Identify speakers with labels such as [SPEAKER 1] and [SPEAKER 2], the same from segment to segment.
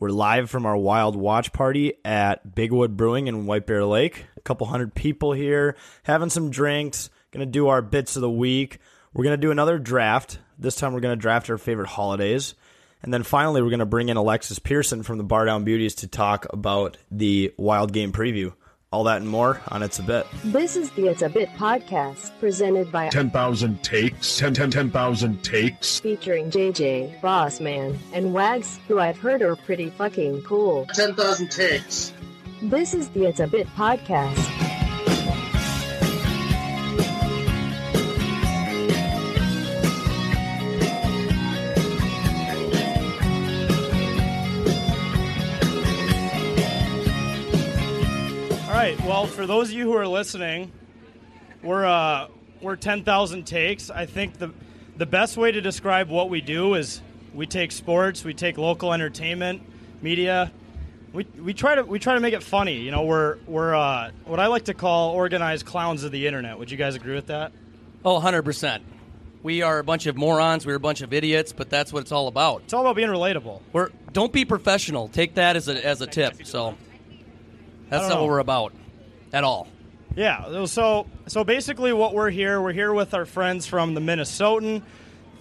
[SPEAKER 1] we're live from our wild watch party at Bigwood Brewing in White Bear Lake. A couple hundred people here, having some drinks, gonna do our bits of the week. We're gonna do another draft. This time we're gonna draft our favorite holidays. And then finally, we're gonna bring in Alexis Pearson from the Bar Down Beauties to talk about the wild game preview. All that and more on It's a Bit.
[SPEAKER 2] This is the It's a Bit podcast presented by
[SPEAKER 3] 10,000 takes, 10, 10, 10,000 takes.
[SPEAKER 2] featuring JJ, Boss Man, and Wags, who I've heard are pretty fucking cool.
[SPEAKER 4] 10,000 takes.
[SPEAKER 2] This is the It's a Bit podcast.
[SPEAKER 5] All right. Well, for those of you who are listening, we're uh, we're ten thousand takes. I think the the best way to describe what we do is we take sports, we take local entertainment, media. We, we try to we try to make it funny. You know, we're we're uh, what I like to call organized clowns of the internet. Would you guys agree with that?
[SPEAKER 6] Oh, 100%. We are a bunch of morons, we're a bunch of idiots, but that's what it's all about.
[SPEAKER 5] It's all about being relatable.
[SPEAKER 6] We're don't be professional. Take that as a as a tip. So that's
[SPEAKER 5] don't
[SPEAKER 6] not
[SPEAKER 5] know.
[SPEAKER 6] what we're about at all.
[SPEAKER 5] Yeah. So so basically, what we're here, we're here with our friends from the Minnesotan.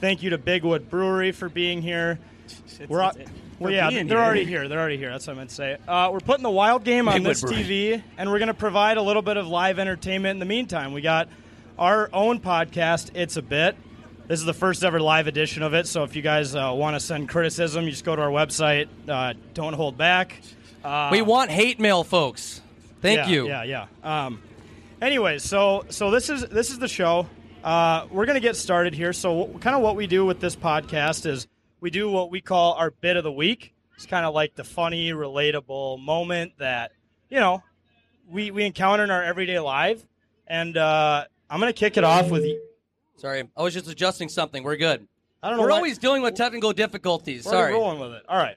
[SPEAKER 5] Thank you to Bigwood Brewery for being here. we're out- well, yeah, they're already here. They're already here. That's what I meant to say. Uh, we're putting the wild game on
[SPEAKER 6] Bigwood
[SPEAKER 5] this
[SPEAKER 6] Brewery.
[SPEAKER 5] TV, and we're going to provide a little bit of live entertainment in the meantime. We got our own podcast. It's a bit. This is the first ever live edition of it. So if you guys uh, want to send criticism, you just go to our website. Uh, don't hold back.
[SPEAKER 6] we want hate mail, folks. Thank
[SPEAKER 5] Uh, yeah,
[SPEAKER 6] you.
[SPEAKER 5] Yeah, yeah. Um, anyways, so so this is this is the show. Uh, we're gonna get started here. So kind of what we do with this podcast is we do what we call our bit of the week. It's kind of like the funny, relatable moment that you know we we encounter in our everyday life. And uh, I'm gonna kick it off with.
[SPEAKER 6] Sorry. I was just adjusting something. We're good.
[SPEAKER 5] I don't know.
[SPEAKER 6] We're
[SPEAKER 5] why-
[SPEAKER 6] always dealing with technical difficulties.
[SPEAKER 5] we're
[SPEAKER 6] Sorry.
[SPEAKER 5] rolling with it. All right.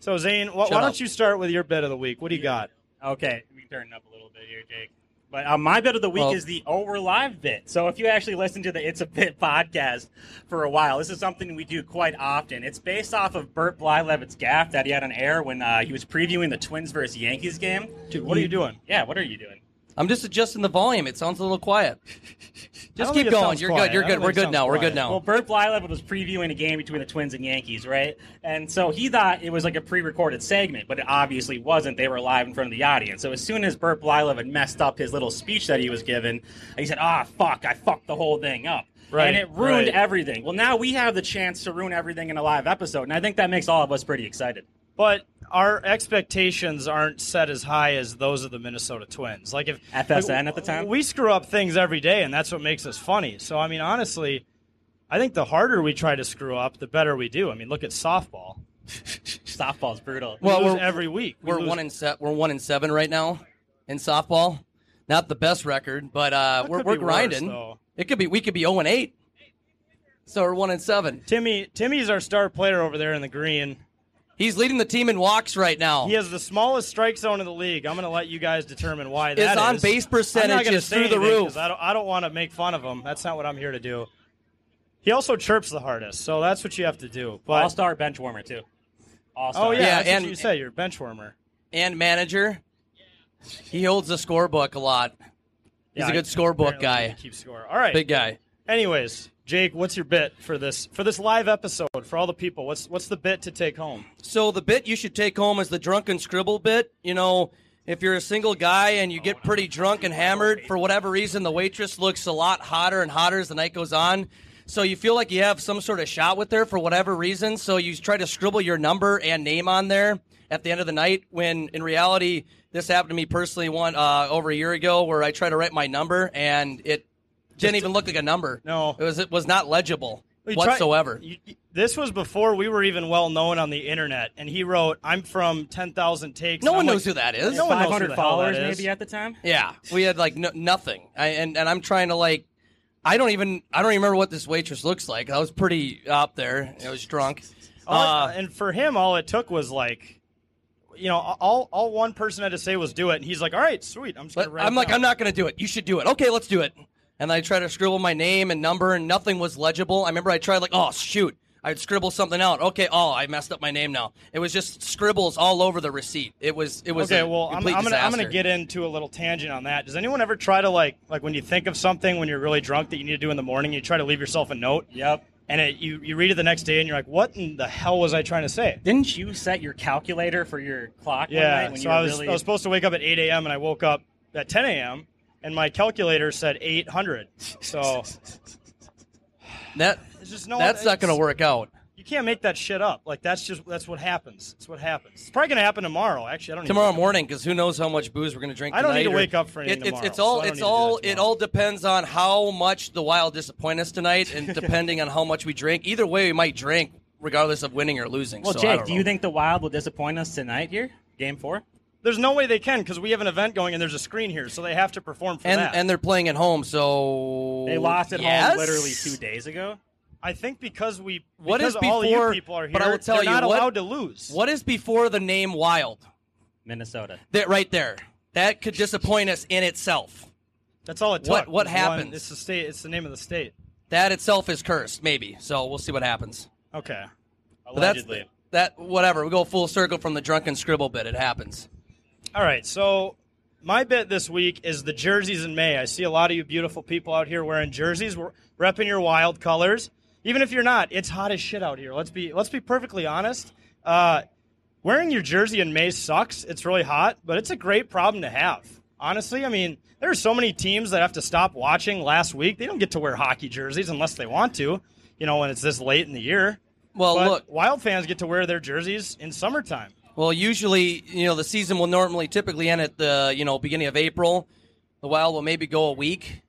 [SPEAKER 5] So Zane, wh- why
[SPEAKER 6] Shut
[SPEAKER 5] don't
[SPEAKER 6] up.
[SPEAKER 5] you start with your bit of the week? What do you got?
[SPEAKER 7] Okay, we can turn it up a little bit here, Jake. But uh, my bit of the week
[SPEAKER 6] Well-
[SPEAKER 7] is the Oh We're Live bit. So if you actually listen to the It's a Bit podcast for a while, this is something we do quite often. It's based off of Burt Blylevitt's gaff that he had on air when uh, he was previewing the Twins versus Yankees game.
[SPEAKER 5] Dude, what are you doing?
[SPEAKER 7] Yeah, what are you doing?
[SPEAKER 6] I'm just adjusting the volume. It sounds a little quiet. Just
[SPEAKER 5] think
[SPEAKER 6] keep
[SPEAKER 5] it
[SPEAKER 6] going.
[SPEAKER 5] sounds
[SPEAKER 6] You're
[SPEAKER 5] quiet.
[SPEAKER 6] good. You're
[SPEAKER 5] I
[SPEAKER 6] good.
[SPEAKER 5] don't
[SPEAKER 6] We're
[SPEAKER 5] think it
[SPEAKER 6] good now.
[SPEAKER 5] sounds
[SPEAKER 6] We're good
[SPEAKER 5] quiet.
[SPEAKER 6] now.
[SPEAKER 7] Well, Burt Blylevitt was previewing a game between the Twins and Yankees, right? And so he thought it was like a pre-recorded segment, but it obviously wasn't. They were live in front of the audience. So as soon as Burt Blylevitt messed up his little speech that he was given, he said, "Ah, fuck! I fucked the whole thing up."
[SPEAKER 5] Right,
[SPEAKER 7] And it ruined
[SPEAKER 5] right.
[SPEAKER 7] everything. Well, now we have the chance to ruin everything in a live episode, and I think that makes all of us pretty excited.
[SPEAKER 5] But our expectations aren't set as high as those of the Minnesota Twins. Like if
[SPEAKER 7] FSN
[SPEAKER 5] like,
[SPEAKER 7] at the time?
[SPEAKER 5] we screw up things every day, and that's what makes us funny. So I mean, honestly, I think the harder we try to screw up, the better we do. I mean, look at softball.
[SPEAKER 7] Softball's brutal.
[SPEAKER 5] We
[SPEAKER 6] Well,
[SPEAKER 5] lose
[SPEAKER 6] we're-
[SPEAKER 5] every week. We
[SPEAKER 6] We're
[SPEAKER 5] lose-
[SPEAKER 6] one in se- we're one in seven right now in softball. Not the best record, but uh,
[SPEAKER 5] That
[SPEAKER 6] we're
[SPEAKER 5] could
[SPEAKER 6] we're
[SPEAKER 5] be worse,
[SPEAKER 6] grinding.
[SPEAKER 5] though.
[SPEAKER 6] it could be we could be zero and eight. So we're one and seven.
[SPEAKER 5] Timmy, Timmy's our star player over there in the green.
[SPEAKER 6] He's leading the team in walks right now.
[SPEAKER 5] He has the smallest strike zone in the league. I'm going to let you guys determine why that
[SPEAKER 6] His
[SPEAKER 5] is.
[SPEAKER 6] on-base percentage
[SPEAKER 5] I'm not gonna
[SPEAKER 6] is
[SPEAKER 5] say
[SPEAKER 6] through the
[SPEAKER 5] anything
[SPEAKER 6] roof.
[SPEAKER 5] 'cause I don't, I don't want to make fun of him. That's not what I'm here to do. He also chirps the hardest, so that's what you have to do. But
[SPEAKER 7] All-star bench warmer too. All-star.
[SPEAKER 5] oh yeah,
[SPEAKER 6] Yeah,
[SPEAKER 5] that's what
[SPEAKER 6] and-
[SPEAKER 5] you said you're a bench warmer.
[SPEAKER 6] and manager. He holds the scorebook a lot. He's
[SPEAKER 5] Yeah,
[SPEAKER 6] a good scorebook
[SPEAKER 5] apparently
[SPEAKER 6] guy.
[SPEAKER 5] he Keeps score. All right.
[SPEAKER 6] Big guy.
[SPEAKER 5] Anyways, Jake, what's your bit for this for this live episode for all the people? What's what's the bit to take home?
[SPEAKER 6] So the bit you should take home is the drunken scribble bit. You know, if you're a single guy and you get pretty drunk and hammered for whatever reason, the waitress looks a lot hotter and hotter as the night goes on. So you feel like you have some sort of shot with her for whatever reason. So you try to scribble your number and name on there at the end of the night. When in reality, this happened to me personally one uh, over a year ago where I tried to write my number and it didn't even look like a number.
[SPEAKER 5] No.
[SPEAKER 6] it was it was not legible.
[SPEAKER 5] We try-
[SPEAKER 6] whatsoever.
[SPEAKER 5] you- you- this was before we were even well known on the internet, and he wrote, "I'm from 10,000 takes."
[SPEAKER 6] No
[SPEAKER 5] And
[SPEAKER 6] one
[SPEAKER 5] I'm
[SPEAKER 6] knows who that is.
[SPEAKER 5] No one knows who
[SPEAKER 7] 500
[SPEAKER 5] the hell that
[SPEAKER 7] followers
[SPEAKER 5] is.
[SPEAKER 7] maybe at the time.
[SPEAKER 6] Yeah, we had like no, nothing, I, and and I'm trying to like, I don't even I don't even remember what this waitress looks like. I was pretty up there. I was drunk.
[SPEAKER 5] All-
[SPEAKER 6] Uh,
[SPEAKER 5] and for him, all it took was like, you know, all all one person had to say was do it, and he's like, "All right, sweet, I'm just
[SPEAKER 6] but
[SPEAKER 5] gonna." write
[SPEAKER 6] I'm
[SPEAKER 5] it
[SPEAKER 6] like,
[SPEAKER 5] down."
[SPEAKER 6] I'm not gonna do it. You should do it. Okay, let's do it. And I tried to scribble my name and number, and nothing was legible. I remember I tried like, oh shoot, I'd scribble something out. Okay, oh, I messed up my name now. It was just scribbles all over the receipt. It was it was
[SPEAKER 5] Okay,
[SPEAKER 6] a
[SPEAKER 5] well, I'm,
[SPEAKER 6] complete
[SPEAKER 5] I'm gonna I'm gonna
[SPEAKER 6] disaster.
[SPEAKER 5] get into a little tangent on that. Does anyone ever try to like like when you think of something when you're really drunk that you need to do in the morning, you try to leave yourself a note?
[SPEAKER 7] Yep.
[SPEAKER 5] And it, you you read it the next day, and you're like, "What in the hell was I trying to say?"
[SPEAKER 7] Didn't you set your calculator for your clock one
[SPEAKER 5] Yeah.
[SPEAKER 7] night when
[SPEAKER 5] So
[SPEAKER 7] you were
[SPEAKER 5] I was
[SPEAKER 7] really
[SPEAKER 5] I was supposed to wake up at 8 a.m. and I woke up at 10 a.m. and my calculator said 800. So
[SPEAKER 6] that.
[SPEAKER 5] there's just no.
[SPEAKER 6] that's not gonna
[SPEAKER 5] it's-
[SPEAKER 6] work out.
[SPEAKER 5] You can't make that shit up. Like that's just that's what happens. It's what happens. It's probably gonna happen tomorrow. Actually, I don't. even-
[SPEAKER 6] tomorrow morning because who knows how much booze we're going to drink.
[SPEAKER 5] I don't need
[SPEAKER 6] tonight
[SPEAKER 5] to
[SPEAKER 6] or-
[SPEAKER 5] wake up for anything
[SPEAKER 6] it, it's, it's
[SPEAKER 5] tomorrow,
[SPEAKER 6] all
[SPEAKER 5] so I don't
[SPEAKER 6] it's
[SPEAKER 5] need to do
[SPEAKER 6] all
[SPEAKER 5] that
[SPEAKER 6] it
[SPEAKER 5] tomorrow.
[SPEAKER 6] all depends on how much the wild disappoint us tonight, and depending on how much we drink. Either way, we might drink regardless of winning or losing.
[SPEAKER 7] Well,
[SPEAKER 6] so I
[SPEAKER 7] Jake,
[SPEAKER 6] don't
[SPEAKER 7] do you
[SPEAKER 6] know.
[SPEAKER 7] think the Wild will disappoint us tonight here, Game Four?
[SPEAKER 5] There's no way they can because we have an event going and there's a screen here, so they have to perform for
[SPEAKER 6] And
[SPEAKER 5] that.
[SPEAKER 6] and they're playing at home, so
[SPEAKER 7] They lost at
[SPEAKER 6] Yes?
[SPEAKER 7] home literally two days ago.
[SPEAKER 5] I think because we
[SPEAKER 6] What
[SPEAKER 5] because
[SPEAKER 6] is
[SPEAKER 5] all
[SPEAKER 6] before-
[SPEAKER 5] you people are here,
[SPEAKER 6] but I will tell
[SPEAKER 5] they're
[SPEAKER 6] you,
[SPEAKER 5] not
[SPEAKER 6] what-
[SPEAKER 5] allowed to lose.
[SPEAKER 6] What is before the name Wild?
[SPEAKER 7] Minnesota.
[SPEAKER 6] That right there. That could disappoint us in itself.
[SPEAKER 5] That's all it took.
[SPEAKER 6] what- what
[SPEAKER 5] was
[SPEAKER 6] happens?
[SPEAKER 5] One, it's the state. It's the name of the state.
[SPEAKER 6] That itself is cursed, maybe. So we'll see what happens.
[SPEAKER 5] Okay.
[SPEAKER 6] But that's-
[SPEAKER 7] Allegedly.
[SPEAKER 6] that whatever. We go full circle from the drunken scribble bit. It happens.
[SPEAKER 5] All right. So my bet this week is the jerseys in May. I see a lot of you beautiful people out here wearing jerseys, we're repping your wild colors. Even if you're not, it's hot as shit out here. Let's be let's be perfectly honest. Uh, wearing your jersey in May sucks. It's really hot, but it's a great problem to have. Honestly, I mean, there are so many teams that have to stop watching last week. They don't get to wear hockey jerseys unless they want to, you know, when it's this late in the year.
[SPEAKER 6] Well,
[SPEAKER 5] But
[SPEAKER 6] look,
[SPEAKER 5] Wild fans get to wear their jerseys in summertime.
[SPEAKER 6] Well, usually, you know, the season will normally typically end at the you know beginning of April. The Wild will maybe go a week,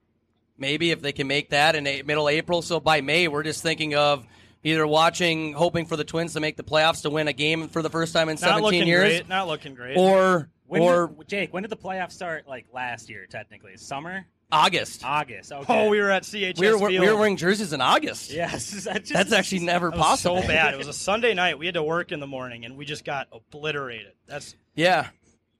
[SPEAKER 6] maybe if they can make that in a- middle April. So by May, we're just thinking of either watching, hoping for the Twins to make the playoffs to win a game for the first time in
[SPEAKER 5] Not
[SPEAKER 6] 17
[SPEAKER 5] looking
[SPEAKER 6] years,
[SPEAKER 5] great. Not looking great.
[SPEAKER 6] or
[SPEAKER 7] When
[SPEAKER 6] or
[SPEAKER 7] did, Jake, when did the playoffs start? Like last year, technically, summer,
[SPEAKER 6] August.
[SPEAKER 7] August. Okay.
[SPEAKER 5] Oh, we were at CHS
[SPEAKER 6] we were we
[SPEAKER 5] Field.
[SPEAKER 6] were wearing jerseys in August.
[SPEAKER 7] yes. that just-
[SPEAKER 6] That's actually never
[SPEAKER 5] That was
[SPEAKER 6] possible.
[SPEAKER 5] so bad. It was a Sunday night. We had to work in the morning, and we just got obliterated. That's
[SPEAKER 6] Yeah. It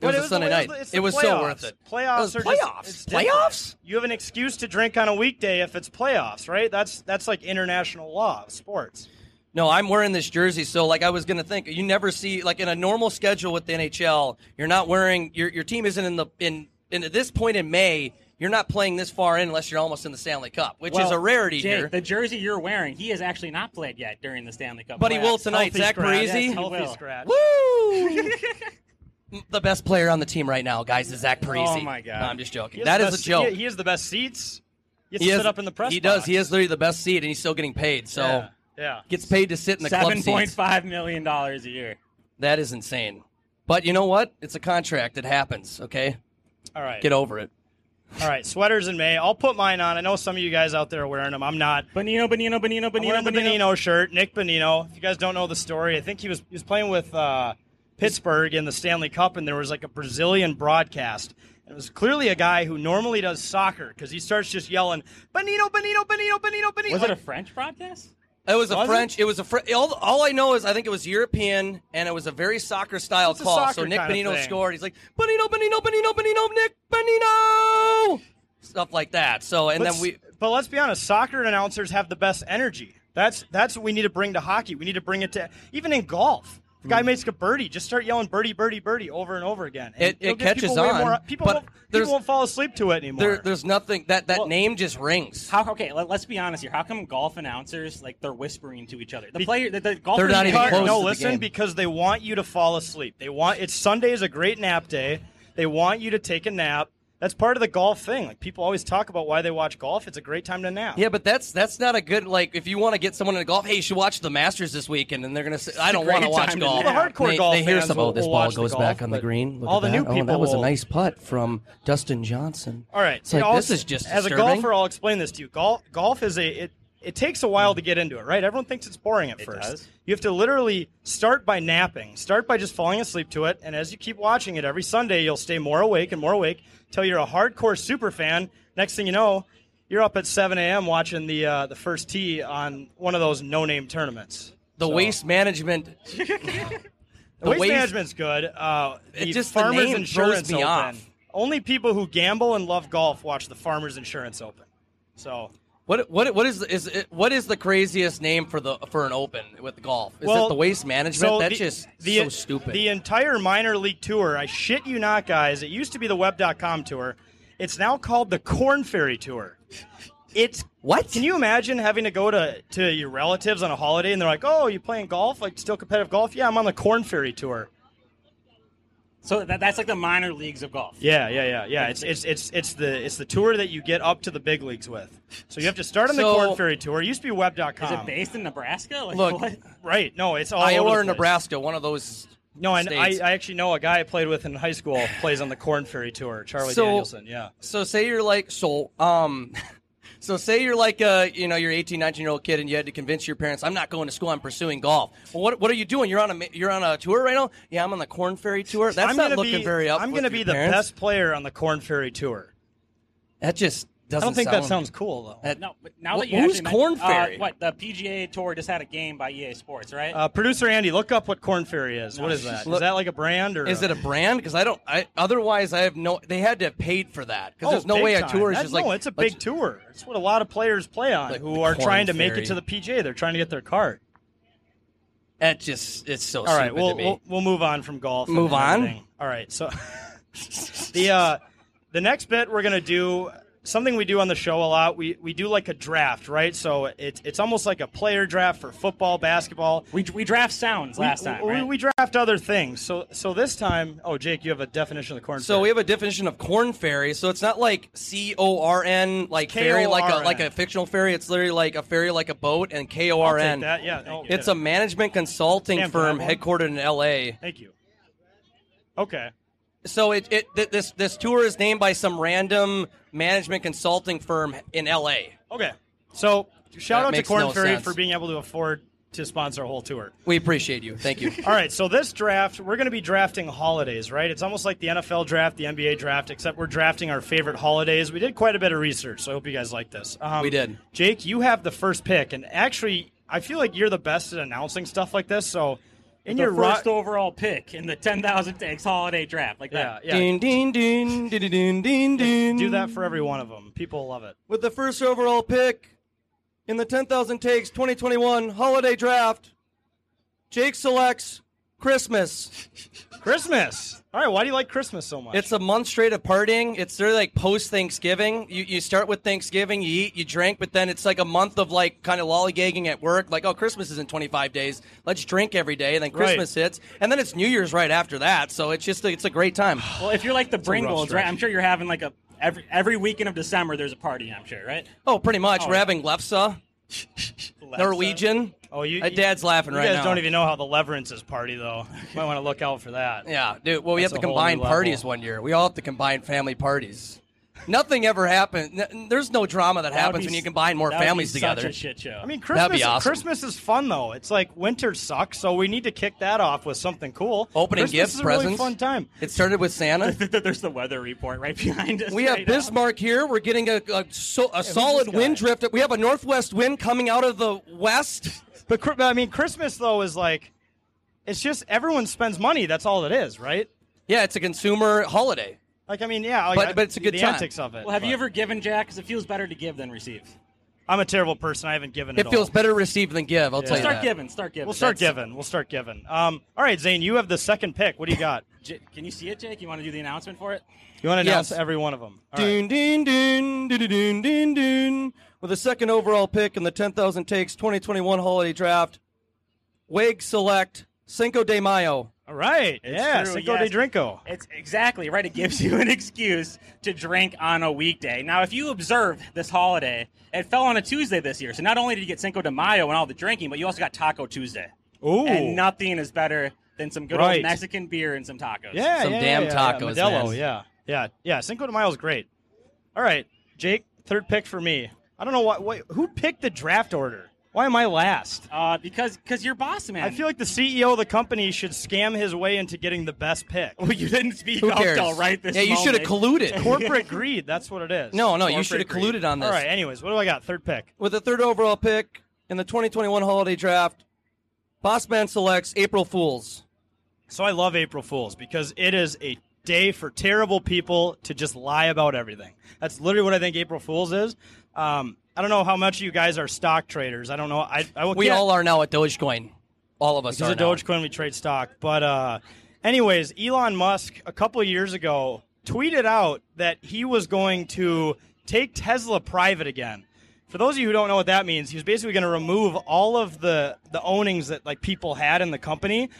[SPEAKER 5] But
[SPEAKER 6] was,
[SPEAKER 5] it
[SPEAKER 6] a
[SPEAKER 5] was the
[SPEAKER 6] Sunday
[SPEAKER 5] way-
[SPEAKER 6] night.
[SPEAKER 5] it's the
[SPEAKER 6] It was so
[SPEAKER 5] playoffs.
[SPEAKER 6] worth it.
[SPEAKER 5] Playoffs
[SPEAKER 6] Those
[SPEAKER 5] are just-
[SPEAKER 6] playoffs.
[SPEAKER 5] it's different.
[SPEAKER 6] playoffs.
[SPEAKER 5] you have an excuse to drink on a weekday if it's playoffs, right? That's that's like international law of sports.
[SPEAKER 6] No, I'm wearing this jersey, so like I was gonna think you never see like in a normal schedule with the NHL, you're not wearing your your team isn't in the in in at this point in May, you're not playing this far in unless you're almost in the Stanley Cup, which is
[SPEAKER 7] Well,
[SPEAKER 6] a rarity
[SPEAKER 7] Jake,
[SPEAKER 6] here.
[SPEAKER 7] The jersey you're wearing, he has actually not played yet during the Stanley Cup.
[SPEAKER 6] But he will
[SPEAKER 7] playoffs.
[SPEAKER 6] tonight.
[SPEAKER 5] Healthy
[SPEAKER 6] Zach
[SPEAKER 5] scratch.
[SPEAKER 6] Parise.
[SPEAKER 7] He
[SPEAKER 5] Healthy
[SPEAKER 7] will.
[SPEAKER 5] scratch.
[SPEAKER 6] Woo! the best player on the team right now, guys, is Zach Parisi.
[SPEAKER 7] Oh, my God.
[SPEAKER 6] No, I'm just joking.
[SPEAKER 5] He has
[SPEAKER 6] That
[SPEAKER 5] the
[SPEAKER 6] is a
[SPEAKER 5] best-
[SPEAKER 6] joke.
[SPEAKER 5] He, he has the best seats. He gets
[SPEAKER 6] He
[SPEAKER 5] to
[SPEAKER 6] has-
[SPEAKER 5] sit up in the press.
[SPEAKER 6] He does.
[SPEAKER 5] box.
[SPEAKER 6] He has literally the best seat, and he's still getting paid. So
[SPEAKER 5] Yeah. yeah.
[SPEAKER 6] gets paid to sit in the club
[SPEAKER 7] Seven
[SPEAKER 6] seats.
[SPEAKER 7] point five million dollars a year.
[SPEAKER 6] That is insane. But you know what? It's a contract. It happens. Okay,
[SPEAKER 5] All right.
[SPEAKER 6] get over it.
[SPEAKER 5] All right. Sweaters in May. I'll put mine on. I know some of you guys out there are wearing them. I'm not.
[SPEAKER 7] Bonino, Bonino, Bonino,
[SPEAKER 5] I'm
[SPEAKER 7] Bonino,
[SPEAKER 5] wearing the
[SPEAKER 7] Bonino.
[SPEAKER 5] Benino shirt. Nick Benino. If you guys don't know the story, I think he was he was playing with uh, Pittsburgh in the Stanley Cup, and there was like a Brazilian broadcast. And it was clearly a guy who normally does soccer because he starts just yelling Benino, Benino, Benino, Benino, Benino.
[SPEAKER 7] Was it a
[SPEAKER 5] Like,
[SPEAKER 7] French broadcast?
[SPEAKER 6] It was a
[SPEAKER 5] Was it?
[SPEAKER 6] French. It, was a Fr- all, all I know is I think it was European, and it was a very soccer style
[SPEAKER 5] It's a
[SPEAKER 6] call. so
[SPEAKER 5] soccer
[SPEAKER 6] Nick
[SPEAKER 5] kinda
[SPEAKER 6] Benino
[SPEAKER 5] thing.
[SPEAKER 6] scored. He's like Benino, Benino, Benino, Benino, Nick Benino, stuff like that. So and
[SPEAKER 5] but
[SPEAKER 6] then we
[SPEAKER 5] s- But let's be honest, soccer announcers have the best energy. That's that's what we need to bring to hockey. We need to bring it to even in golf. The
[SPEAKER 6] Hmm.
[SPEAKER 5] guy makes a birdie. Just start yelling birdie, birdie, birdie over and over again. And
[SPEAKER 6] It-
[SPEAKER 5] it'll
[SPEAKER 6] it
[SPEAKER 5] give
[SPEAKER 6] catches
[SPEAKER 5] people way
[SPEAKER 6] on,
[SPEAKER 5] More, people,
[SPEAKER 6] but
[SPEAKER 5] won't,
[SPEAKER 6] there's-
[SPEAKER 5] people won't fall asleep to it anymore.
[SPEAKER 6] there, there's nothing that that
[SPEAKER 7] Well-
[SPEAKER 6] name just rings.
[SPEAKER 7] How okay? Let, us be honest here. How come golf announcers like they're whispering to each other? The player, the, the golfers,
[SPEAKER 6] not even
[SPEAKER 7] are-
[SPEAKER 6] close.
[SPEAKER 5] no,
[SPEAKER 6] to the
[SPEAKER 5] listen,
[SPEAKER 6] game.
[SPEAKER 5] because they want you to fall asleep. They want it's Sunday is a great nap day. They want you to take a nap. That's part of the golf thing. Like people always talk about why they watch golf. It's a great time to nap.
[SPEAKER 6] yeah, but that's that's not a good like. If you want to get someone into golf, hey, you should watch the Masters this weekend, and they're gonna say, I don't
[SPEAKER 7] great
[SPEAKER 6] want to watch
[SPEAKER 7] time to
[SPEAKER 6] golf.
[SPEAKER 7] nap.
[SPEAKER 5] Well, the hardcore
[SPEAKER 6] they,
[SPEAKER 5] golf
[SPEAKER 6] they hear
[SPEAKER 5] fans
[SPEAKER 6] some.
[SPEAKER 5] will-
[SPEAKER 6] Oh, this
[SPEAKER 5] will
[SPEAKER 6] ball
[SPEAKER 5] watch the
[SPEAKER 6] goes
[SPEAKER 5] golf,
[SPEAKER 6] back on the
[SPEAKER 5] but
[SPEAKER 6] green. Look
[SPEAKER 5] all
[SPEAKER 6] at
[SPEAKER 5] the
[SPEAKER 6] that.
[SPEAKER 5] new
[SPEAKER 6] Oh,
[SPEAKER 5] people
[SPEAKER 6] that was a
[SPEAKER 5] will-
[SPEAKER 6] nice putt from Dustin Johnson.
[SPEAKER 5] All right.
[SPEAKER 6] It's like,
[SPEAKER 5] I'll-
[SPEAKER 6] this is just
[SPEAKER 5] as a
[SPEAKER 6] disturbing.
[SPEAKER 5] golfer. I'll explain this to you. Golf, golf is a it, it takes a while to get into it, right? Everyone thinks it's boring at
[SPEAKER 7] It
[SPEAKER 5] first.
[SPEAKER 7] does.
[SPEAKER 5] You have to literally start by napping, start by just falling asleep to it, and as you keep watching it every Sunday, you'll stay more awake and more awake till you're a hardcore super fan. Next thing you know, you're up at 7 a.m. watching the uh, the first tee on one of those no-name tournaments.
[SPEAKER 6] The waste management. the
[SPEAKER 5] waste, management's good. Uh,
[SPEAKER 6] It
[SPEAKER 5] the
[SPEAKER 6] just- the
[SPEAKER 5] Farmers
[SPEAKER 6] name throws
[SPEAKER 5] Insurance
[SPEAKER 6] me
[SPEAKER 5] Open.
[SPEAKER 6] off.
[SPEAKER 5] Only people who gamble and love golf watch the Farmers Insurance Open. So
[SPEAKER 6] What what what is is it, what is the craziest name for the for an open with golf? Is
[SPEAKER 5] Well,
[SPEAKER 6] it the waste management?
[SPEAKER 5] So
[SPEAKER 6] That's
[SPEAKER 5] the-
[SPEAKER 6] just
[SPEAKER 5] the-
[SPEAKER 6] so stupid.
[SPEAKER 5] The entire minor league tour, I shit you not, guys. It used to be the web.com tour. It's now called the Corn Ferry Tour. It's
[SPEAKER 6] What?
[SPEAKER 5] Can you imagine having to go to, to your relatives on a holiday and they're like, "Oh, you playing golf? Like still competitive golf? Yeah, I'm on the Corn Ferry Tour."
[SPEAKER 7] So that, that's like the minor leagues of golf.
[SPEAKER 5] Yeah, yeah, yeah, yeah. It's it's it's it's the it's the tour that you get up to the big leagues with. So you have to start on the
[SPEAKER 6] So-
[SPEAKER 5] Corn Ferry Tour. It used to be
[SPEAKER 7] Is
[SPEAKER 5] web.com.
[SPEAKER 7] it based in Nebraska? Like,
[SPEAKER 6] Look,
[SPEAKER 7] what?
[SPEAKER 5] right? No, it's all
[SPEAKER 6] Iowa
[SPEAKER 5] over the
[SPEAKER 6] or
[SPEAKER 5] place.
[SPEAKER 6] Nebraska, one of those.
[SPEAKER 5] No, and I,
[SPEAKER 6] states.
[SPEAKER 5] I actually know a guy I played with in high school plays on the Corn Ferry Tour. Charlie
[SPEAKER 6] So-
[SPEAKER 5] Danielson. Yeah.
[SPEAKER 6] So say you're like so um so say you're like a you know you're 18 19 year old kid and you had to convince your parents I'm not going to school I'm pursuing golf. Well, what what are you doing? You're on a ma- you're on a tour right now? Yeah, I'm on the Corn Ferry tour. That's
[SPEAKER 5] I'm
[SPEAKER 6] not
[SPEAKER 5] gonna
[SPEAKER 6] looking
[SPEAKER 5] be,
[SPEAKER 6] very up.
[SPEAKER 5] I'm
[SPEAKER 6] going
[SPEAKER 5] gonna
[SPEAKER 6] to
[SPEAKER 5] be the best player on the Corn Ferry Tour.
[SPEAKER 6] That just
[SPEAKER 5] I
[SPEAKER 6] doesn't
[SPEAKER 5] don't think that
[SPEAKER 6] sound-
[SPEAKER 5] sounds cool though.
[SPEAKER 6] that-
[SPEAKER 7] No, but now
[SPEAKER 6] Wh-
[SPEAKER 7] that you
[SPEAKER 6] who's
[SPEAKER 7] actually
[SPEAKER 6] Corn
[SPEAKER 7] mentioned-
[SPEAKER 6] Ferry?
[SPEAKER 7] Uh, what the PGA Tour just had a game by EA Sports, right?
[SPEAKER 5] Uh, Producer Andy, look up what Corn Ferry is. What is that? Is
[SPEAKER 6] Look-
[SPEAKER 5] that like a brand or
[SPEAKER 6] Is it a brand? Because I don't. I otherwise I have no. They had to have paid for that because
[SPEAKER 5] Oh,
[SPEAKER 6] there's no
[SPEAKER 5] big
[SPEAKER 6] way a
[SPEAKER 5] time.
[SPEAKER 6] tour is
[SPEAKER 5] That-
[SPEAKER 6] just like
[SPEAKER 5] no. It's a
[SPEAKER 6] like-
[SPEAKER 5] big tour. It's what a lot of players play on
[SPEAKER 6] Like
[SPEAKER 5] who
[SPEAKER 6] the
[SPEAKER 5] are
[SPEAKER 6] Corn
[SPEAKER 5] trying to make
[SPEAKER 6] Ferry.
[SPEAKER 5] it to the PGA. They're trying to get their card.
[SPEAKER 6] That just it's so.
[SPEAKER 5] All
[SPEAKER 6] stupid
[SPEAKER 5] right, we'll,
[SPEAKER 6] to me.
[SPEAKER 5] we'll we'll move on from golf. and
[SPEAKER 6] Move on?
[SPEAKER 5] everything. All right, so the uh, the next bit we're gonna do something we do on the show a lot. We we do like a draft, right? So it's it's almost like a player draft for football, basketball.
[SPEAKER 7] we, we draft sounds last
[SPEAKER 5] we,
[SPEAKER 7] time,
[SPEAKER 5] we,
[SPEAKER 7] right?
[SPEAKER 5] we draft other things. So so this time, oh Jake, you have a definition of the corn.
[SPEAKER 6] So we have a definition of corn fairy. So it's not like C O R N like fairy like a
[SPEAKER 5] K-O-R-N.
[SPEAKER 6] like a fictional fairy. It's literally like a fairy like a boat and K O R
[SPEAKER 5] Take
[SPEAKER 6] N.
[SPEAKER 5] that, yeah. Oh,
[SPEAKER 6] It's
[SPEAKER 5] yeah.
[SPEAKER 6] a management consulting
[SPEAKER 5] Damn,
[SPEAKER 6] firm
[SPEAKER 5] Brad.
[SPEAKER 6] headquartered in L A.
[SPEAKER 5] thank you. Okay,
[SPEAKER 6] So it, it th- this this tour is named by some random management consulting firm in L A.
[SPEAKER 5] okay. So shout
[SPEAKER 6] That
[SPEAKER 5] out to
[SPEAKER 6] makes
[SPEAKER 5] Corn
[SPEAKER 6] no
[SPEAKER 5] Ferry
[SPEAKER 6] sense.
[SPEAKER 5] for being able to afford to sponsor a whole tour.
[SPEAKER 6] We appreciate you. Thank you.
[SPEAKER 5] All right, so this draft, we're going to be drafting holidays, right? It's almost like the NFL draft, the NBA draft, except we're drafting our favorite holidays. We did quite a bit of research, so I hope you guys like this. Um,
[SPEAKER 6] We did.
[SPEAKER 5] Jake, you have the first pick, and actually, I feel like you're the best at announcing stuff like this. So, in
[SPEAKER 7] the
[SPEAKER 5] your ro-
[SPEAKER 7] first overall pick in the 10,000 Takes Holiday Draft, like
[SPEAKER 5] yeah,
[SPEAKER 7] that.
[SPEAKER 5] yeah,
[SPEAKER 6] Ding ding ding ding ding ding ding.
[SPEAKER 5] do that for every one of them. People love it.
[SPEAKER 6] with the first overall pick in the 10,000 Takes 2021 Holiday Draft. Jake selects Christmas.
[SPEAKER 5] Christmas. All right, why do you like Christmas so much?
[SPEAKER 6] It's a month straight of partying. It's sort of like post Thanksgiving. You, you start with Thanksgiving, you eat, you drink, but then it's like a month of like kind of lollygagging at work. Like, oh, Christmas is in 25 days. Let's drink every day. And then
[SPEAKER 5] Right.
[SPEAKER 6] Christmas hits. And then it's New Year's right after that. So it's just, it's a great time.
[SPEAKER 7] Well, if you're like the Bringles,
[SPEAKER 5] stretch.
[SPEAKER 7] right? I'm sure you're having like a every every weekend of December. There's a party, I'm sure, right?
[SPEAKER 6] Oh, pretty much. We're
[SPEAKER 7] yeah.
[SPEAKER 6] having lefse, Norwegian.
[SPEAKER 5] oh, you.
[SPEAKER 6] My dad's laughing
[SPEAKER 5] you
[SPEAKER 6] right
[SPEAKER 5] guys
[SPEAKER 6] now.
[SPEAKER 5] don't even know how the Leverances party though. Might want to look out for that.
[SPEAKER 6] Yeah, dude. Well, we
[SPEAKER 5] That's
[SPEAKER 6] have to
[SPEAKER 5] a whole new
[SPEAKER 6] combine
[SPEAKER 5] level.
[SPEAKER 6] parties one year. We all have to combine family parties. Nothing ever happened. n- There's no drama that,
[SPEAKER 7] That would
[SPEAKER 6] happens
[SPEAKER 7] be
[SPEAKER 6] when
[SPEAKER 7] s-
[SPEAKER 6] you combine more
[SPEAKER 7] that would be
[SPEAKER 6] families together.
[SPEAKER 7] Such a shit show.
[SPEAKER 5] I mean, Christmas.
[SPEAKER 6] That'd be awesome.
[SPEAKER 5] Christmas is fun though. It's like winter sucks, so we need to kick that off with something cool.
[SPEAKER 6] Opening
[SPEAKER 5] Christmas
[SPEAKER 6] gifts,
[SPEAKER 5] is a
[SPEAKER 6] presents.
[SPEAKER 5] Really fun time.
[SPEAKER 6] It started with Santa.
[SPEAKER 7] there's the weather report right behind us.
[SPEAKER 6] We
[SPEAKER 7] right
[SPEAKER 6] have
[SPEAKER 7] now.
[SPEAKER 6] Bismarck here. We're getting a, a, so, a solid
[SPEAKER 5] guy?
[SPEAKER 6] wind drift. We have a northwest wind coming out of the west.
[SPEAKER 5] But Chri- I mean, Christmas though is like, it's just everyone spends money. That's all it is, right?
[SPEAKER 6] Yeah, it's a consumer holiday.
[SPEAKER 5] Like I mean, yeah. Like,
[SPEAKER 6] But-
[SPEAKER 5] I-
[SPEAKER 6] but it's a good
[SPEAKER 5] the
[SPEAKER 6] time.
[SPEAKER 5] antics of it.
[SPEAKER 7] Well, have
[SPEAKER 5] but-
[SPEAKER 7] you ever given Jack? Because it feels better to give than receive.
[SPEAKER 5] I'm a terrible person. I haven't given.
[SPEAKER 6] It
[SPEAKER 5] at
[SPEAKER 6] feels
[SPEAKER 5] all.
[SPEAKER 6] better received than give. I'll tell you
[SPEAKER 7] Start
[SPEAKER 6] that.
[SPEAKER 7] giving. Start giving.
[SPEAKER 5] We'll start
[SPEAKER 6] That's-
[SPEAKER 5] giving. We'll start giving. Um, all right, Zane, you have the second pick. What do you got?
[SPEAKER 7] J- can you see it, Jake? You want to do the announcement for it?
[SPEAKER 5] You want to announce
[SPEAKER 6] Yes.
[SPEAKER 5] every one of them? All right.
[SPEAKER 6] Dun, dun, dun, dun, dun, dun, dun, dun. With the second overall pick in the 10,000 Takes 2021 holiday draft, Wig select Cinco de Mayo.
[SPEAKER 5] All right. yeah.
[SPEAKER 7] true,
[SPEAKER 5] Cinco
[SPEAKER 7] yes.
[SPEAKER 5] de Drinko.
[SPEAKER 7] It's exactly right. It gives you an excuse to drink on a weekday. Now, if you observe this holiday, it fell on a Tuesday this year. So not only did you get Cinco de Mayo and all the drinking, but you also got Taco Tuesday.
[SPEAKER 5] Ooh.
[SPEAKER 7] And nothing is better than some good
[SPEAKER 5] Right.
[SPEAKER 7] old Mexican beer and some tacos.
[SPEAKER 5] Yeah,
[SPEAKER 6] Some
[SPEAKER 5] yeah,
[SPEAKER 6] damn
[SPEAKER 5] yeah,
[SPEAKER 6] tacos,
[SPEAKER 5] Yeah. Modelo,
[SPEAKER 6] man.
[SPEAKER 5] yeah, yeah, yeah. Cinco de Mayo is great. All right, Jake, third pick for me. I I don't know why. why who picked the draft order? Why am I last?
[SPEAKER 7] Uh, because because you're boss man.
[SPEAKER 5] I feel like the CEO of the company should scam his way into getting the best pick.
[SPEAKER 7] well, you didn't speak
[SPEAKER 6] Who
[SPEAKER 7] up
[SPEAKER 6] cares?
[SPEAKER 7] till right this
[SPEAKER 6] yeah, you should have
[SPEAKER 7] moment.
[SPEAKER 6] colluded.
[SPEAKER 5] Corporate greed. That's what it is.
[SPEAKER 6] No, no, you
[SPEAKER 5] Corporate
[SPEAKER 6] should have
[SPEAKER 5] greed.
[SPEAKER 6] colluded on this.
[SPEAKER 5] All right. Anyways, what do I got? Third pick.
[SPEAKER 6] With the third overall pick in the 2021 holiday draft, Bossman selects April Fools.
[SPEAKER 5] So I love April Fools because it is a day for terrible people to just lie about everything. That's literally what I think April Fools is. Um, I don't know how much you guys are stock traders. I don't know. I, I
[SPEAKER 6] We
[SPEAKER 5] can't-
[SPEAKER 6] all are now at Dogecoin. All of us
[SPEAKER 5] Because
[SPEAKER 6] are
[SPEAKER 5] of
[SPEAKER 6] now.
[SPEAKER 5] Dogecoin, we trade stock. But uh, anyways, Elon Musk a couple of years ago tweeted out that he was going to take Tesla private again. For those of you who don't know what that means, he was basically going to remove all of the the ownings that like people had in the company.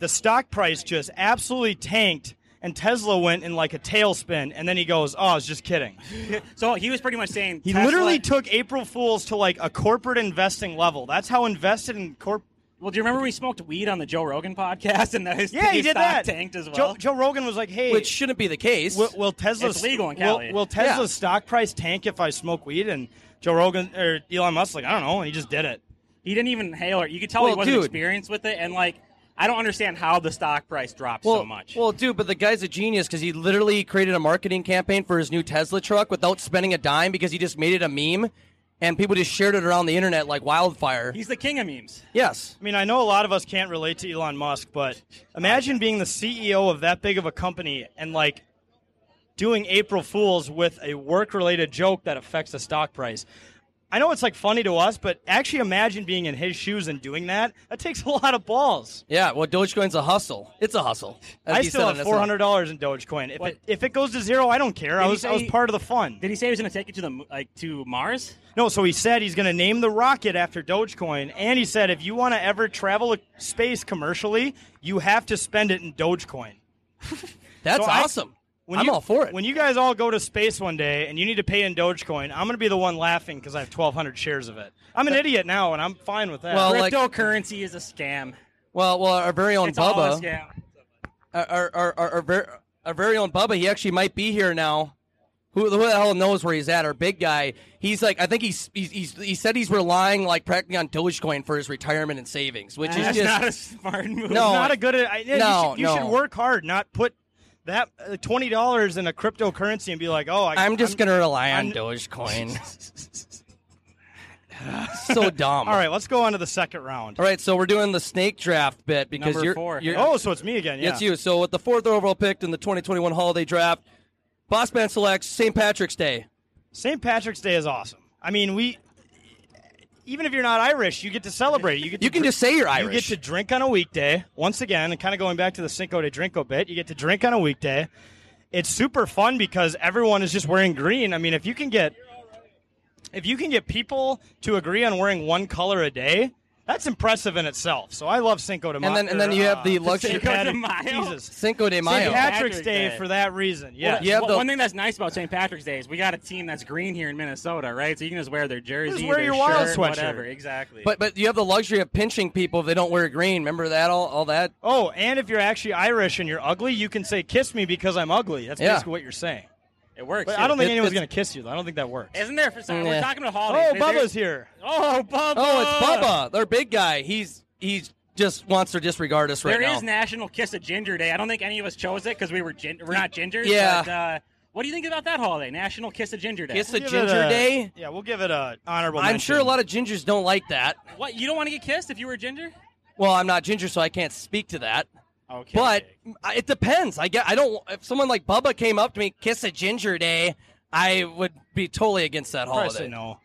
[SPEAKER 5] The stock price just absolutely tanked, and Tesla went in like a tailspin. And then he goes, "Oh, I was just kidding."
[SPEAKER 7] So he was pretty much saying
[SPEAKER 5] He
[SPEAKER 7] Tesla-
[SPEAKER 5] literally took April Fools to like a corporate investing level. That's how invested in corp
[SPEAKER 7] well, do you remember when we smoked weed on the Joe Rogan podcast and that his
[SPEAKER 5] Yeah, he
[SPEAKER 7] his
[SPEAKER 5] did
[SPEAKER 7] stock
[SPEAKER 5] that.
[SPEAKER 7] tanked as well?
[SPEAKER 5] Joe, Joe Rogan was like, "Hey,
[SPEAKER 6] Which shouldn't be the case.
[SPEAKER 5] will, will Tesla's
[SPEAKER 7] It's legal in
[SPEAKER 5] will-
[SPEAKER 7] Cali.
[SPEAKER 5] Will, Tesla's stock price tank if I smoke weed?" And Joe Rogan or Elon Musk like, "I don't know." And he just did it.
[SPEAKER 7] He didn't even hail her. You could tell
[SPEAKER 6] Well,
[SPEAKER 7] he wasn't
[SPEAKER 6] dude.
[SPEAKER 7] experienced with it, and like I don't understand how the stock price dropped
[SPEAKER 6] well,
[SPEAKER 7] so much.
[SPEAKER 6] Well, dude, but the guy's a genius because he literally created a marketing campaign for his new Tesla truck without spending a dime because he just made it a meme and people just shared it around the internet like wildfire.
[SPEAKER 7] He's the king of memes.
[SPEAKER 6] yes.
[SPEAKER 5] I mean, I know a lot of us can't relate to Elon Musk, but imagine being the CEO of that big of a company and like doing April Fools with a work-related joke that affects the stock price. I know it's like funny to us, but actually imagine being in his shoes and doing that. That takes a lot of balls.
[SPEAKER 6] Yeah, well, Dogecoin's a hustle. It's a hustle. as
[SPEAKER 5] I
[SPEAKER 6] he
[SPEAKER 5] still
[SPEAKER 6] said
[SPEAKER 5] have
[SPEAKER 6] on SNL.
[SPEAKER 5] four hundred dollars in Dogecoin. If
[SPEAKER 7] What?
[SPEAKER 5] it, if it goes to zero, I don't care. I
[SPEAKER 7] he
[SPEAKER 5] was I
[SPEAKER 7] say
[SPEAKER 5] was
[SPEAKER 7] he-
[SPEAKER 5] part of the fun.
[SPEAKER 7] Did he say he was going to take it to the mo- like to Mars?
[SPEAKER 5] no, so he said he's going to name the rocket after Dogecoin, and he said if you want to ever travel a space commercially, you have to spend it in Dogecoin.
[SPEAKER 6] That's
[SPEAKER 5] So I-
[SPEAKER 6] awesome.
[SPEAKER 5] When
[SPEAKER 6] I'm
[SPEAKER 5] you-
[SPEAKER 6] all for it.
[SPEAKER 5] When you guys all go to space one day and you need to pay in Dogecoin, I'm going to be the one laughing because I have 1,200 shares of it. I'm an idiot now, and I'm fine with that.
[SPEAKER 6] Well, like-
[SPEAKER 7] Cryptocurrency is a scam.
[SPEAKER 6] well, well, our very own
[SPEAKER 7] It's all a
[SPEAKER 6] Bubba.
[SPEAKER 7] scam.
[SPEAKER 6] our our our, our, our, ver- our very own Bubba, he actually might be here now. Who, who the hell knows where he's at? Our big guy. He's like, I think he's, he's, he's he said he's relying like practically on Dogecoin for his retirement and savings, which is
[SPEAKER 7] That's
[SPEAKER 6] just
[SPEAKER 7] not a smart move.
[SPEAKER 6] No.
[SPEAKER 5] not a good. I, yeah,
[SPEAKER 6] No,
[SPEAKER 5] you, should, you
[SPEAKER 6] no.
[SPEAKER 5] should work hard, not put that uh, twenty dollars in a cryptocurrency and be like, "Oh, I,
[SPEAKER 6] I'm just gonna rely on
[SPEAKER 5] I'm-
[SPEAKER 6] Dogecoin. so dumb.
[SPEAKER 5] All right, let's go on to the second round.
[SPEAKER 6] All right, So we're doing the snake draft bit because
[SPEAKER 7] Number
[SPEAKER 6] you're,
[SPEAKER 7] four.
[SPEAKER 6] you're
[SPEAKER 5] Oh, so it's me again. Yeah.
[SPEAKER 6] it's you. So with the fourth overall pick in the 2021 holiday draft, Bossman selects St. Patrick's Day.
[SPEAKER 5] St. Patrick's Day is awesome. I mean, we even if you're not Irish, you get to celebrate. You get to
[SPEAKER 6] You can
[SPEAKER 5] dr-
[SPEAKER 6] just say you're
[SPEAKER 5] you get
[SPEAKER 6] Irish.
[SPEAKER 5] to drink on a weekday. Once again, and kind of going back to the Cinco de Drinko bit, you get to drink on a weekday. It's super fun because everyone is just wearing green. I mean, if you can get if you can get people to agree on wearing one color a day, that's impressive in itself. So I love Cinco de Mayo. Uh,
[SPEAKER 6] and then and then you have the luxury
[SPEAKER 7] Cinco de Mayo?
[SPEAKER 5] Jesus.
[SPEAKER 6] Cinco de Mayo.
[SPEAKER 5] St. Patrick's
[SPEAKER 7] Patrick's
[SPEAKER 5] Day,
[SPEAKER 7] Day.
[SPEAKER 5] for that reason. Yeah.
[SPEAKER 6] you have
[SPEAKER 7] Well,
[SPEAKER 6] the-
[SPEAKER 7] one thing that's nice about St. Patrick's Day is we got a team that's green here in Minnesota, right? So you can just wear their jersey,
[SPEAKER 5] wear
[SPEAKER 7] their
[SPEAKER 5] your wild
[SPEAKER 7] shirt,
[SPEAKER 5] sweatshirt.
[SPEAKER 7] whatever. Exactly.
[SPEAKER 6] But but you have the luxury of pinching people if they don't wear green. Remember that all all that.
[SPEAKER 5] Oh, and if you're actually Irish and you're ugly, you can say "kiss me" because I'm ugly. That's
[SPEAKER 6] Yeah.
[SPEAKER 5] basically what you're saying.
[SPEAKER 7] it works.
[SPEAKER 5] But
[SPEAKER 7] yeah.
[SPEAKER 5] I don't think
[SPEAKER 6] It-
[SPEAKER 5] anyone's
[SPEAKER 6] it's-
[SPEAKER 5] gonna kiss you. though. I don't think that works.
[SPEAKER 7] Isn't there for some?
[SPEAKER 6] Yeah.
[SPEAKER 7] We're talking to Holly.
[SPEAKER 5] Oh, Bubba's here.
[SPEAKER 7] Oh, Bubba.
[SPEAKER 6] Oh, it's
[SPEAKER 5] Ah!
[SPEAKER 6] Bubba, their big guy. He's he's just wants to disregard us right
[SPEAKER 7] There
[SPEAKER 6] now.
[SPEAKER 7] is National Kiss a Ginger Day. I don't think any of us chose it because we were gin- we're not gingers.
[SPEAKER 6] Yeah.
[SPEAKER 7] But, uh, what do you think about that holiday? National Kiss a Ginger Day.
[SPEAKER 6] Kiss a
[SPEAKER 5] We'll give it
[SPEAKER 6] ginger
[SPEAKER 5] a-
[SPEAKER 6] day.
[SPEAKER 5] Yeah, we'll give it a honorable.
[SPEAKER 6] I'm sure a lot of gingers don't like that.
[SPEAKER 7] what? You don't want to get kissed if you were a ginger?
[SPEAKER 6] Well, I'm not ginger, so I can't speak to that.
[SPEAKER 7] Okay.
[SPEAKER 6] But I- it depends. I get. I don't. If someone like Bubba came up to me, kiss a ginger day, I would be totally against that
[SPEAKER 5] Probably say
[SPEAKER 6] holiday.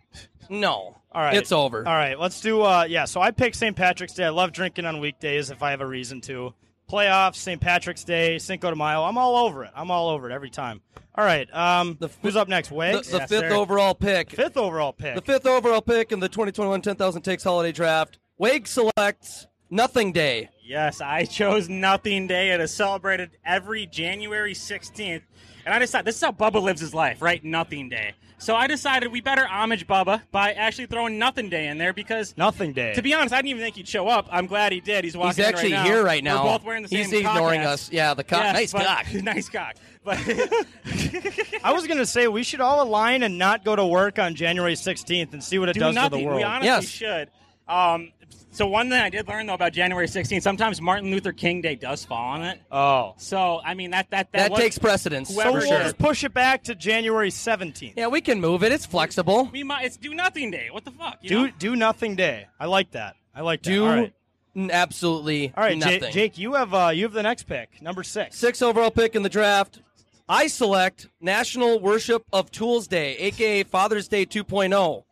[SPEAKER 5] no.
[SPEAKER 6] No.
[SPEAKER 5] All right,
[SPEAKER 6] It's over.
[SPEAKER 5] All right, let's do. Uh, yeah, so I picked St. Patrick's Day. I love drinking on weekdays if I have a reason to. Playoffs, St. Patrick's Day, Cinco de Mayo. I'm all over it. I'm all over it every time. All right, um,
[SPEAKER 6] The f-
[SPEAKER 5] who's up next? Way
[SPEAKER 6] The, the fifth overall pick.
[SPEAKER 5] fifth overall pick.
[SPEAKER 6] The fifth overall pick in the 2021 10,000 Takes Holiday Draft. Wake selects Nothing Day.
[SPEAKER 7] Yes, I chose Nothing Day. It is celebrated every January 16th. And I decided this is how Bubba lives his life, right? Nothing Day. So I decided we better homage Bubba by actually throwing Nothing Day in there because.
[SPEAKER 5] Nothing day.
[SPEAKER 7] To be honest, I didn't even think he'd show up. I'm glad he did. He's
[SPEAKER 6] He's
[SPEAKER 7] walking. in
[SPEAKER 6] actually
[SPEAKER 7] right now.
[SPEAKER 6] here right now.
[SPEAKER 7] We're both wearing the same.
[SPEAKER 6] He's ignoring
[SPEAKER 7] cock
[SPEAKER 6] us. Yeah, the cock.
[SPEAKER 7] Yes,
[SPEAKER 6] nice
[SPEAKER 7] but-
[SPEAKER 6] cock.
[SPEAKER 7] nice cock. But
[SPEAKER 5] I was gonna say we should all align and not go to work on January 16th and see what it
[SPEAKER 7] do
[SPEAKER 5] does
[SPEAKER 7] nothing.
[SPEAKER 5] to the world.
[SPEAKER 7] We honestly
[SPEAKER 6] Yes.
[SPEAKER 7] should. Um, so one thing I did learn though about January 16th, sometimes Martin Luther King Day does fall on it.
[SPEAKER 5] oh,
[SPEAKER 7] So I mean that that that,
[SPEAKER 6] That
[SPEAKER 7] was-
[SPEAKER 6] takes precedence.
[SPEAKER 5] so
[SPEAKER 7] Whoever-
[SPEAKER 5] we'll
[SPEAKER 7] For sure.
[SPEAKER 5] just push it back to January 17th.
[SPEAKER 6] Yeah, we can move it. It's flexible.
[SPEAKER 7] We might, it's do nothing day. What the fuck? you
[SPEAKER 5] Do
[SPEAKER 7] know?
[SPEAKER 5] do nothing day. I like that. I like that.
[SPEAKER 6] Do
[SPEAKER 5] all right,
[SPEAKER 6] n- absolutely
[SPEAKER 5] all right,
[SPEAKER 6] nothing.
[SPEAKER 5] Ja- Jake. You have uh, you have the next pick, number six.
[SPEAKER 6] Six overall pick in the draft. I select National Worship of Tools Day, aka Father's Day oh. 2.0.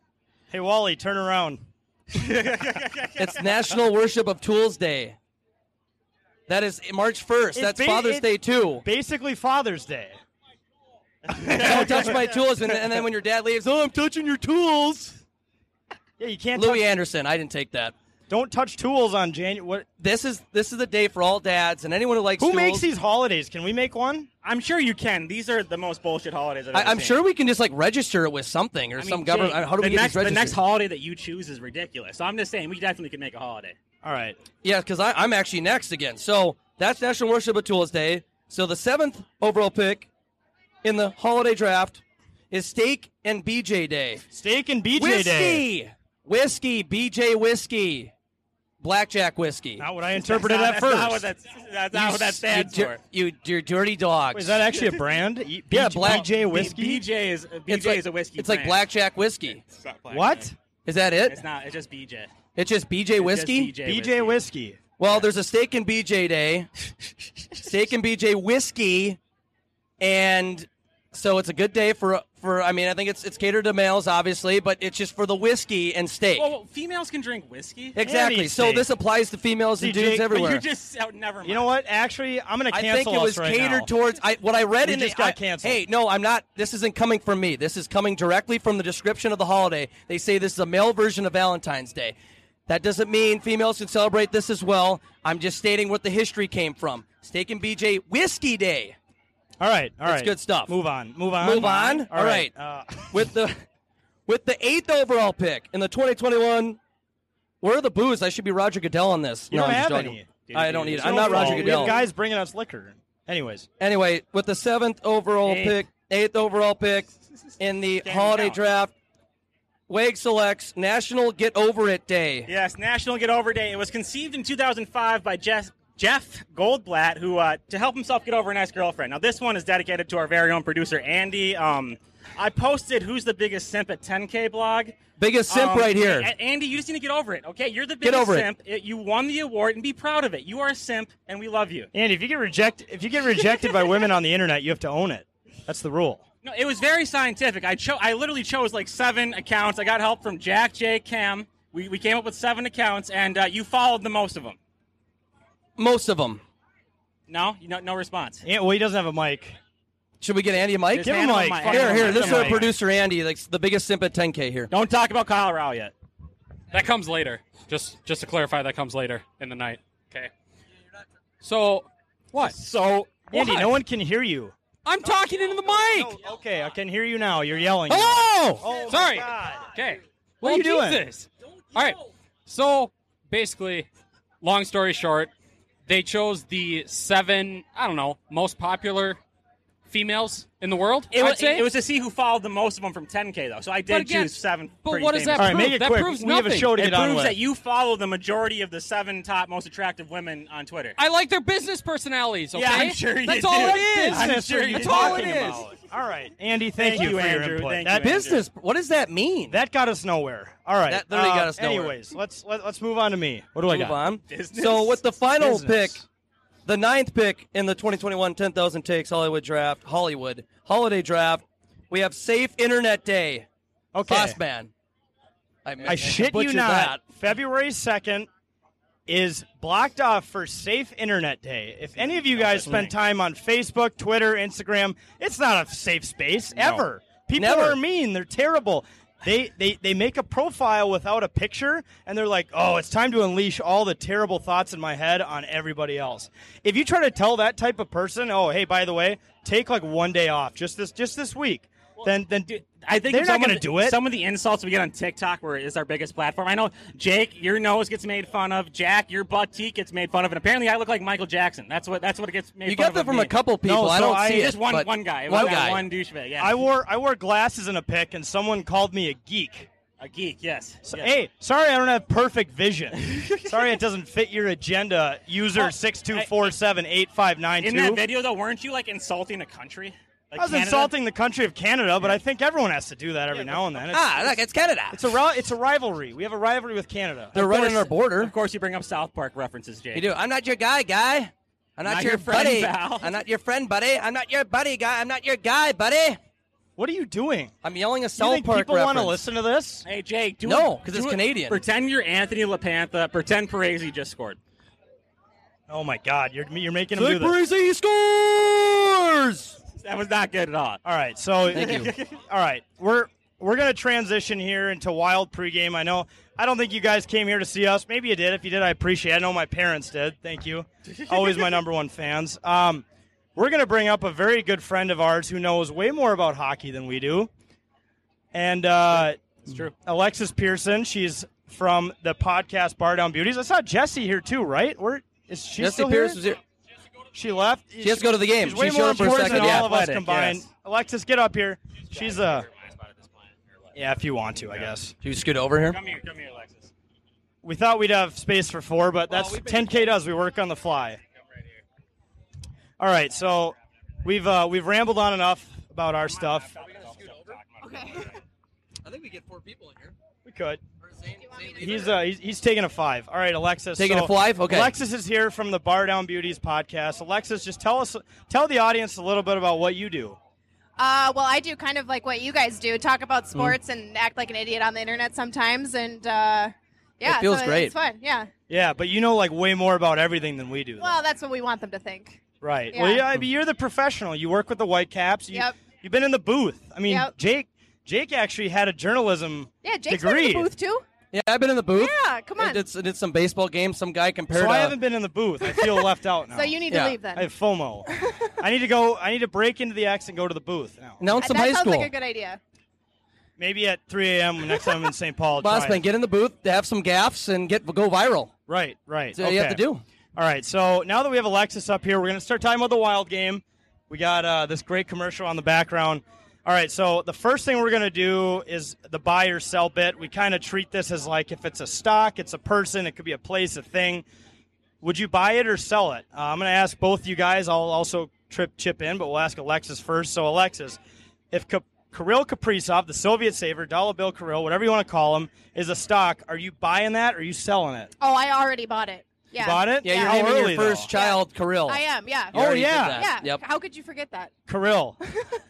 [SPEAKER 5] Hey, Wally, turn around.
[SPEAKER 6] It's National Worship of Tools Day. That is March 1st. That's
[SPEAKER 5] ba-
[SPEAKER 6] Father's
[SPEAKER 5] it-
[SPEAKER 6] Day too.
[SPEAKER 5] Basically, Father's Day.
[SPEAKER 6] Don't touch my tools. And, and then when your dad leaves, oh, I'm touching your tools.
[SPEAKER 5] Yeah, you can't.
[SPEAKER 6] Louis
[SPEAKER 5] touch,
[SPEAKER 6] Anderson. I didn't take that.
[SPEAKER 5] don't touch tools on January. What?
[SPEAKER 6] This is this is the day for all dads and anyone who likes
[SPEAKER 5] Who
[SPEAKER 6] tools.
[SPEAKER 5] makes these holidays? Can we make one?
[SPEAKER 7] I'm sure you can. These are the most bullshit holidays I've
[SPEAKER 6] I,
[SPEAKER 7] ever
[SPEAKER 6] I'm
[SPEAKER 7] seen.
[SPEAKER 6] sure we can just like register it with something or
[SPEAKER 7] I mean,
[SPEAKER 6] some government.
[SPEAKER 7] Jake,
[SPEAKER 6] How do we
[SPEAKER 7] the
[SPEAKER 6] get
[SPEAKER 7] next,
[SPEAKER 6] these
[SPEAKER 7] The
[SPEAKER 6] registered?
[SPEAKER 7] next holiday that you choose is ridiculous. So I'm just saying, we definitely could make a holiday.
[SPEAKER 5] All right.
[SPEAKER 6] Yeah, because I'm actually next again. So that's National Worship of Tools Day. So the seventh overall pick in the holiday draft is Steak and BJ Day.
[SPEAKER 5] Steak and BJ
[SPEAKER 6] whiskey,
[SPEAKER 5] Day.
[SPEAKER 6] whiskey, BJ whiskey, blackjack whiskey.
[SPEAKER 5] Not what I interpreted
[SPEAKER 7] That's
[SPEAKER 5] at
[SPEAKER 7] not-
[SPEAKER 5] first.
[SPEAKER 7] That's not what that's, that's not what that stands
[SPEAKER 6] you,
[SPEAKER 7] for.
[SPEAKER 6] dir- you, dir- dirty dogs.
[SPEAKER 5] Wait, is that actually a brand? E- B-
[SPEAKER 6] Yeah, black-
[SPEAKER 5] BJ whiskey.
[SPEAKER 7] BJ is BJ
[SPEAKER 6] it's like,
[SPEAKER 7] is a whiskey.
[SPEAKER 6] It's like
[SPEAKER 7] brand.
[SPEAKER 6] blackjack whiskey.
[SPEAKER 7] It's not black
[SPEAKER 5] what?
[SPEAKER 7] brand.
[SPEAKER 6] Is that it?
[SPEAKER 7] It's not. It's just BJ.
[SPEAKER 6] It's just BJ whiskey.
[SPEAKER 7] It's just
[SPEAKER 5] BJ whiskey.
[SPEAKER 6] Well, there's a steak and BJ day, steak and BJ whiskey, and so it's a good day for for. I mean, I think it's it's catered to males, obviously, but it's just for the whiskey and steak.
[SPEAKER 7] Well, females can drink whiskey.
[SPEAKER 6] exactly.
[SPEAKER 5] and
[SPEAKER 6] So
[SPEAKER 5] steak.
[SPEAKER 6] this applies to females and
[SPEAKER 5] See,
[SPEAKER 6] dudes
[SPEAKER 5] Jake, but
[SPEAKER 6] everywhere.
[SPEAKER 7] You're just oh, never mind.
[SPEAKER 5] You know what? Actually, I'm gonna
[SPEAKER 6] I
[SPEAKER 5] cancel
[SPEAKER 6] think it was
[SPEAKER 5] us right
[SPEAKER 6] catered
[SPEAKER 5] now.
[SPEAKER 6] towards I, what I read
[SPEAKER 5] We
[SPEAKER 6] in
[SPEAKER 5] just
[SPEAKER 6] the,
[SPEAKER 5] got
[SPEAKER 6] I-
[SPEAKER 5] canceled.
[SPEAKER 6] Hey, no, I'm not. This isn't coming from me. This is coming directly from the description of the holiday. They say this is a male version of Valentine's Day. That doesn't mean females can celebrate this as well. I'm just stating what the history came from. Steak and BJ Whiskey Day
[SPEAKER 5] All right. All right.
[SPEAKER 6] It's good stuff.
[SPEAKER 5] Move on. Move on.
[SPEAKER 6] Move on? All right.
[SPEAKER 5] Uh,
[SPEAKER 6] with the with the eighth overall pick in the 2021. Where are the booze? I should be Roger Goodell on this.
[SPEAKER 5] You
[SPEAKER 6] no,
[SPEAKER 5] don't
[SPEAKER 6] I'm just
[SPEAKER 5] have
[SPEAKER 6] joking.
[SPEAKER 7] any.
[SPEAKER 6] I don't need it. I'm
[SPEAKER 5] No
[SPEAKER 6] not Roger
[SPEAKER 5] fault. We
[SPEAKER 6] Goodell.
[SPEAKER 5] have guys bringing us liquor. Anyways,
[SPEAKER 6] Anyway, with the seventh overall
[SPEAKER 7] Eighth.
[SPEAKER 6] pick, eighth overall pick in the
[SPEAKER 7] Can't
[SPEAKER 6] holiday
[SPEAKER 7] count.
[SPEAKER 6] draft, Wag selects National Get Over It Day.
[SPEAKER 7] Yes, National Get Over Day. It was conceived in 2005 by Jeff, Jeff Goldblatt, who uh, to help himself get over an ex-girlfriend. Now, this one is dedicated to our very own producer Andy. Um, I posted "Who's the Biggest Simp" at 10K blog.
[SPEAKER 6] Biggest simp
[SPEAKER 7] Um,
[SPEAKER 6] right here.
[SPEAKER 7] A- Andy, you just need to get over it. Okay, you're the
[SPEAKER 6] Get
[SPEAKER 7] biggest
[SPEAKER 6] over it.
[SPEAKER 7] simp. It- You won the award, and be proud of it. You are a simp, and we love you.
[SPEAKER 5] Andy, if you get rejected, if you get rejected by women on the internet, you have to own it. That's the rule.
[SPEAKER 7] No, it was very scientific. I cho- I literally chose like seven accounts. I got help from Jack, Jay, Cam. We, we came up with seven accounts, and uh, you followed the most of them.
[SPEAKER 6] Most of them.
[SPEAKER 7] No, you no, no response.
[SPEAKER 5] Yeah, well, he doesn't have a mic.
[SPEAKER 6] Should we get Andy a mic?
[SPEAKER 7] Just
[SPEAKER 5] Give him
[SPEAKER 7] hand
[SPEAKER 5] a
[SPEAKER 7] him
[SPEAKER 5] mic.
[SPEAKER 7] my-
[SPEAKER 6] here, here.
[SPEAKER 7] hand
[SPEAKER 6] This
[SPEAKER 7] him
[SPEAKER 6] is
[SPEAKER 7] my
[SPEAKER 6] our
[SPEAKER 7] mic.
[SPEAKER 6] producer Andy, like the biggest simp at 10K here.
[SPEAKER 7] Don't talk about Kyle Rao yet.
[SPEAKER 8] That comes later. Just just to clarify, that comes later in the night. Okay. So what?
[SPEAKER 5] So, Andy,
[SPEAKER 8] What?
[SPEAKER 5] no one can hear you.
[SPEAKER 8] I'm talking into the mic.
[SPEAKER 5] No, okay, I can hear you now. You're yelling.
[SPEAKER 8] Hello.
[SPEAKER 5] Oh, my
[SPEAKER 8] Sorry.
[SPEAKER 5] God.
[SPEAKER 8] Okay.
[SPEAKER 5] What are you doing?
[SPEAKER 8] All right. So basically, long story short, they chose the seven. I don't know most popular females in the world.
[SPEAKER 7] It
[SPEAKER 8] I'd
[SPEAKER 7] was,
[SPEAKER 8] say
[SPEAKER 7] it was to see who followed the most of them from 10K, though. So I did
[SPEAKER 8] But again-
[SPEAKER 7] choose seven.
[SPEAKER 8] but
[SPEAKER 7] pretty
[SPEAKER 8] what does
[SPEAKER 7] famous
[SPEAKER 8] that
[SPEAKER 5] All right,
[SPEAKER 7] ones.
[SPEAKER 8] prove?
[SPEAKER 5] make it
[SPEAKER 8] That
[SPEAKER 5] quick.
[SPEAKER 8] proves
[SPEAKER 5] we have a
[SPEAKER 8] nothing.
[SPEAKER 5] show to
[SPEAKER 7] It
[SPEAKER 5] get on
[SPEAKER 7] proves
[SPEAKER 5] with.
[SPEAKER 7] that you follow the majority of the seven top most attractive women on Twitter.
[SPEAKER 8] I like their business personalities. Okay,
[SPEAKER 7] Yeah, I'm sure you
[SPEAKER 8] that's
[SPEAKER 7] do.
[SPEAKER 8] all it is.
[SPEAKER 7] I'm sure you
[SPEAKER 8] that's all it
[SPEAKER 7] talking
[SPEAKER 8] is.
[SPEAKER 7] about.
[SPEAKER 5] All right, Andy, thank,
[SPEAKER 7] Thank
[SPEAKER 5] you
[SPEAKER 7] you,
[SPEAKER 5] for your
[SPEAKER 7] Andrew.
[SPEAKER 5] input.
[SPEAKER 7] Thank
[SPEAKER 5] that,
[SPEAKER 7] you, Andrew.
[SPEAKER 6] Business. What does that mean?
[SPEAKER 5] that got us nowhere. All right,
[SPEAKER 6] That literally
[SPEAKER 5] uh,
[SPEAKER 6] got us nowhere.
[SPEAKER 5] Anyways, let's let, let's move on to me. What do I
[SPEAKER 6] Move
[SPEAKER 5] got?
[SPEAKER 6] on.
[SPEAKER 7] Business?
[SPEAKER 6] So with the final
[SPEAKER 5] Business.
[SPEAKER 6] pick, the ninth pick in the 2021 10,000 Takes Hollywood Draft, Hollywood Holiday Draft, we have Safe Internet Day.
[SPEAKER 5] Okay,
[SPEAKER 6] Boss man.
[SPEAKER 5] I shit you
[SPEAKER 6] butchered
[SPEAKER 5] not.
[SPEAKER 6] that.
[SPEAKER 5] February 2nd is blocked off for Safe Internet Day. If any of you guys spend time on Facebook, Twitter, Instagram, it's not a safe space ever. People
[SPEAKER 6] Never.
[SPEAKER 5] are mean. They're terrible. They, they they make a profile without a picture, and they're like, "Oh, it's time to unleash all the terrible thoughts in my head on everybody else." If you try to tell that type of person, "Oh, hey, by the way, take like one day off, just this just this week," then then
[SPEAKER 7] I think
[SPEAKER 5] they're
[SPEAKER 7] if
[SPEAKER 5] not
[SPEAKER 7] someone-
[SPEAKER 5] going to do it.
[SPEAKER 7] Some of the insults we get on TikTok, where it is our biggest platform. I know Jake, your nose gets made fun of. Jack, your butt cheek gets made fun of, and apparently I look like Michael Jackson. That's what that's what it gets made.
[SPEAKER 6] You
[SPEAKER 7] fun
[SPEAKER 6] got
[SPEAKER 7] of
[SPEAKER 6] that
[SPEAKER 7] of
[SPEAKER 6] from
[SPEAKER 7] me.
[SPEAKER 6] a couple people. I
[SPEAKER 5] so
[SPEAKER 6] don't see it,
[SPEAKER 7] just one
[SPEAKER 6] but-
[SPEAKER 7] one guy. It was
[SPEAKER 6] one
[SPEAKER 7] that
[SPEAKER 6] guy.
[SPEAKER 7] one douchebag. Yeah,
[SPEAKER 5] I wore I wore glasses in a pic, and someone called me a geek.
[SPEAKER 7] a geek. Yes.
[SPEAKER 5] So,
[SPEAKER 7] yes.
[SPEAKER 5] Hey, sorry I don't have perfect vision. sorry it doesn't fit your agenda. User
[SPEAKER 7] Oh,
[SPEAKER 5] six two four seven eight five nine
[SPEAKER 7] in that
[SPEAKER 5] two.
[SPEAKER 7] video though, weren't you like insulting a country? Like
[SPEAKER 5] I was
[SPEAKER 7] Canada?
[SPEAKER 5] insulting the country of Canada, but I think everyone has to do that every now and then.
[SPEAKER 6] Ah, look, it's Canada.
[SPEAKER 5] It's a ri- it's a rivalry. We have a rivalry with Canada.
[SPEAKER 6] They're right on our border.
[SPEAKER 7] Of course, you bring up South Park references, Jake.
[SPEAKER 6] You do. I'm not your guy, guy. I'm not,
[SPEAKER 7] Not
[SPEAKER 6] your,
[SPEAKER 7] your friend,
[SPEAKER 6] buddy.
[SPEAKER 7] pal.
[SPEAKER 6] I'm not your friend, buddy. I'm not your buddy, guy. I'm not your guy, buddy.
[SPEAKER 5] What are you doing?
[SPEAKER 6] I'm yelling a
[SPEAKER 5] You
[SPEAKER 6] South
[SPEAKER 5] think
[SPEAKER 6] Park
[SPEAKER 5] people want to
[SPEAKER 6] reference.
[SPEAKER 5] listen to this?
[SPEAKER 7] Hey Jake, do
[SPEAKER 6] No,
[SPEAKER 7] it-
[SPEAKER 6] 'cause it's
[SPEAKER 7] do it-
[SPEAKER 6] Canadian.
[SPEAKER 7] Pretend you're Anthony LaPantha. Pretend Parisi just scored.
[SPEAKER 5] Oh my God, you're you're making them do this.
[SPEAKER 6] scores.
[SPEAKER 7] That was not good at all.
[SPEAKER 5] All right, so
[SPEAKER 6] Thank you.
[SPEAKER 5] all right, we're we're gonna transition here into wild pregame. I know I don't think you guys came here to see us. Maybe you did. If you did, I appreciate. it. I know my parents did. Thank you. Always my number one fans. Um, we're gonna bring up a very good friend of ours who knows way more about hockey than we do, and uh,
[SPEAKER 7] It's true.
[SPEAKER 5] Alexis Pearson. She's from the podcast Bar Down Beauties. I saw Jesse here too, right? Where is she
[SPEAKER 6] Jesse
[SPEAKER 5] still
[SPEAKER 6] Pierce
[SPEAKER 5] here?
[SPEAKER 6] was here.
[SPEAKER 5] She left.
[SPEAKER 6] She has to go to the game.
[SPEAKER 5] She's way
[SPEAKER 6] She showed
[SPEAKER 5] more
[SPEAKER 6] up for a
[SPEAKER 5] important
[SPEAKER 6] second.
[SPEAKER 5] than
[SPEAKER 6] Yeah,
[SPEAKER 5] all of us
[SPEAKER 7] athletic,
[SPEAKER 5] combined.
[SPEAKER 7] yes.
[SPEAKER 5] Alexis, get up here. She's a. Yeah, if you want to, I guess.
[SPEAKER 6] Can you scoot over here?
[SPEAKER 7] Come here, come here, Alexis.
[SPEAKER 5] We thought we'd have space for four, but that's 10K does. We work on the fly. All right, so we've uh, we've rambled on enough about our stuff.
[SPEAKER 6] I think we get four people in here.
[SPEAKER 5] We could. He's uh, he's, he's taking a five. All right, Alexis.
[SPEAKER 6] Taking
[SPEAKER 5] so
[SPEAKER 6] a five? Okay.
[SPEAKER 5] Alexis is here from the Bar Down Beauties podcast. Alexis, just tell us, tell the audience a little bit about what you do.
[SPEAKER 4] Uh, well, I do kind of like what you guys do talk about sports and act like an idiot on the internet sometimes. And uh, yeah,
[SPEAKER 6] It feels
[SPEAKER 4] so
[SPEAKER 6] great.
[SPEAKER 4] It's fun. Yeah.
[SPEAKER 5] Yeah, but you know like way more about everything than we do. though.
[SPEAKER 4] Well, that's what we want them to think.
[SPEAKER 5] Right.
[SPEAKER 4] Yeah.
[SPEAKER 5] Well, yeah, I mean, you're the professional. You work with the Whitecaps. You,
[SPEAKER 4] Yep.
[SPEAKER 5] You've been in the booth. I mean,
[SPEAKER 4] Yep.
[SPEAKER 5] Jake. Jake actually had a journalism
[SPEAKER 4] Yeah, Jake's been
[SPEAKER 5] degree.
[SPEAKER 4] in the booth too.
[SPEAKER 6] Yeah, I've been in the booth.
[SPEAKER 4] Yeah, come
[SPEAKER 6] I
[SPEAKER 4] on.
[SPEAKER 6] did, s- did some baseball games. Some guy compared.
[SPEAKER 5] so
[SPEAKER 6] to,
[SPEAKER 5] I haven't been in the booth. I feel left out now.
[SPEAKER 4] So you need
[SPEAKER 6] Yeah.
[SPEAKER 4] to leave then.
[SPEAKER 5] I have FOMO. I need to go. I need to break into the X and go to the booth now.
[SPEAKER 6] Announce
[SPEAKER 4] that Uh,
[SPEAKER 6] some
[SPEAKER 4] that
[SPEAKER 6] high
[SPEAKER 4] sounds
[SPEAKER 6] school.
[SPEAKER 4] like a good idea.
[SPEAKER 5] Maybe at 3 a.m. next time I'm in St. Paul. try
[SPEAKER 6] Bossman,
[SPEAKER 5] it.
[SPEAKER 6] get in the booth, have some gaffs, and get go viral.
[SPEAKER 5] Right. Right.
[SPEAKER 6] That's what you have
[SPEAKER 5] Okay.
[SPEAKER 6] to do.
[SPEAKER 5] All right, so now that we have Alexis up here, we're going to start talking about the wild game. We got uh, this great commercial on the background. All right, so the first thing we're going to do is the buy or sell bit. We kind of treat this as like if it's a stock, it's a person, it could be a place, a thing. Would you buy it or sell it? Uh, I'm going to ask both you guys. I'll also trip chip in, but we'll ask Alexis first. So, Alexis, if Ka- Kirill Kaprizov, the Soviet saver, dollar bill Kirill, whatever you want to call him, is a stock, are you buying that or are you selling it?
[SPEAKER 4] Oh, I already bought it. Yeah.
[SPEAKER 5] You bought it?
[SPEAKER 6] Yeah,
[SPEAKER 4] Yeah.
[SPEAKER 6] you're
[SPEAKER 5] How
[SPEAKER 6] naming
[SPEAKER 5] early,
[SPEAKER 6] your first
[SPEAKER 5] though?
[SPEAKER 6] child Kirill.
[SPEAKER 4] I am. Yeah.
[SPEAKER 6] You already did
[SPEAKER 5] yeah.
[SPEAKER 6] that.
[SPEAKER 4] Yeah.
[SPEAKER 6] Yep.
[SPEAKER 4] How could you forget that?
[SPEAKER 5] Kirill.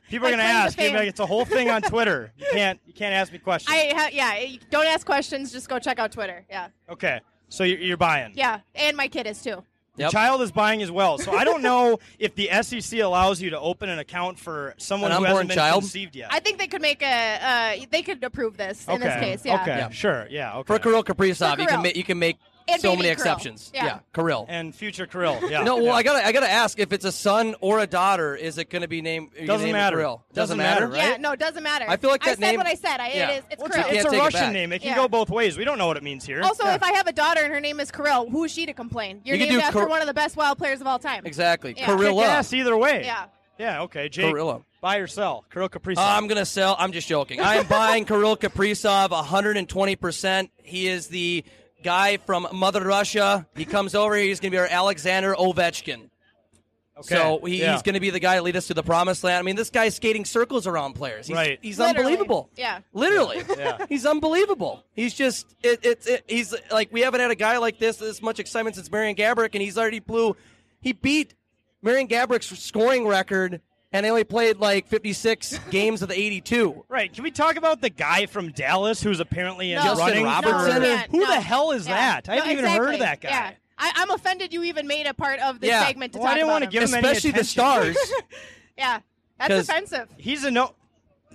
[SPEAKER 5] People are
[SPEAKER 4] Like
[SPEAKER 5] gonna
[SPEAKER 4] playing the
[SPEAKER 5] ask. You're gonna
[SPEAKER 4] fan.
[SPEAKER 5] get- It's a whole thing on Twitter. You can't. You can't ask me questions.
[SPEAKER 4] I ha- yeah. you- Don't ask questions. Just go check out Twitter. Yeah.
[SPEAKER 5] okay. So you're, you're buying.
[SPEAKER 4] Yeah. And my kid is too.
[SPEAKER 5] Your Child is buying as well. So I don't know if the SEC allows you to open an account for someone
[SPEAKER 6] An
[SPEAKER 5] who
[SPEAKER 6] unborn
[SPEAKER 5] hasn't been
[SPEAKER 6] child?
[SPEAKER 5] conceived yet.
[SPEAKER 4] I think they could make a. Uh, they could approve this in this
[SPEAKER 5] Okay,
[SPEAKER 4] case. Yeah.
[SPEAKER 5] Okay.
[SPEAKER 6] Yeah.
[SPEAKER 5] Sure. Yeah. Okay.
[SPEAKER 6] For Kirill Kaprizov,
[SPEAKER 4] For
[SPEAKER 6] you can
[SPEAKER 4] Kirill.
[SPEAKER 6] make you can make
[SPEAKER 4] And
[SPEAKER 6] so
[SPEAKER 4] baby
[SPEAKER 6] many
[SPEAKER 4] Kirill.
[SPEAKER 6] exceptions.
[SPEAKER 4] Yeah.
[SPEAKER 6] Kirill.
[SPEAKER 5] And future Kirill. Yeah.
[SPEAKER 6] no, well,
[SPEAKER 5] yeah.
[SPEAKER 6] I gotta I gotta ask if it's a son or a daughter, is it gonna be named? you
[SPEAKER 5] Doesn't
[SPEAKER 6] name it
[SPEAKER 5] matter.
[SPEAKER 6] Kirill?
[SPEAKER 5] Doesn't matter, right?
[SPEAKER 4] Yeah, no, it doesn't matter.
[SPEAKER 6] I feel like that
[SPEAKER 4] I
[SPEAKER 6] name-
[SPEAKER 4] said what I said. I,
[SPEAKER 6] Yeah.
[SPEAKER 4] It is. It's
[SPEAKER 5] Well,
[SPEAKER 4] Kirill.
[SPEAKER 5] it's a, it's
[SPEAKER 6] Can't
[SPEAKER 5] a
[SPEAKER 6] take it
[SPEAKER 5] Russian
[SPEAKER 6] back.
[SPEAKER 5] name. It can
[SPEAKER 4] Yeah.
[SPEAKER 5] go both ways. We don't know what it means here.
[SPEAKER 4] Also,
[SPEAKER 5] Yeah.
[SPEAKER 4] if I have a daughter and her name is Kirill, who is she to complain? You're
[SPEAKER 6] You could
[SPEAKER 4] named
[SPEAKER 6] do
[SPEAKER 4] after
[SPEAKER 6] Kir-
[SPEAKER 4] one of the best wild players of all time.
[SPEAKER 6] Exactly.
[SPEAKER 4] Yeah.
[SPEAKER 5] Kick
[SPEAKER 6] Kirilla.
[SPEAKER 5] ass either way.
[SPEAKER 4] Yeah.
[SPEAKER 5] Yeah. Okay. Jake.
[SPEAKER 6] Kirilla.
[SPEAKER 5] Buy or sell. Kirill Kaprizov.
[SPEAKER 6] I'm gonna sell. I'm just joking. I am buying Kirill Kaprizov 120. percent He is the guy from Mother Russia. He comes over. here. He's gonna be our Alexander Ovechkin.
[SPEAKER 5] okay.
[SPEAKER 6] So he,
[SPEAKER 5] yeah.
[SPEAKER 6] he's going to be the guy to lead us to the promised land. I mean, this guy's skating circles around players. He's,
[SPEAKER 5] Right.
[SPEAKER 6] he's
[SPEAKER 4] Literally.
[SPEAKER 6] unbelievable.
[SPEAKER 4] Yeah.
[SPEAKER 6] Literally.
[SPEAKER 5] Yeah.
[SPEAKER 6] he's unbelievable. He's just it, it's it, he's like we haven't had a guy like this this much excitement since Marion Gabrick, and he's already blew. He beat Marion Gabrick's scoring record, and they only played like 56 games of the 82.
[SPEAKER 5] Right. Can we talk about the guy from Dallas who's apparently in
[SPEAKER 4] No. Justin
[SPEAKER 5] running
[SPEAKER 6] Robertson? No,
[SPEAKER 5] for
[SPEAKER 4] man,
[SPEAKER 5] Who
[SPEAKER 4] no.
[SPEAKER 5] the hell is
[SPEAKER 4] Yeah.
[SPEAKER 5] that? I
[SPEAKER 4] No,
[SPEAKER 5] haven't even heard of that
[SPEAKER 4] exactly.
[SPEAKER 5] guy.
[SPEAKER 4] Yeah. I, I'm offended you even made a part of this
[SPEAKER 6] Yeah.
[SPEAKER 4] segment to
[SPEAKER 5] Well, I
[SPEAKER 4] talk
[SPEAKER 5] didn't
[SPEAKER 4] about
[SPEAKER 5] wanna
[SPEAKER 4] him.
[SPEAKER 5] give him any
[SPEAKER 6] Especially the
[SPEAKER 5] attention.
[SPEAKER 6] stars.
[SPEAKER 4] Yeah. That's
[SPEAKER 6] 'Cause-
[SPEAKER 4] offensive.
[SPEAKER 5] He's a no.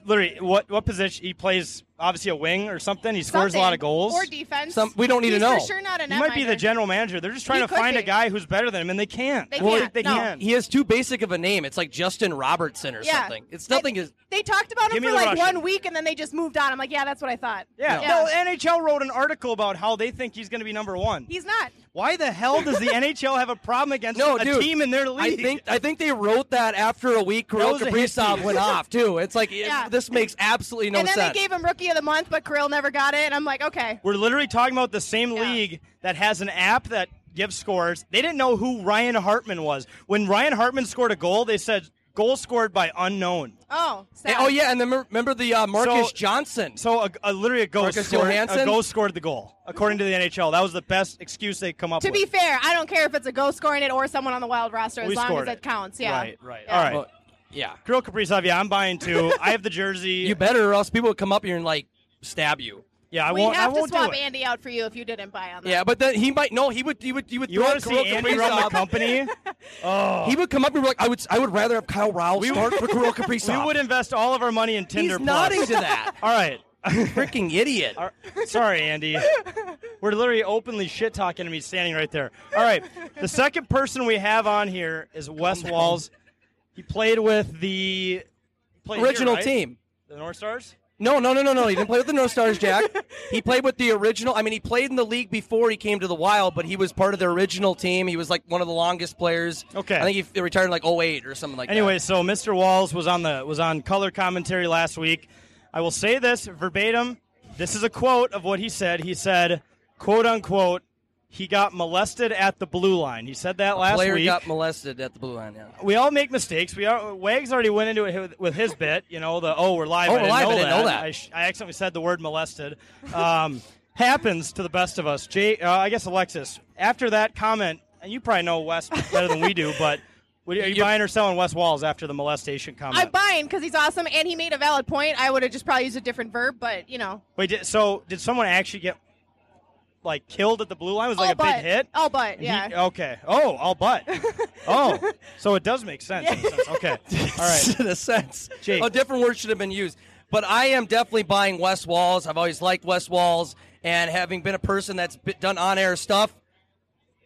[SPEAKER 5] Literally, what what position he plays? obviously a wing or something. He scores a lot of
[SPEAKER 4] Something.
[SPEAKER 5] goals
[SPEAKER 4] Or defense. Some- we don't need to He's for know. sure not a
[SPEAKER 5] He might be
[SPEAKER 4] netminder.
[SPEAKER 5] the general manager. They're just trying
[SPEAKER 4] He
[SPEAKER 5] to
[SPEAKER 4] could
[SPEAKER 5] find a
[SPEAKER 4] be.
[SPEAKER 5] guy who's better than him, and they can't.
[SPEAKER 4] They
[SPEAKER 5] Well,
[SPEAKER 4] can't,
[SPEAKER 5] They
[SPEAKER 4] no.
[SPEAKER 5] can.
[SPEAKER 6] He has too basic of a name. It's like Justin Robertson or
[SPEAKER 4] Yeah.
[SPEAKER 6] something. It's nothing. is
[SPEAKER 4] They talked about him
[SPEAKER 6] Give me
[SPEAKER 4] for
[SPEAKER 6] the
[SPEAKER 4] like
[SPEAKER 6] Russian.
[SPEAKER 4] one week and then they just moved on. I'm like, yeah, that's what I thought.
[SPEAKER 5] Yeah. No. NHL wrote an article about how they think he's going to be number one.
[SPEAKER 4] He's not.
[SPEAKER 5] Why the hell does the NHL have a problem against
[SPEAKER 6] no,
[SPEAKER 5] a
[SPEAKER 6] dude,
[SPEAKER 5] team in their league?
[SPEAKER 6] I think I think they wrote that after a week. Kirill
[SPEAKER 5] was a hit
[SPEAKER 6] Kaprizov
[SPEAKER 5] piece.
[SPEAKER 6] went off too. It's like
[SPEAKER 4] Yeah.
[SPEAKER 6] this makes absolutely no
[SPEAKER 4] and then
[SPEAKER 6] sense.
[SPEAKER 4] they gave him Rookie of the Month, but Kirill never got it. And I'm like, okay.
[SPEAKER 5] We're literally talking about the same league that has an app that gives scores. They didn't know who Ryan Hartman was. When Ryan Hartman scored a goal, they said goal scored by unknown.
[SPEAKER 4] Oh, sad.
[SPEAKER 6] And- oh yeah, and then remember- remember the uh, Marcus
[SPEAKER 5] So-
[SPEAKER 6] Johnson.
[SPEAKER 5] So a, a, literally a goal
[SPEAKER 6] Marcus
[SPEAKER 5] scored,
[SPEAKER 6] Johansson?
[SPEAKER 5] a goal scored the goal, according to the NHL. That was the best excuse they come up
[SPEAKER 4] To
[SPEAKER 5] with.
[SPEAKER 4] be fair, I don't care if it's a ghost scoring it or someone on the wild roster, as
[SPEAKER 5] We
[SPEAKER 4] long as
[SPEAKER 5] scored
[SPEAKER 4] it counts. Yeah.
[SPEAKER 5] Right, right.
[SPEAKER 4] Yeah.
[SPEAKER 5] All right.
[SPEAKER 6] yeah.
[SPEAKER 5] Kirill Kaprizov, yeah, I'm buying too. I have the jersey.
[SPEAKER 6] You better, or else people would come up here and like stab you.
[SPEAKER 5] Yeah, I
[SPEAKER 4] We'd
[SPEAKER 5] won't.
[SPEAKER 4] have
[SPEAKER 5] I
[SPEAKER 4] to
[SPEAKER 5] won't
[SPEAKER 4] swap
[SPEAKER 5] do it.
[SPEAKER 4] Andy out for you if you didn't buy on that.
[SPEAKER 6] Yeah, but then he might. No, he would. He would. He would.
[SPEAKER 5] You
[SPEAKER 6] throw
[SPEAKER 5] want to see
[SPEAKER 6] Kirill
[SPEAKER 5] Andy run the
[SPEAKER 6] Kaprizov.
[SPEAKER 5] company? Oh.
[SPEAKER 6] He would come up and be like, "I would. I would rather have Kyle Rowell start for Kirill Kaprizov."
[SPEAKER 5] We would invest all of our money in Tinder.
[SPEAKER 6] He's
[SPEAKER 5] Plus.
[SPEAKER 6] nodding to that.
[SPEAKER 5] All right.
[SPEAKER 6] Freaking idiot.
[SPEAKER 5] All right. Sorry, Andy. We're literally openly shit talking to me standing right there. All right. The second person we have on here is Wes
[SPEAKER 6] down.
[SPEAKER 5] Walls. He played with the he played here,
[SPEAKER 6] Original
[SPEAKER 5] right?
[SPEAKER 6] team.
[SPEAKER 5] the North Stars.
[SPEAKER 6] No, no, no, no, no. He didn't play with the North Stars, Jack. He played with the original. I mean, he played in the league before he came to the Wild, but he was part of the original team. He was like one of the longest players.
[SPEAKER 5] Okay.
[SPEAKER 6] I think he f- retired in like 08 or something like
[SPEAKER 5] Anyway, so Mr. Walls was on the was on color commentary last week. I will say this verbatim. This is a quote of what he said. He said, "quote unquote," he got molested at the blue line. He said that
[SPEAKER 6] that.
[SPEAKER 5] last
[SPEAKER 6] player
[SPEAKER 5] week.
[SPEAKER 6] got molested at the blue line. Yeah.
[SPEAKER 5] we all make mistakes. We are Wags already went into it with his bit. You know the oh we're live.
[SPEAKER 6] Oh,
[SPEAKER 5] I
[SPEAKER 6] we're
[SPEAKER 5] didn't
[SPEAKER 6] live,
[SPEAKER 5] Know
[SPEAKER 6] I didn't
[SPEAKER 5] that.
[SPEAKER 6] know that.
[SPEAKER 5] I, sh- I accidentally said the word molested. Um, happens to the best of us. Jay, uh, I guess Alexis. After that comment, and you probably know Wes better than we do, but. What, are you
[SPEAKER 6] Yep.
[SPEAKER 5] buying or selling Wes Walls after the molestation comment?
[SPEAKER 4] I'm buying because he's awesome and he made a valid point. I would have just probably used a different verb, but you know.
[SPEAKER 5] Wait, did, so did someone actually get like killed at the blue line? Was it like
[SPEAKER 4] oh,
[SPEAKER 5] a
[SPEAKER 4] but,
[SPEAKER 5] big hit?
[SPEAKER 4] Oh, but
[SPEAKER 5] He-
[SPEAKER 4] yeah.
[SPEAKER 5] okay. Oh, I'll butt. oh, so it does make sense. in a sense. Okay. All right.
[SPEAKER 6] in a sense.
[SPEAKER 5] Jake.
[SPEAKER 6] A different word should have been used. But I am definitely buying West Walls. I've always liked West Walls, and having been a person that's bi- done on-air stuff,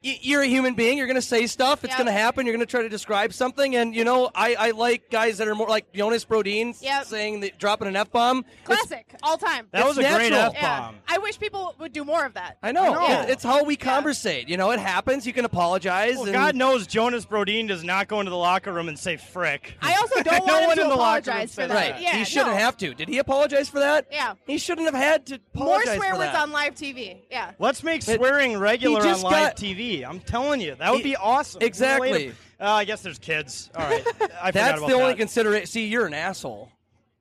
[SPEAKER 6] y- you're a human being. You're going to say stuff. It's
[SPEAKER 4] Yep.
[SPEAKER 6] going to happen. You're going to try to describe something. And you know, I, I like guys that are more like Jonas Brodeen s-
[SPEAKER 4] Yep.
[SPEAKER 6] saying that dropping an f bomb.
[SPEAKER 4] Classic. all time.
[SPEAKER 5] That was a great
[SPEAKER 6] natural.
[SPEAKER 5] F
[SPEAKER 4] yeah.
[SPEAKER 5] bomb.
[SPEAKER 4] I wish people would do more of that.
[SPEAKER 6] I know.
[SPEAKER 5] I know.
[SPEAKER 6] It- It's how we conversate. You know, it happens. You can apologize.
[SPEAKER 5] Well,
[SPEAKER 6] and-
[SPEAKER 5] God knows Jonas Brodeen does not go into the locker room and say frick.
[SPEAKER 4] I also don't want
[SPEAKER 5] No one
[SPEAKER 4] him
[SPEAKER 5] in
[SPEAKER 4] to
[SPEAKER 5] the locker room
[SPEAKER 4] apologize for
[SPEAKER 5] said
[SPEAKER 4] that.
[SPEAKER 6] Right.
[SPEAKER 5] that.
[SPEAKER 4] Yeah,
[SPEAKER 6] he shouldn't
[SPEAKER 4] no.
[SPEAKER 6] have to. Did he apologize for that?
[SPEAKER 4] Yeah.
[SPEAKER 6] He shouldn't have had to
[SPEAKER 4] More
[SPEAKER 6] apologize
[SPEAKER 4] swear
[SPEAKER 6] for
[SPEAKER 4] words
[SPEAKER 6] that.
[SPEAKER 4] on live TV. Yeah.
[SPEAKER 5] Let's make swearing regular on live
[SPEAKER 6] just got-
[SPEAKER 5] TV. I'm telling you, that would
[SPEAKER 6] He-
[SPEAKER 5] be awesome.
[SPEAKER 6] Exactly.
[SPEAKER 5] Uh, I guess there's kids. All right. I forgot
[SPEAKER 6] That's
[SPEAKER 5] about
[SPEAKER 6] the only
[SPEAKER 5] that.
[SPEAKER 6] consideration. See, you're an asshole.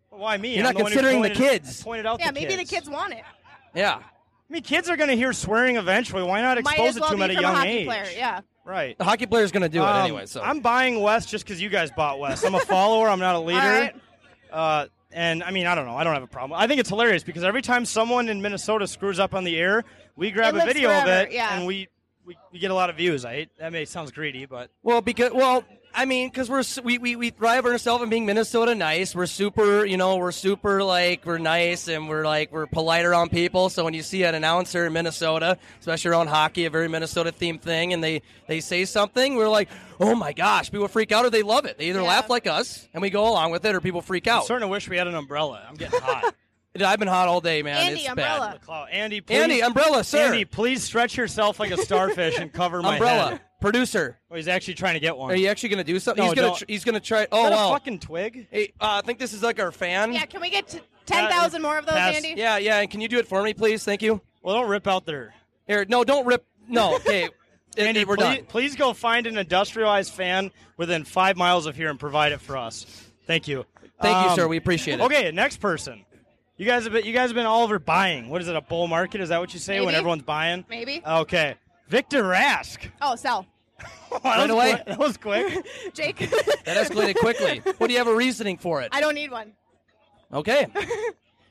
[SPEAKER 5] Why me?
[SPEAKER 6] You're
[SPEAKER 5] I'm
[SPEAKER 6] not
[SPEAKER 5] the one who
[SPEAKER 6] considering the
[SPEAKER 5] pointed-
[SPEAKER 6] kids.
[SPEAKER 5] Pointed out
[SPEAKER 4] Yeah,
[SPEAKER 5] the
[SPEAKER 4] maybe the kids want it.
[SPEAKER 6] Yeah.
[SPEAKER 5] I mean, kids are going to hear swearing eventually. Why not
[SPEAKER 4] Might
[SPEAKER 5] expose
[SPEAKER 4] as well
[SPEAKER 5] it to them
[SPEAKER 4] be
[SPEAKER 5] at a
[SPEAKER 4] from
[SPEAKER 5] young
[SPEAKER 4] a hockey
[SPEAKER 5] age?
[SPEAKER 4] player. Yeah.
[SPEAKER 5] Right.
[SPEAKER 6] The hockey player's going to do it
[SPEAKER 5] Um,
[SPEAKER 6] anyway. So
[SPEAKER 5] I'm buying West just because you guys bought West. I'm a follower. I'm not a leader.
[SPEAKER 4] All right.
[SPEAKER 5] Uh, and I mean, I don't know. I don't have a problem. I think it's hilarious because every time someone in Minnesota screws up on the air, we grab
[SPEAKER 4] It
[SPEAKER 5] a
[SPEAKER 4] lives
[SPEAKER 5] video
[SPEAKER 4] forever,
[SPEAKER 5] of it
[SPEAKER 4] yeah.
[SPEAKER 5] and we, we we get a lot of views. I that may sounds greedy, but
[SPEAKER 6] well because well I mean because we're s- we, we we thrive on ourselves and being Minnesota nice. We're super you know we're super like we're nice and we're like we're polite around people. So when you see an announcer in Minnesota, especially around hockey, a very Minnesota themed thing, and they they say something, we're like oh my gosh, people freak out or they love it. They either
[SPEAKER 4] Yeah.
[SPEAKER 6] laugh like us and we go along with it, or people freak
[SPEAKER 5] I'm
[SPEAKER 6] out.
[SPEAKER 5] starting to wish we had an umbrella. I'm getting hot.
[SPEAKER 6] I've been hot all day, man.
[SPEAKER 4] Andy,
[SPEAKER 6] it's
[SPEAKER 4] umbrella.
[SPEAKER 6] Bad.
[SPEAKER 5] McLeod. Andy, please,
[SPEAKER 6] Andy, umbrella, sir.
[SPEAKER 5] Andy, please stretch yourself like a starfish and cover my
[SPEAKER 6] umbrella
[SPEAKER 5] head.
[SPEAKER 6] producer.
[SPEAKER 5] Oh, he's actually trying to get one.
[SPEAKER 6] Are you actually going to do something?
[SPEAKER 5] No,
[SPEAKER 6] he's going
[SPEAKER 5] don't.
[SPEAKER 6] to. Tr- he's going to try.
[SPEAKER 5] Is
[SPEAKER 6] Oh
[SPEAKER 5] that a
[SPEAKER 6] wow!
[SPEAKER 5] fucking twig?
[SPEAKER 6] hey, uh, I think this is like our fan.
[SPEAKER 4] Yeah, can we get to 10,000 more of those,
[SPEAKER 5] Pass.
[SPEAKER 4] Andy?
[SPEAKER 6] Uh, yeah, yeah. And can you do it for me, please? Thank you.
[SPEAKER 5] Well, don't rip out there.
[SPEAKER 6] Here, no, don't rip. No, okay. It-
[SPEAKER 5] Andy,
[SPEAKER 6] it- we're
[SPEAKER 5] please,
[SPEAKER 6] done.
[SPEAKER 5] please go find an industrialized fan within five miles of here and provide it for us. Thank you.
[SPEAKER 6] Thank you,
[SPEAKER 5] Um,
[SPEAKER 6] sir. We appreciate it.
[SPEAKER 5] Okay, next person. You guys have been you guys have been all over buying. What is it? A bull market? Is that what you say when
[SPEAKER 4] Maybe.
[SPEAKER 5] everyone's buying?
[SPEAKER 4] Maybe.
[SPEAKER 5] Okay, Victor Rask.
[SPEAKER 4] Oh, sell.
[SPEAKER 5] Oh, that was
[SPEAKER 6] away.
[SPEAKER 5] quick- That was quick.
[SPEAKER 4] Jake,
[SPEAKER 6] That escalated quickly. What do you have a reasoning for it?
[SPEAKER 4] I don't need one.
[SPEAKER 6] Okay.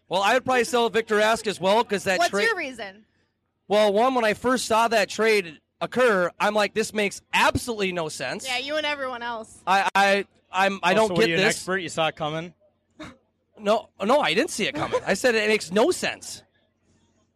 [SPEAKER 6] Well, I would probably sell Victor Ask as well because that
[SPEAKER 4] What's
[SPEAKER 6] trade.
[SPEAKER 4] your reason?
[SPEAKER 6] well, one when I first saw that trade occur, I'm like, this makes absolutely no sense.
[SPEAKER 4] Yeah, you and everyone else.
[SPEAKER 6] I, I, I'm, I
[SPEAKER 5] Oh,
[SPEAKER 6] don't
[SPEAKER 5] so
[SPEAKER 6] get
[SPEAKER 5] were you
[SPEAKER 6] this.
[SPEAKER 5] An expert, you saw it coming.
[SPEAKER 6] No, no, I didn't see it coming. I said it makes no sense.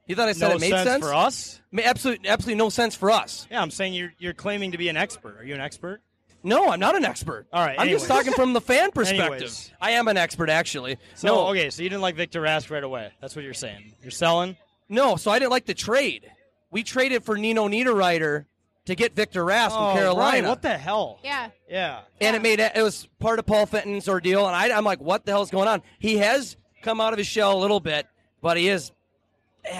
[SPEAKER 6] You thought I said
[SPEAKER 5] No
[SPEAKER 6] it made
[SPEAKER 5] sense
[SPEAKER 6] sense,
[SPEAKER 5] for us?
[SPEAKER 6] Ma- Absolutely, absolutely no sense for us.
[SPEAKER 5] Yeah, I'm saying you're you're claiming to be an expert. Are you an expert?
[SPEAKER 6] No, I'm not an expert.
[SPEAKER 5] All right,
[SPEAKER 6] I'm just
[SPEAKER 5] anyways.
[SPEAKER 6] talking from the fan perspective.
[SPEAKER 5] Anyways.
[SPEAKER 6] I am an expert, actually.
[SPEAKER 5] So
[SPEAKER 6] no,
[SPEAKER 5] okay, so you didn't like Victor Rask right away. That's what you're saying. You're selling.
[SPEAKER 6] No, so I didn't like the trade. We traded for Nino Niederreiter to get Victor Rask
[SPEAKER 5] Oh,
[SPEAKER 6] from Carolina.
[SPEAKER 5] right, What the hell?
[SPEAKER 4] Yeah.
[SPEAKER 5] Yeah.
[SPEAKER 6] and it made it was part of Paul Fenton's ordeal. And I, I'm like, what the hell's going on? He has come out of his shell a little bit, but he is. eh,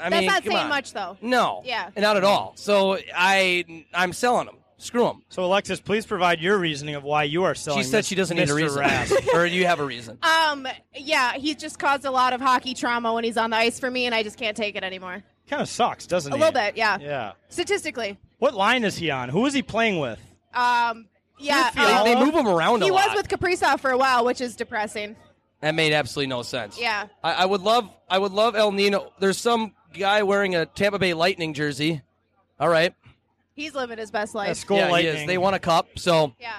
[SPEAKER 6] I
[SPEAKER 4] That's
[SPEAKER 6] mean,
[SPEAKER 4] not
[SPEAKER 6] come
[SPEAKER 4] saying
[SPEAKER 6] on. Mm.
[SPEAKER 4] much, though.
[SPEAKER 6] No,
[SPEAKER 4] Yeah.
[SPEAKER 6] not at all. So I, I'm selling him. Screw him.
[SPEAKER 5] So Alexis, please provide your reasoning of why you are selling.
[SPEAKER 6] She said
[SPEAKER 5] Mis-
[SPEAKER 6] she doesn't need a
[SPEAKER 5] Mr.
[SPEAKER 6] reason,
[SPEAKER 5] Rask.
[SPEAKER 6] or you have a reason.
[SPEAKER 4] Um, yeah, he just caused a lot of hockey trauma when he's on the ice for me, and I just can't take it anymore.
[SPEAKER 5] kind of sucks, doesn't
[SPEAKER 4] A
[SPEAKER 5] he?
[SPEAKER 4] little bit, yeah.
[SPEAKER 5] Yeah.
[SPEAKER 4] Statistically,
[SPEAKER 5] What line is he on? Who is he playing with?
[SPEAKER 4] um, yeah.
[SPEAKER 6] They- they
[SPEAKER 4] um,
[SPEAKER 6] move him around
[SPEAKER 4] He
[SPEAKER 6] a
[SPEAKER 4] was
[SPEAKER 6] lot.
[SPEAKER 4] with Kaprizov for a while, which is depressing.
[SPEAKER 6] That made absolutely no sense.
[SPEAKER 4] Yeah.
[SPEAKER 6] I, I would love I would love El Nino. There's some guy wearing a Tampa Bay Lightning jersey. All right.
[SPEAKER 4] He's living his best life.
[SPEAKER 6] yeah, he is. They won a cup, so
[SPEAKER 4] Yeah.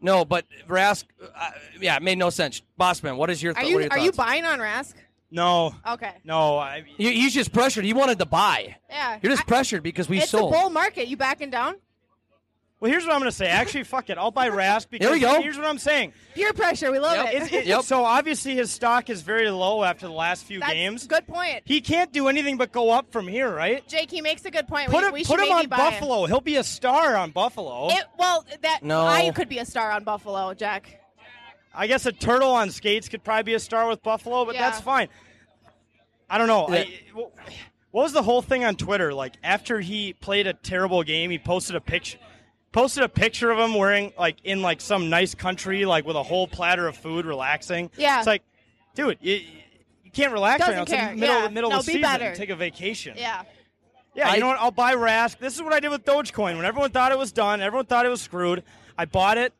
[SPEAKER 6] no. But Rask, uh, yeah, it made no sense. Bossman, what is your?
[SPEAKER 4] Are
[SPEAKER 6] thought-
[SPEAKER 4] you
[SPEAKER 6] what
[SPEAKER 4] are
[SPEAKER 6] are,
[SPEAKER 4] you
[SPEAKER 6] your thoughts?
[SPEAKER 4] buying on Rask?
[SPEAKER 5] No,
[SPEAKER 4] Okay.
[SPEAKER 5] no. I,
[SPEAKER 6] you, he's just pressured. He wanted to buy.
[SPEAKER 4] Yeah.
[SPEAKER 6] You're just pressured because we
[SPEAKER 4] it's
[SPEAKER 6] sold.
[SPEAKER 4] a bull market. You backing down?
[SPEAKER 5] Well, here's what I'm going to say. Actually, fuck it. I'll buy Rask because
[SPEAKER 6] we go.
[SPEAKER 5] here's what I'm saying.
[SPEAKER 4] Peer pressure. We love
[SPEAKER 5] It's-
[SPEAKER 4] it.
[SPEAKER 5] it- So obviously his stock is very low after the last few
[SPEAKER 4] That's
[SPEAKER 5] games.
[SPEAKER 4] Good point.
[SPEAKER 5] He can't do anything but go up from here, right?
[SPEAKER 4] Jake, he makes a good point.
[SPEAKER 5] Put
[SPEAKER 4] we,
[SPEAKER 5] him,
[SPEAKER 4] we should
[SPEAKER 5] put him
[SPEAKER 4] maybe
[SPEAKER 5] on
[SPEAKER 4] buy
[SPEAKER 5] Buffalo. He'll be a star on Buffalo.
[SPEAKER 4] It, well, that
[SPEAKER 5] No.
[SPEAKER 4] I could be a star on Buffalo, Jack.
[SPEAKER 5] I guess a turtle on skates could probably be a star with Buffalo, but
[SPEAKER 4] Yeah.
[SPEAKER 5] that's fine. I don't know.
[SPEAKER 6] Yeah.
[SPEAKER 5] I, what was the whole thing on Twitter? Like after he played a terrible game, he posted a picture, posted a picture of him wearing like in like some nice country, like with a whole platter of food, relaxing.
[SPEAKER 4] Yeah.
[SPEAKER 5] it's like, dude, you, you can't relax
[SPEAKER 4] Doesn't
[SPEAKER 5] right now. It's
[SPEAKER 4] care.
[SPEAKER 5] the middle,
[SPEAKER 4] Yeah.
[SPEAKER 5] middle
[SPEAKER 4] No,
[SPEAKER 5] of the
[SPEAKER 4] be
[SPEAKER 5] season.
[SPEAKER 4] better.
[SPEAKER 5] Take a vacation.
[SPEAKER 4] Yeah.
[SPEAKER 5] Yeah,
[SPEAKER 6] I-
[SPEAKER 5] you know what? I'll buy Rask. This is what I did with Dogecoin. When everyone thought it was done, everyone thought it was screwed. I bought it.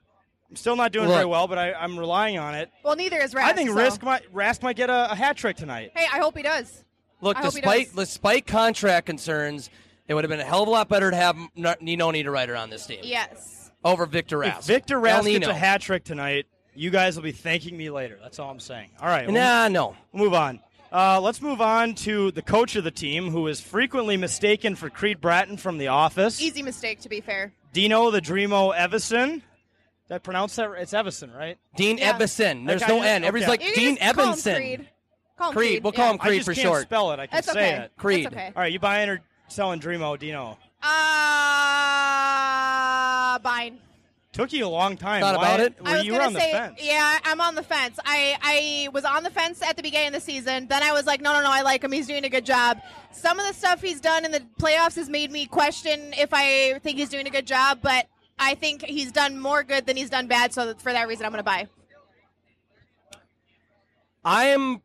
[SPEAKER 5] I'm still not doing
[SPEAKER 6] Look.
[SPEAKER 5] very well, but I, I'm relying on it.
[SPEAKER 4] Well, neither is Rask.
[SPEAKER 5] I think
[SPEAKER 4] so-
[SPEAKER 5] Risk might Rask might get a, a hat trick tonight.
[SPEAKER 4] Hey, I hope he does.
[SPEAKER 6] Look,
[SPEAKER 4] I hope he
[SPEAKER 6] despite
[SPEAKER 4] does.
[SPEAKER 6] despite contract concerns, it would have been a hell of a lot better to have N- Nino Niederreiter on this team
[SPEAKER 4] Yes.
[SPEAKER 6] over Victor Rask.
[SPEAKER 5] If Victor
[SPEAKER 6] El
[SPEAKER 5] Rask
[SPEAKER 6] Nino.
[SPEAKER 5] gets a hat trick tonight, you guys will be thanking me later. That's all I'm saying. All right. we'll-
[SPEAKER 6] Nah, no.
[SPEAKER 5] we'll move on. Uh, let's move on to the coach of the team, who is frequently mistaken for Creed Bratton from The Office.
[SPEAKER 4] Easy mistake, to be fair.
[SPEAKER 5] Dino the Dreamo Evison. Did I pronounce that? right? It's Evison, right?
[SPEAKER 6] Dean
[SPEAKER 4] Yeah.
[SPEAKER 6] Evenson. There's
[SPEAKER 5] That guy
[SPEAKER 6] no
[SPEAKER 5] is-
[SPEAKER 6] N. Everybody's
[SPEAKER 5] okay.
[SPEAKER 6] like
[SPEAKER 4] You can
[SPEAKER 6] Dean
[SPEAKER 4] just call him
[SPEAKER 6] Evenson.
[SPEAKER 4] Creed. Call him
[SPEAKER 6] Creed.
[SPEAKER 4] Creed.
[SPEAKER 6] We'll call
[SPEAKER 4] yeah.
[SPEAKER 6] him Creed
[SPEAKER 5] I just
[SPEAKER 6] for
[SPEAKER 5] can't
[SPEAKER 6] short.
[SPEAKER 5] spell it. I can
[SPEAKER 4] That's
[SPEAKER 5] say
[SPEAKER 4] okay.
[SPEAKER 5] it.
[SPEAKER 6] Creed.
[SPEAKER 4] That's okay.
[SPEAKER 5] All right, you buying or selling Dreamo Dino?
[SPEAKER 4] Uh, buying.
[SPEAKER 5] Took you a long time.
[SPEAKER 6] Thought
[SPEAKER 5] Why-
[SPEAKER 6] about it.
[SPEAKER 5] Were
[SPEAKER 4] I was
[SPEAKER 5] you
[SPEAKER 4] gonna
[SPEAKER 5] on the
[SPEAKER 4] say,
[SPEAKER 5] fence?
[SPEAKER 4] yeah, I'm on the fence. I, I was on the fence at the beginning of the season. Then I was like, no, no, no, I like him. He's doing a good job. Some of the stuff he's done in the playoffs has made me question if I think he's doing a good job, but I think he's done more good than he's done bad. So that- for that reason, I'm going to buy.
[SPEAKER 6] I am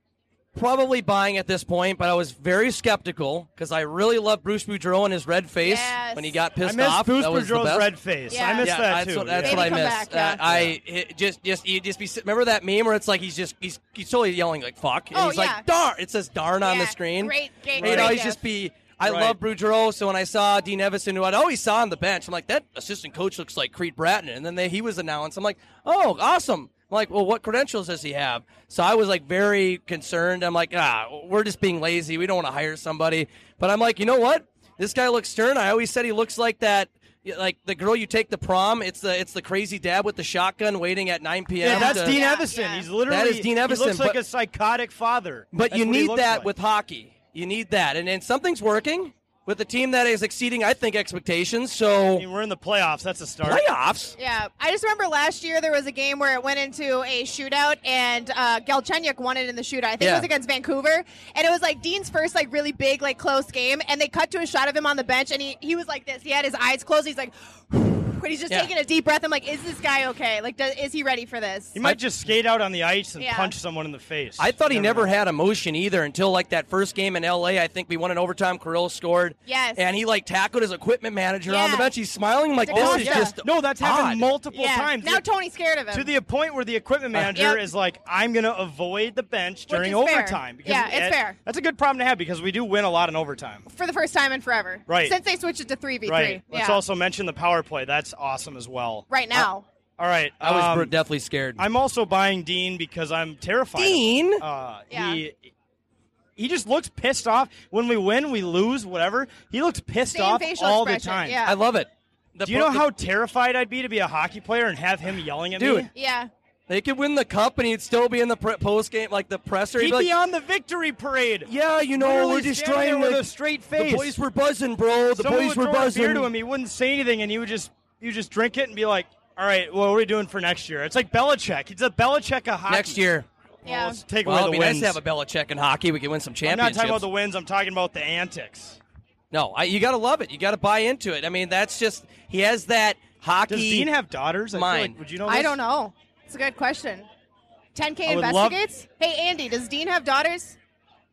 [SPEAKER 6] probably buying at this point, but I was very skeptical because I really love Bruce Boudreau and his red face
[SPEAKER 4] Yes.
[SPEAKER 6] when he got
[SPEAKER 5] I
[SPEAKER 6] pissed
[SPEAKER 5] missed
[SPEAKER 6] off.
[SPEAKER 5] Bruce
[SPEAKER 6] that was the
[SPEAKER 5] Boudreau's
[SPEAKER 6] best.
[SPEAKER 5] red face.
[SPEAKER 4] Yeah.
[SPEAKER 5] I missed
[SPEAKER 6] yeah,
[SPEAKER 5] that
[SPEAKER 6] that's
[SPEAKER 5] too.
[SPEAKER 6] What, that's
[SPEAKER 5] yeah.
[SPEAKER 6] what I
[SPEAKER 4] Maybe come
[SPEAKER 6] missed.
[SPEAKER 4] back,
[SPEAKER 6] Uh,
[SPEAKER 4] yeah.
[SPEAKER 6] I it just, just, you just be. si- Remember that meme where it's like he's just, he's, he's totally yelling like "fuck," and
[SPEAKER 4] Oh,
[SPEAKER 6] he's
[SPEAKER 4] yeah.
[SPEAKER 6] like "darn." It says "darn" on the
[SPEAKER 4] Yeah,
[SPEAKER 6] screen.
[SPEAKER 4] Great, great,
[SPEAKER 6] You
[SPEAKER 4] great
[SPEAKER 6] know, he's
[SPEAKER 4] gift.
[SPEAKER 6] just be. I
[SPEAKER 5] Right.
[SPEAKER 6] love Boudreau, so when I saw Dean Evison, who I'd always saw on the bench, I'm like, that assistant coach looks like Creed Bratton. And then they, he was announced. I'm like, oh, awesome. I'm like, well, what credentials does he have? So I was like very concerned. I'm like, ah, we're just being lazy. We don't want to hire somebody. But I'm like, you know what? This guy looks stern. I always said he looks like that, like the girl you take to prom. It's the it's the crazy dad with the shotgun waiting at 9 p.m.
[SPEAKER 5] Yeah, that's
[SPEAKER 6] to-
[SPEAKER 5] Dean
[SPEAKER 4] Yeah,
[SPEAKER 5] Evison.
[SPEAKER 4] yeah.
[SPEAKER 5] He's literally
[SPEAKER 6] That is Dean Evison,
[SPEAKER 5] He looks like
[SPEAKER 6] but-
[SPEAKER 5] a psychotic father.
[SPEAKER 6] But
[SPEAKER 5] That's
[SPEAKER 6] you
[SPEAKER 5] what he
[SPEAKER 6] need
[SPEAKER 5] looks
[SPEAKER 6] that
[SPEAKER 5] like.
[SPEAKER 6] with hockey. You need that, and and something's working with a team that is exceeding, I think, expectations.
[SPEAKER 5] I
[SPEAKER 6] So
[SPEAKER 5] mean, we're in the playoffs. That's a start.
[SPEAKER 6] playoffs.
[SPEAKER 4] Yeah, I just remember last year there was a game where it went into a shootout and uh, Galchenyuk won it in the shootout. I think it
[SPEAKER 6] Yeah.
[SPEAKER 4] was against Vancouver, and it was like Dean's first like really big like close game, and they cut to a shot of him on the bench, and he he was like this. He had his eyes closed. He's like, and he's just
[SPEAKER 6] Yeah.
[SPEAKER 4] taking a deep breath. I'm like, is this guy okay? Like, does, is he ready for this?
[SPEAKER 5] He might just skate out on the ice and
[SPEAKER 4] Yeah.
[SPEAKER 5] punch someone in the face.
[SPEAKER 6] I thought he
[SPEAKER 5] You
[SPEAKER 6] never
[SPEAKER 5] know.
[SPEAKER 6] had emotion either until like that first game in LA. I think we won in overtime. Kirill scored.
[SPEAKER 4] Yes.
[SPEAKER 6] And he like tackled his equipment manager on
[SPEAKER 4] Yeah.
[SPEAKER 6] the bench. He's smiling like this
[SPEAKER 5] Oh,
[SPEAKER 6] is
[SPEAKER 5] yeah.
[SPEAKER 6] just
[SPEAKER 5] no. That's happened
[SPEAKER 6] odd.
[SPEAKER 5] multiple
[SPEAKER 4] yeah.
[SPEAKER 5] times.
[SPEAKER 4] Now
[SPEAKER 5] It-
[SPEAKER 4] Tony's scared of him.
[SPEAKER 5] to the point where the equipment manager
[SPEAKER 4] Yep.
[SPEAKER 5] is like, "I'm going to avoid the bench
[SPEAKER 4] Which
[SPEAKER 5] during
[SPEAKER 4] is fair.
[SPEAKER 5] overtime."
[SPEAKER 4] Yeah, it's
[SPEAKER 5] that-
[SPEAKER 4] fair.
[SPEAKER 5] That's a good problem to have because we do win a lot in overtime.
[SPEAKER 4] for the first time in forever.
[SPEAKER 5] Right.
[SPEAKER 4] Since they switched it to three v three.
[SPEAKER 5] Right.
[SPEAKER 4] Yeah.
[SPEAKER 5] Let's also mention the power play. That's awesome as well.
[SPEAKER 4] right now.
[SPEAKER 5] All right.
[SPEAKER 6] I was
[SPEAKER 5] um,
[SPEAKER 6] br- definitely scared.
[SPEAKER 5] I'm also buying Dean because I'm terrified. Dean, uh, he he just looks pissed off. When we win, we lose, whatever. He looks pissed
[SPEAKER 4] Same
[SPEAKER 5] off
[SPEAKER 4] facial
[SPEAKER 5] all the
[SPEAKER 4] expression,
[SPEAKER 5] time.
[SPEAKER 4] yeah. I
[SPEAKER 6] love it.
[SPEAKER 5] Do you know how terrified I'd be to be a hockey player and have him yelling at
[SPEAKER 6] Dude,
[SPEAKER 5] me?
[SPEAKER 4] Yeah.
[SPEAKER 6] They could win the cup and he'd still be in the pre- post game, like the presser.
[SPEAKER 5] He'd
[SPEAKER 6] like,
[SPEAKER 5] be on the victory parade.
[SPEAKER 6] Yeah, you know,
[SPEAKER 5] Literally
[SPEAKER 6] we're just
[SPEAKER 5] standing there
[SPEAKER 6] trying
[SPEAKER 5] with
[SPEAKER 6] to-
[SPEAKER 5] a straight
[SPEAKER 6] the
[SPEAKER 5] face.
[SPEAKER 6] boys were buzzing, bro. The
[SPEAKER 5] Someone
[SPEAKER 6] boys
[SPEAKER 5] would
[SPEAKER 6] were
[SPEAKER 5] throw a beer
[SPEAKER 6] buzzing.
[SPEAKER 5] to him. He wouldn't say anything, and he would just you just drink it and be like, "All right, what are we doing for next year?" It's like Belichick. It's a Belichick of hockey.
[SPEAKER 6] Next year.
[SPEAKER 4] Yeah.
[SPEAKER 5] let's take
[SPEAKER 6] well,
[SPEAKER 5] away
[SPEAKER 6] it'd
[SPEAKER 5] the
[SPEAKER 6] be
[SPEAKER 5] wins.
[SPEAKER 6] nice to have a Belichick in hockey. We could win some
[SPEAKER 5] I'm not
[SPEAKER 6] championships.
[SPEAKER 5] talking about the wins. I'm talking about the antics.
[SPEAKER 6] no, I, you got to love it. You got to buy into it. I mean, that's just he has that hockey.
[SPEAKER 5] Does Dean have daughters? I feel
[SPEAKER 6] Mine.
[SPEAKER 5] like- would you know?
[SPEAKER 4] I
[SPEAKER 5] this?
[SPEAKER 4] don't know. It's a good question. 10K
[SPEAKER 5] I would love-
[SPEAKER 4] investigates. Hey, Andy, does Dean have daughters?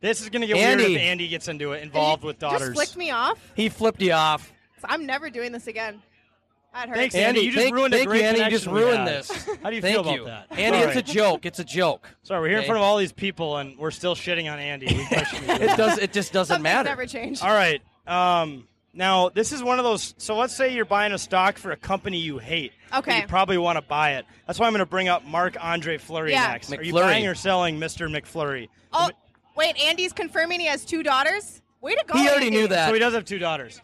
[SPEAKER 5] This is going to get weird
[SPEAKER 6] Andy.
[SPEAKER 5] if Andy gets into it, involved with
[SPEAKER 4] Just
[SPEAKER 5] daughters.
[SPEAKER 4] flicked me off.
[SPEAKER 6] He flipped you off.
[SPEAKER 4] I'm never doing this again. That hurt.
[SPEAKER 5] Thanks, Andy. You just
[SPEAKER 6] thank-
[SPEAKER 5] ruined
[SPEAKER 6] thank
[SPEAKER 5] a
[SPEAKER 6] you,
[SPEAKER 5] great
[SPEAKER 6] Andy. You
[SPEAKER 5] connection
[SPEAKER 6] just
[SPEAKER 5] we
[SPEAKER 6] ruined
[SPEAKER 5] had.
[SPEAKER 6] this.
[SPEAKER 5] How do you
[SPEAKER 6] Thank
[SPEAKER 5] feel about
[SPEAKER 6] you.
[SPEAKER 5] that,
[SPEAKER 6] Andy, it's a joke. It's a joke.
[SPEAKER 5] Sorry, we're here in
[SPEAKER 6] Okay.
[SPEAKER 5] front of all these people, and we're still shitting on Andy. We question you.
[SPEAKER 6] It does. It just doesn't matter. Uh,
[SPEAKER 4] never changed.
[SPEAKER 5] All right. Um, now this is one of those. So let's say you're buying a stock for a company you hate.
[SPEAKER 4] Okay.
[SPEAKER 5] You probably want to buy it. That's why I'm going to bring up Mark Andre Fleury
[SPEAKER 4] Yeah.
[SPEAKER 5] next. Are you
[SPEAKER 6] McFlurry.
[SPEAKER 5] buying or selling Mr. McFlurry?
[SPEAKER 4] Oh, wait. Andy's confirming he has two daughters? Way to go.
[SPEAKER 6] He already
[SPEAKER 4] Andy.
[SPEAKER 6] knew that.
[SPEAKER 5] So he does have two daughters.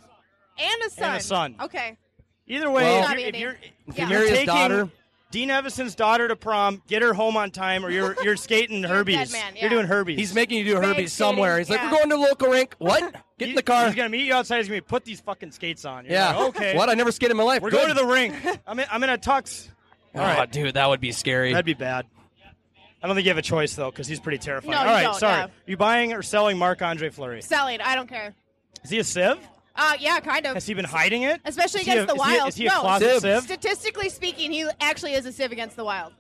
[SPEAKER 4] And a son.
[SPEAKER 5] son.
[SPEAKER 4] Okay.
[SPEAKER 5] Either way,
[SPEAKER 6] Well-
[SPEAKER 5] if you're, if you're, if
[SPEAKER 4] Yeah.
[SPEAKER 5] you're
[SPEAKER 6] Marry his
[SPEAKER 5] taking
[SPEAKER 6] daughter.
[SPEAKER 5] Dean Evison's daughter to prom, get her home on time, or you're you're skating
[SPEAKER 4] You're a dead
[SPEAKER 5] Herbies.
[SPEAKER 4] man, yeah.
[SPEAKER 5] You're doing Herbies.
[SPEAKER 6] He's making you do
[SPEAKER 4] Big
[SPEAKER 6] Herbie
[SPEAKER 4] city,
[SPEAKER 6] somewhere. He's like,
[SPEAKER 4] yeah.
[SPEAKER 6] we're going to the local rink. What? Get in the car.
[SPEAKER 5] He's gonna meet you outside. He's gonna be put these fucking skates on. You're
[SPEAKER 6] yeah.
[SPEAKER 5] like, okay.
[SPEAKER 6] What? I never skated in my life.
[SPEAKER 5] We're
[SPEAKER 6] Good.
[SPEAKER 5] going to the rink. I'm in, I'm in a tux. All
[SPEAKER 6] Oh,
[SPEAKER 5] right.
[SPEAKER 6] dude, that would be scary.
[SPEAKER 5] That'd be bad. I don't think you have a choice though, because he's pretty terrifying.
[SPEAKER 4] No,
[SPEAKER 5] All
[SPEAKER 4] you
[SPEAKER 5] right,
[SPEAKER 4] don't,
[SPEAKER 5] sorry.
[SPEAKER 4] yeah.
[SPEAKER 5] You buying or selling Marc Andre Fleury?
[SPEAKER 4] Selling. I don't care.
[SPEAKER 5] Is he a sieve?
[SPEAKER 4] Uh, yeah, kind of.
[SPEAKER 5] Has he been hiding it?
[SPEAKER 4] Especially
[SPEAKER 5] Is he
[SPEAKER 4] against
[SPEAKER 5] a-
[SPEAKER 4] the
[SPEAKER 5] is he a-
[SPEAKER 4] Wild.
[SPEAKER 5] is he a
[SPEAKER 4] no,
[SPEAKER 5] closet sieve?
[SPEAKER 4] statistically speaking, he actually is a sieve against the Wild.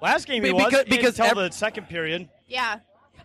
[SPEAKER 5] Last game he
[SPEAKER 6] Be-
[SPEAKER 5] was
[SPEAKER 6] because-
[SPEAKER 5] he didn't
[SPEAKER 6] because
[SPEAKER 5] tell
[SPEAKER 6] ev-
[SPEAKER 5] the second period.
[SPEAKER 4] Yeah.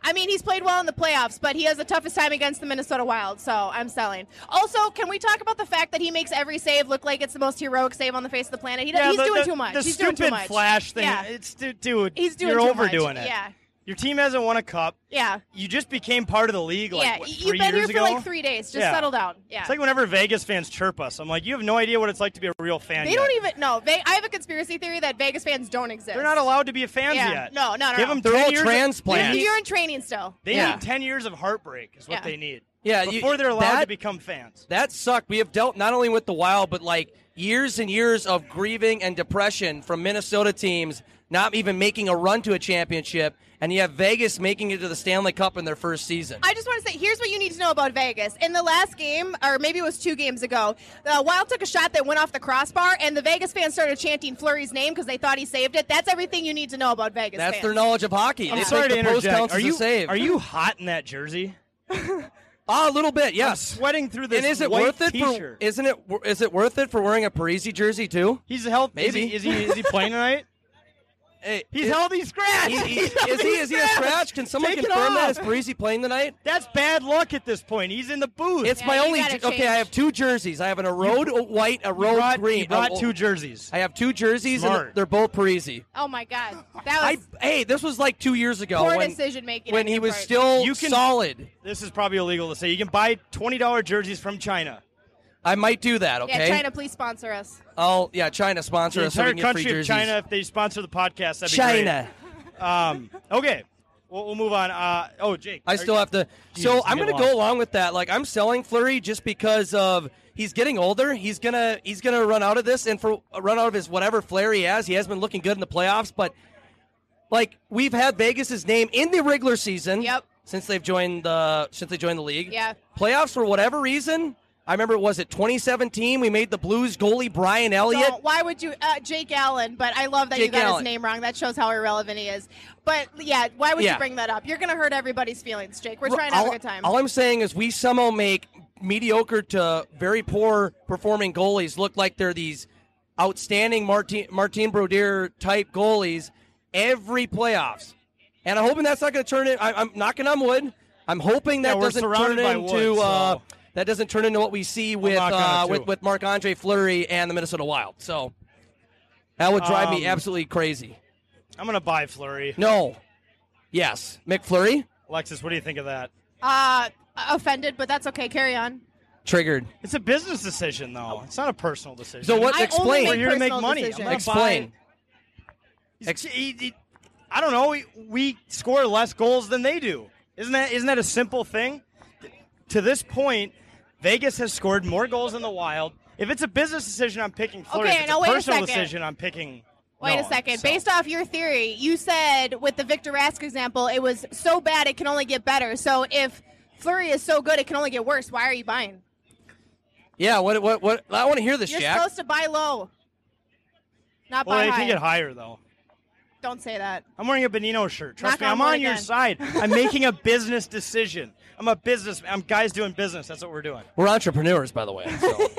[SPEAKER 4] I mean, he's played well in the playoffs, but he has the toughest time against the Minnesota Wild, so I'm selling. Also, can we talk about the fact that he makes every save look like it's the most heroic save on the face of the planet? He, does
[SPEAKER 5] Yeah,
[SPEAKER 4] he's
[SPEAKER 5] the-
[SPEAKER 4] doing
[SPEAKER 5] the-
[SPEAKER 4] too much.
[SPEAKER 5] The
[SPEAKER 4] he's doing
[SPEAKER 5] stupid
[SPEAKER 4] too much.
[SPEAKER 5] flash thing.
[SPEAKER 4] Yeah.
[SPEAKER 5] It's du- dude.
[SPEAKER 4] He's doing
[SPEAKER 5] You're
[SPEAKER 4] too
[SPEAKER 5] overdoing
[SPEAKER 4] much.
[SPEAKER 5] it.
[SPEAKER 4] Yeah.
[SPEAKER 5] Your team hasn't won a cup.
[SPEAKER 4] Yeah.
[SPEAKER 5] You just became part of the league. Like,
[SPEAKER 4] yeah.
[SPEAKER 5] what,
[SPEAKER 4] Y-
[SPEAKER 5] three
[SPEAKER 4] You've been here
[SPEAKER 5] years
[SPEAKER 4] for
[SPEAKER 5] ago?
[SPEAKER 4] like three days. Just
[SPEAKER 5] Yeah.
[SPEAKER 4] settle down. Yeah.
[SPEAKER 5] It's like whenever Vegas fans chirp us. I'm like, you have no idea what it's like to be a real fan.
[SPEAKER 4] they
[SPEAKER 5] yet.
[SPEAKER 4] don't even know. They, I have a conspiracy theory that Vegas fans don't exist.
[SPEAKER 5] They're not allowed to be a fan
[SPEAKER 4] Yeah.
[SPEAKER 5] yet.
[SPEAKER 4] No, no, no,
[SPEAKER 5] Give
[SPEAKER 4] no.
[SPEAKER 5] them
[SPEAKER 6] They're
[SPEAKER 5] 10
[SPEAKER 6] all
[SPEAKER 5] years
[SPEAKER 6] transplants.
[SPEAKER 5] Of,
[SPEAKER 4] You're in training still.
[SPEAKER 5] they
[SPEAKER 6] Yeah.
[SPEAKER 5] need 10 years of heartbreak is what
[SPEAKER 4] Yeah.
[SPEAKER 5] they need.
[SPEAKER 6] Yeah, you-
[SPEAKER 5] Before they're allowed to
[SPEAKER 6] that-
[SPEAKER 5] become fans.
[SPEAKER 6] That sucked. We have dealt not only with the Wild, but like years and years of grieving and depression from Minnesota teams not even making a run to a championship, and you have Vegas making it to the Stanley Cup in their first season.
[SPEAKER 4] I just want to say, here's what you need to know about Vegas. In the last game, or maybe it was two games ago, the Wild took a shot that went off the crossbar, and the Vegas fans started chanting Flurry's name because they thought he saved it. That's everything you need to know about Vegas.
[SPEAKER 6] That's
[SPEAKER 4] fans.
[SPEAKER 6] their knowledge of hockey.
[SPEAKER 5] I'm
[SPEAKER 6] They
[SPEAKER 5] sorry
[SPEAKER 6] think the
[SPEAKER 5] to
[SPEAKER 6] post
[SPEAKER 5] interject.
[SPEAKER 6] counts
[SPEAKER 5] Are
[SPEAKER 6] as
[SPEAKER 5] you,
[SPEAKER 6] a save.
[SPEAKER 5] are you hot in that jersey?
[SPEAKER 6] Ah, a little bit,
[SPEAKER 5] I'm
[SPEAKER 6] yes.
[SPEAKER 5] sweating through this
[SPEAKER 6] And is it
[SPEAKER 5] white
[SPEAKER 6] worth it
[SPEAKER 5] t-shirt.
[SPEAKER 6] for? Isn't it? Is it worth it for wearing a Parisi jersey too?
[SPEAKER 5] He's healthy.
[SPEAKER 6] Maybe.
[SPEAKER 5] Is he, is he, is he playing tonight?
[SPEAKER 6] Hey,
[SPEAKER 5] He's
[SPEAKER 6] is-
[SPEAKER 5] healthy scratch.
[SPEAKER 6] Is he,
[SPEAKER 5] He's
[SPEAKER 6] is he,
[SPEAKER 5] healthy
[SPEAKER 6] is he a scratch? Can someone
[SPEAKER 5] Take it
[SPEAKER 6] confirm that? Is
[SPEAKER 5] off.
[SPEAKER 6] Parisi playing tonight?
[SPEAKER 5] That's bad luck at this point. He's in the booth.
[SPEAKER 6] It's
[SPEAKER 4] Yeah,
[SPEAKER 6] my
[SPEAKER 4] you
[SPEAKER 6] only.
[SPEAKER 4] gotta
[SPEAKER 6] jer- Okay, I have two jerseys. I have an a road white, a
[SPEAKER 5] he
[SPEAKER 6] road
[SPEAKER 5] brought,
[SPEAKER 6] green.
[SPEAKER 5] he brought
[SPEAKER 6] Oh,
[SPEAKER 5] two jerseys.
[SPEAKER 6] I have two jerseys, and
[SPEAKER 5] Smart.
[SPEAKER 6] they're both Parisi.
[SPEAKER 4] Oh my God, that
[SPEAKER 6] I
[SPEAKER 4] was
[SPEAKER 6] hey, this was like two years ago
[SPEAKER 4] poor
[SPEAKER 6] when,
[SPEAKER 4] decision making.
[SPEAKER 6] when
[SPEAKER 4] on
[SPEAKER 6] he
[SPEAKER 4] your
[SPEAKER 6] was
[SPEAKER 4] part.
[SPEAKER 6] still
[SPEAKER 5] You can-
[SPEAKER 6] solid.
[SPEAKER 5] This is probably illegal to say. You can buy $20 jerseys from China.
[SPEAKER 6] I might do that.
[SPEAKER 4] Yeah,
[SPEAKER 6] Okay.
[SPEAKER 4] China, please sponsor us.
[SPEAKER 6] I'll yeah, China sponsor
[SPEAKER 5] The
[SPEAKER 6] us. so we
[SPEAKER 5] entire
[SPEAKER 6] can get free
[SPEAKER 5] country of
[SPEAKER 6] jerseys.
[SPEAKER 5] China, if they sponsor the podcast, that'd be
[SPEAKER 6] China.
[SPEAKER 5] great. Um, okay. We'll, we'll move on. Uh, oh, Jake.
[SPEAKER 6] I
[SPEAKER 5] are
[SPEAKER 6] still
[SPEAKER 5] you-
[SPEAKER 6] have to.
[SPEAKER 5] Jesus,
[SPEAKER 6] So
[SPEAKER 5] you
[SPEAKER 6] I'm
[SPEAKER 5] get
[SPEAKER 6] going to
[SPEAKER 5] lost.
[SPEAKER 6] go along with that. Like I'm selling Flurry just because of he's getting older. He's gonna he's gonna run out of this and for run out of his whatever flair he has. He has been looking good in the playoffs, but like we've had Vegas's name in the regular season.
[SPEAKER 4] Yep.
[SPEAKER 6] Since they've joined the since they joined the league.
[SPEAKER 4] Yeah.
[SPEAKER 6] Playoffs for whatever reason. I remember was it 2017? We made the Blues goalie Brian Elliott.
[SPEAKER 4] No, why would you, uh, Jake Allen? But I love that you
[SPEAKER 6] Jake
[SPEAKER 4] got
[SPEAKER 6] Allen.
[SPEAKER 4] his name wrong. That shows how irrelevant he is. But yeah, why would
[SPEAKER 6] Yeah.
[SPEAKER 4] you bring that up? You're going to hurt everybody's feelings, Jake. We're trying to
[SPEAKER 6] all,
[SPEAKER 4] have a good time.
[SPEAKER 6] all I'm saying is we somehow make mediocre to very poor performing goalies look like they're these outstanding Martin Martin Brodeur type goalies every playoffs. And I'm hoping that's not going to turn it. I, I'm knocking on wood. I'm hoping that
[SPEAKER 5] Yeah, we're
[SPEAKER 6] doesn't turn
[SPEAKER 5] surrounded by
[SPEAKER 6] into
[SPEAKER 5] wood,
[SPEAKER 6] uh,
[SPEAKER 5] so-
[SPEAKER 6] that doesn't turn into what we see with
[SPEAKER 5] knocking on it,
[SPEAKER 6] uh, with,
[SPEAKER 5] too.
[SPEAKER 6] with Marc Andre Fleury and the Minnesota Wild. So that would drive me
[SPEAKER 5] Um,
[SPEAKER 6] absolutely crazy.
[SPEAKER 5] I'm going to buy Flurry.
[SPEAKER 6] No. Yes, McFlurry.
[SPEAKER 5] Alexis, what do you think of that?
[SPEAKER 4] uh, offended, but that's okay. Carry on.
[SPEAKER 6] Triggered.
[SPEAKER 5] It's a business decision, though. It's not a personal decision.
[SPEAKER 6] So what-
[SPEAKER 5] I only
[SPEAKER 6] explain.
[SPEAKER 5] make We're here to make
[SPEAKER 6] personal
[SPEAKER 5] money. I'm
[SPEAKER 6] decisions.
[SPEAKER 5] not
[SPEAKER 6] Explain.
[SPEAKER 5] buying- He's- he- he- I don't know. We, we score less goals than they do. Isn't that isn't that a simple thing? To this point, Vegas has scored more goals than the Wild. If it's a business decision, I'm picking Flurry.
[SPEAKER 4] Okay,
[SPEAKER 5] if it's
[SPEAKER 4] now
[SPEAKER 5] a
[SPEAKER 4] wait a
[SPEAKER 5] personal
[SPEAKER 4] second.
[SPEAKER 5] decision, I'm picking.
[SPEAKER 4] Wait a
[SPEAKER 5] Noah.
[SPEAKER 4] second. Based off your theory, you said with the Victor Rask example, it was so bad it can only get better. So if Flurry is so good, it can only get worse. Why are you buying?
[SPEAKER 6] Yeah, what, what, what? I want to hear this,
[SPEAKER 4] You're
[SPEAKER 6] Jack.
[SPEAKER 4] supposed to buy low, not
[SPEAKER 5] Well,
[SPEAKER 4] buy
[SPEAKER 5] they
[SPEAKER 4] high.
[SPEAKER 5] can get higher though.
[SPEAKER 4] Don't say that.
[SPEAKER 5] I'm wearing a Benino shirt. Trust
[SPEAKER 4] Knock
[SPEAKER 5] me,
[SPEAKER 4] on
[SPEAKER 5] I'm
[SPEAKER 4] wood
[SPEAKER 5] on your
[SPEAKER 4] again.
[SPEAKER 5] side. I'm making a business decision. I'm a business. I'm guys doing business. That's what we're doing.
[SPEAKER 6] We're entrepreneurs, by the way. So.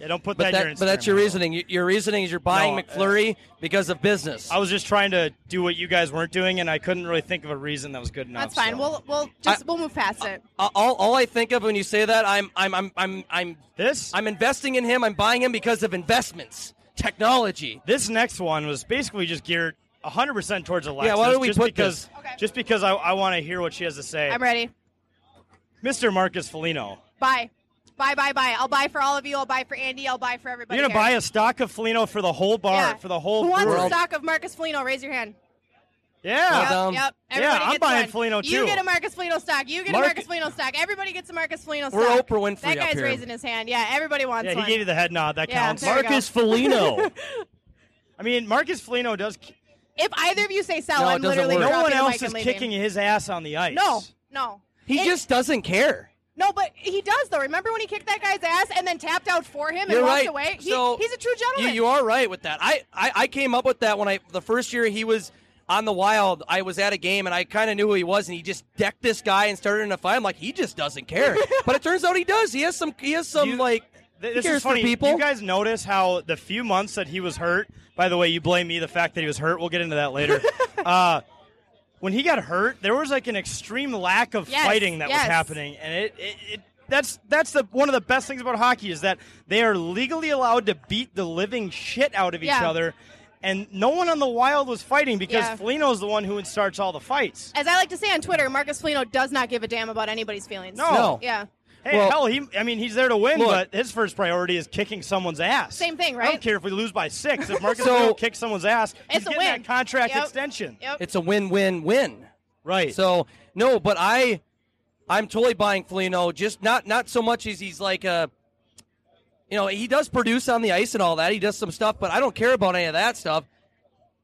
[SPEAKER 5] Yeah, don't put
[SPEAKER 6] but,
[SPEAKER 5] that, in your
[SPEAKER 6] that, but that's
[SPEAKER 5] Instagram.
[SPEAKER 6] your reasoning. Y- Your reasoning is you're buying
[SPEAKER 5] No, uh,
[SPEAKER 6] McFlurry because of business.
[SPEAKER 5] I was just trying to do what you guys weren't doing, and I couldn't really think of a reason that was good enough.
[SPEAKER 4] That's fine.
[SPEAKER 5] so.
[SPEAKER 4] We'll we'll just we'll move past it.
[SPEAKER 6] Uh, all, all I think of when you say that, I'm I'm I'm I'm I'm
[SPEAKER 5] this.
[SPEAKER 6] I'm investing in him. I'm buying him because of investments, technology.
[SPEAKER 5] This next one was basically just geared 100% towards Alexis.
[SPEAKER 6] why don't we
[SPEAKER 5] just
[SPEAKER 6] put
[SPEAKER 5] because,
[SPEAKER 6] this?
[SPEAKER 5] Just because I, I want to hear what she has to say.
[SPEAKER 4] I'm ready.
[SPEAKER 5] Mr. Marcus Foligno.
[SPEAKER 4] Buy, buy, buy, buy. I'll buy for all of you. I'll buy for Andy. I'll buy for everybody.
[SPEAKER 5] You're going to
[SPEAKER 4] here.
[SPEAKER 5] buy a stock of Foligno for the whole bar, for the whole
[SPEAKER 4] Who wants
[SPEAKER 5] brewery.
[SPEAKER 4] a stock of Marcus Foligno? Raise your hand.
[SPEAKER 5] Yeah.
[SPEAKER 6] um,
[SPEAKER 4] Yep. yep.
[SPEAKER 5] yeah,
[SPEAKER 4] Everybody
[SPEAKER 5] I'm
[SPEAKER 4] gets
[SPEAKER 5] buying
[SPEAKER 4] one.
[SPEAKER 5] Foligno too.
[SPEAKER 4] You get a Marcus Foligno stock. You get
[SPEAKER 5] Mark-
[SPEAKER 4] a Marcus Foligno stock. Everybody gets a Marcus Foligno stock.
[SPEAKER 5] We're Oprah Winfrey
[SPEAKER 4] That
[SPEAKER 5] up
[SPEAKER 4] guy's
[SPEAKER 5] here.
[SPEAKER 4] raising his hand. Yeah, everybody wants
[SPEAKER 5] yeah, he
[SPEAKER 4] one.
[SPEAKER 5] gave you the head nod. That
[SPEAKER 4] Yeah,
[SPEAKER 5] counts.
[SPEAKER 4] there we go. Marcus Foligno.
[SPEAKER 5] I mean, Marcus Foligno does.
[SPEAKER 4] if either of you say sell, I'm literally
[SPEAKER 5] No
[SPEAKER 4] dropping
[SPEAKER 5] one
[SPEAKER 4] the
[SPEAKER 5] else
[SPEAKER 4] mic
[SPEAKER 5] is
[SPEAKER 4] and leaving.
[SPEAKER 5] kicking his ass on the ice.
[SPEAKER 4] No, no.
[SPEAKER 6] He
[SPEAKER 4] It-
[SPEAKER 6] just doesn't care.
[SPEAKER 4] No, but he does though. Remember when he kicked that guy's ass and then tapped out for him
[SPEAKER 6] You're
[SPEAKER 4] and walked
[SPEAKER 6] right.
[SPEAKER 4] away? He,
[SPEAKER 6] So,
[SPEAKER 4] he's a true
[SPEAKER 6] You,
[SPEAKER 4] gentleman.
[SPEAKER 6] you are right with that. I, I, I came up with that when I the first year he was on the Wild. I was at a game and I kind of knew who he was, and he just decked this guy and started in a fight. I'm like, he just doesn't care. but it turns out he does. He has some. He has some like.
[SPEAKER 5] Th-
[SPEAKER 6] he
[SPEAKER 5] This
[SPEAKER 6] cares
[SPEAKER 5] is funny.
[SPEAKER 6] for people.
[SPEAKER 5] You guys notice how the few months that he was hurt. By the way, you blame me the fact that he was hurt. We'll get into that later. uh, when he got hurt, there was like an extreme lack of
[SPEAKER 9] Yes,
[SPEAKER 5] fighting that
[SPEAKER 9] yes.
[SPEAKER 5] was happening, and it, it, it that's that's the one of the best things about hockey is that they are legally allowed to beat the living shit out of each
[SPEAKER 4] Yeah.
[SPEAKER 5] other, and no one on the Wild was fighting because
[SPEAKER 4] Yeah.
[SPEAKER 5] Felino's the one who starts all the fights.
[SPEAKER 4] As I like to say on Twitter, Marcus Foligno does not give a damn about anybody's feelings.
[SPEAKER 5] No. No.
[SPEAKER 4] Yeah.
[SPEAKER 5] Hey,
[SPEAKER 4] Well-
[SPEAKER 5] hell, he, I mean, he's there to win,
[SPEAKER 6] Look.
[SPEAKER 5] but his first priority is kicking someone's ass.
[SPEAKER 4] Same thing,
[SPEAKER 5] I
[SPEAKER 4] right?
[SPEAKER 5] don't care if we lose by six. If Marcus
[SPEAKER 6] So-
[SPEAKER 5] so, kicks someone's ass, he's
[SPEAKER 4] It's a
[SPEAKER 5] getting
[SPEAKER 4] win.
[SPEAKER 5] that contract
[SPEAKER 4] Yep.
[SPEAKER 5] extension.
[SPEAKER 4] Yep.
[SPEAKER 6] It's a win-win-win.
[SPEAKER 5] Right.
[SPEAKER 6] So no, but I, I'm totally buying Felino. Just not not so much as he's like a, you know, he does produce on the ice and all that. He does some stuff, but I don't care about any of that stuff.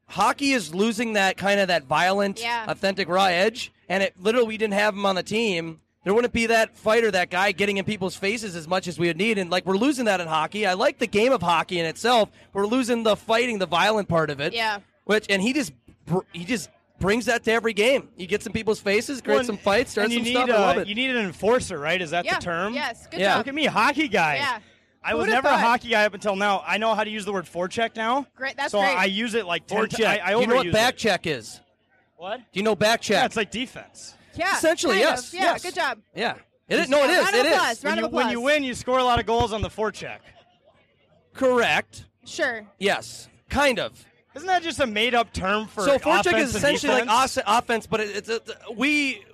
[SPEAKER 6] Hockey is losing that kind of that violent,
[SPEAKER 4] Yeah.
[SPEAKER 6] authentic raw edge, and it literally we didn't have him on the team. There wouldn't be that fighter, that guy getting in people's faces as much as we would need, and like we're losing that in hockey. I like the game of hockey in itself. We're losing the fighting, the violent part of it.
[SPEAKER 4] Yeah.
[SPEAKER 6] Which and he just br- he just brings that to every game. He gets in people's faces, creates
[SPEAKER 5] Well,
[SPEAKER 6] some fights, starts
[SPEAKER 5] and you
[SPEAKER 6] some
[SPEAKER 5] need,
[SPEAKER 6] stuff. I love
[SPEAKER 5] uh,
[SPEAKER 6] it.
[SPEAKER 5] You need an enforcer, right? Is that
[SPEAKER 4] Yeah.
[SPEAKER 5] the term?
[SPEAKER 4] Yes. Good Yeah. job.
[SPEAKER 5] Look at me, hockey guy.
[SPEAKER 4] Yeah.
[SPEAKER 5] I
[SPEAKER 4] Who
[SPEAKER 5] was
[SPEAKER 4] would've
[SPEAKER 5] never
[SPEAKER 4] thought?
[SPEAKER 5] a hockey guy up until now. I know how to use the word forecheck now.
[SPEAKER 4] Great, that's
[SPEAKER 5] so
[SPEAKER 4] great.
[SPEAKER 5] I use it like 10
[SPEAKER 6] Forecheck.
[SPEAKER 5] times. I, I
[SPEAKER 6] Do you know
[SPEAKER 5] overuse
[SPEAKER 6] what
[SPEAKER 5] it.
[SPEAKER 6] back check is?
[SPEAKER 5] What?
[SPEAKER 6] Do you know back check?
[SPEAKER 5] Yeah, it's like defense.
[SPEAKER 4] Yeah.
[SPEAKER 6] Essentially,
[SPEAKER 4] kind
[SPEAKER 6] yes,
[SPEAKER 4] of. Yeah.
[SPEAKER 6] yes.
[SPEAKER 4] Good job.
[SPEAKER 6] Yeah. It is. No, it is.
[SPEAKER 4] Round
[SPEAKER 6] It
[SPEAKER 4] of
[SPEAKER 6] is.
[SPEAKER 4] applause, round
[SPEAKER 5] When you,
[SPEAKER 4] of
[SPEAKER 5] when
[SPEAKER 4] applause.
[SPEAKER 5] you win, you score a lot of goals on the forecheck.
[SPEAKER 6] Correct.
[SPEAKER 4] Sure.
[SPEAKER 6] Yes. Kind of.
[SPEAKER 5] Isn't that just a made-up term for
[SPEAKER 6] so forecheck
[SPEAKER 5] offense
[SPEAKER 6] is
[SPEAKER 5] and
[SPEAKER 6] essentially
[SPEAKER 5] defense?
[SPEAKER 6] like os- offense, but it, it's, it's we.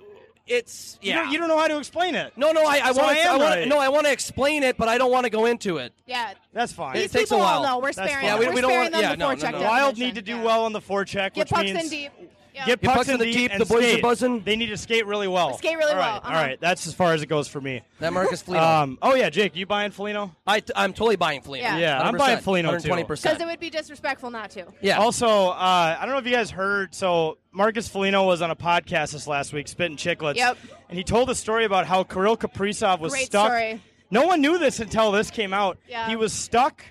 [SPEAKER 6] It's
[SPEAKER 5] You
[SPEAKER 6] yeah.
[SPEAKER 5] don't- you don't know how to explain it.
[SPEAKER 6] No, no. I, I
[SPEAKER 5] So
[SPEAKER 6] want.
[SPEAKER 5] I
[SPEAKER 6] to.
[SPEAKER 5] am
[SPEAKER 6] I want.
[SPEAKER 5] right.
[SPEAKER 6] No, I want to explain it, but I don't want to go into it.
[SPEAKER 4] Yeah.
[SPEAKER 5] That's fine.
[SPEAKER 6] It These takes a people all while. know. We're
[SPEAKER 5] That's
[SPEAKER 6] sparing
[SPEAKER 5] fine.
[SPEAKER 6] them. Yeah, we- We're we don't sparing want- them yeah, the no, no,
[SPEAKER 5] the
[SPEAKER 6] forecheck no.
[SPEAKER 5] Wild need to do well on the forecheck,
[SPEAKER 4] Get
[SPEAKER 5] which
[SPEAKER 4] pucks
[SPEAKER 5] means
[SPEAKER 4] in deep. Yeah.
[SPEAKER 5] get
[SPEAKER 6] Get
[SPEAKER 5] pucks,
[SPEAKER 6] pucks in the deep,
[SPEAKER 5] and
[SPEAKER 6] the boys are
[SPEAKER 5] skate.
[SPEAKER 6] buzzing.
[SPEAKER 5] They need to skate really well.
[SPEAKER 4] Skate really
[SPEAKER 5] All
[SPEAKER 4] well,
[SPEAKER 5] right, all
[SPEAKER 4] uh-huh.
[SPEAKER 5] right, that's as far as it goes for me.
[SPEAKER 6] That Marcus Foligno.
[SPEAKER 5] Um, oh yeah, Jake, you buying Felino?
[SPEAKER 6] I, I'm totally buying Felino.
[SPEAKER 4] Yeah.
[SPEAKER 5] Yeah, I'm buying Foligno too.
[SPEAKER 6] 120%.
[SPEAKER 4] Because it would be disrespectful not to.
[SPEAKER 6] Yeah.
[SPEAKER 5] Also, uh, I don't know if you guys heard. So Marcus Foligno was on a podcast this last week, spitting chicklets.
[SPEAKER 4] Yep.
[SPEAKER 5] And he told a story about how Kirill Kaprizov was
[SPEAKER 4] Great
[SPEAKER 5] stuck.
[SPEAKER 4] story.
[SPEAKER 5] No one knew this until this came out.
[SPEAKER 4] Yeah.
[SPEAKER 5] He was stuck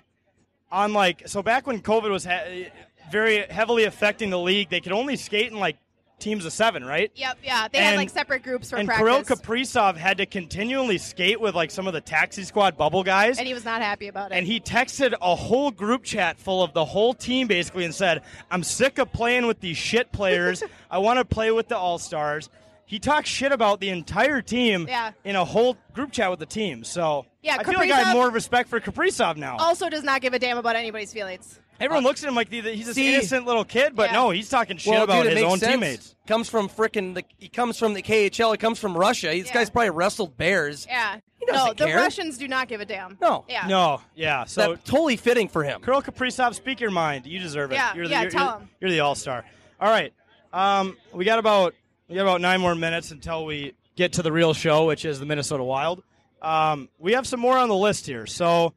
[SPEAKER 5] on like so back when COVID was ha- very heavily affecting the league. They could only skate in like teams of seven, right?
[SPEAKER 4] Yep. Yeah. They had
[SPEAKER 5] And-
[SPEAKER 4] like separate groups for
[SPEAKER 5] and Kirill
[SPEAKER 4] practice.
[SPEAKER 5] Kaprizov had to continually skate with like some of the taxi squad bubble guys.
[SPEAKER 4] and he was not happy about it.
[SPEAKER 5] And he texted a whole group chat full of the whole team basically and said, I'm sick of playing with these shit players. I want to play with the All Stars. he talks shit about the entire team
[SPEAKER 4] Yeah.
[SPEAKER 5] in a whole group chat with the team. So
[SPEAKER 4] Yeah,
[SPEAKER 5] I feel like
[SPEAKER 4] Kaprizov-
[SPEAKER 5] I
[SPEAKER 4] Oh,
[SPEAKER 5] have more respect for Kaprizov now.
[SPEAKER 4] Also, does not give a damn about anybody's feelings.
[SPEAKER 5] Everyone looks at him like he's this
[SPEAKER 6] See-
[SPEAKER 5] innocent little kid, but
[SPEAKER 4] uh, Yeah.
[SPEAKER 5] no, he's talking shit
[SPEAKER 6] Well,
[SPEAKER 5] about
[SPEAKER 6] dude, it
[SPEAKER 5] his
[SPEAKER 6] makes
[SPEAKER 5] own
[SPEAKER 6] sense.
[SPEAKER 5] teammates.
[SPEAKER 6] Comes from frickin' the. He comes from the KHL. He comes from Russia. These guy's probably wrestled bears.
[SPEAKER 4] Yeah.
[SPEAKER 6] doesn't
[SPEAKER 4] No, the
[SPEAKER 6] care.
[SPEAKER 4] Russians do not give a damn.
[SPEAKER 6] No.
[SPEAKER 4] Yeah.
[SPEAKER 5] No, yeah. So
[SPEAKER 6] That- totally fitting for him.
[SPEAKER 5] Kirill Kaprizov, speak your mind. You deserve it.
[SPEAKER 4] Yeah,
[SPEAKER 5] you're the,
[SPEAKER 4] yeah,
[SPEAKER 5] You're,
[SPEAKER 4] tell
[SPEAKER 5] you're-
[SPEAKER 4] him.
[SPEAKER 5] you're the all star. All right. Um, we got about we got about nine more minutes until we get to the real show, which is the Minnesota Wild. Um, we have some more on the list here, so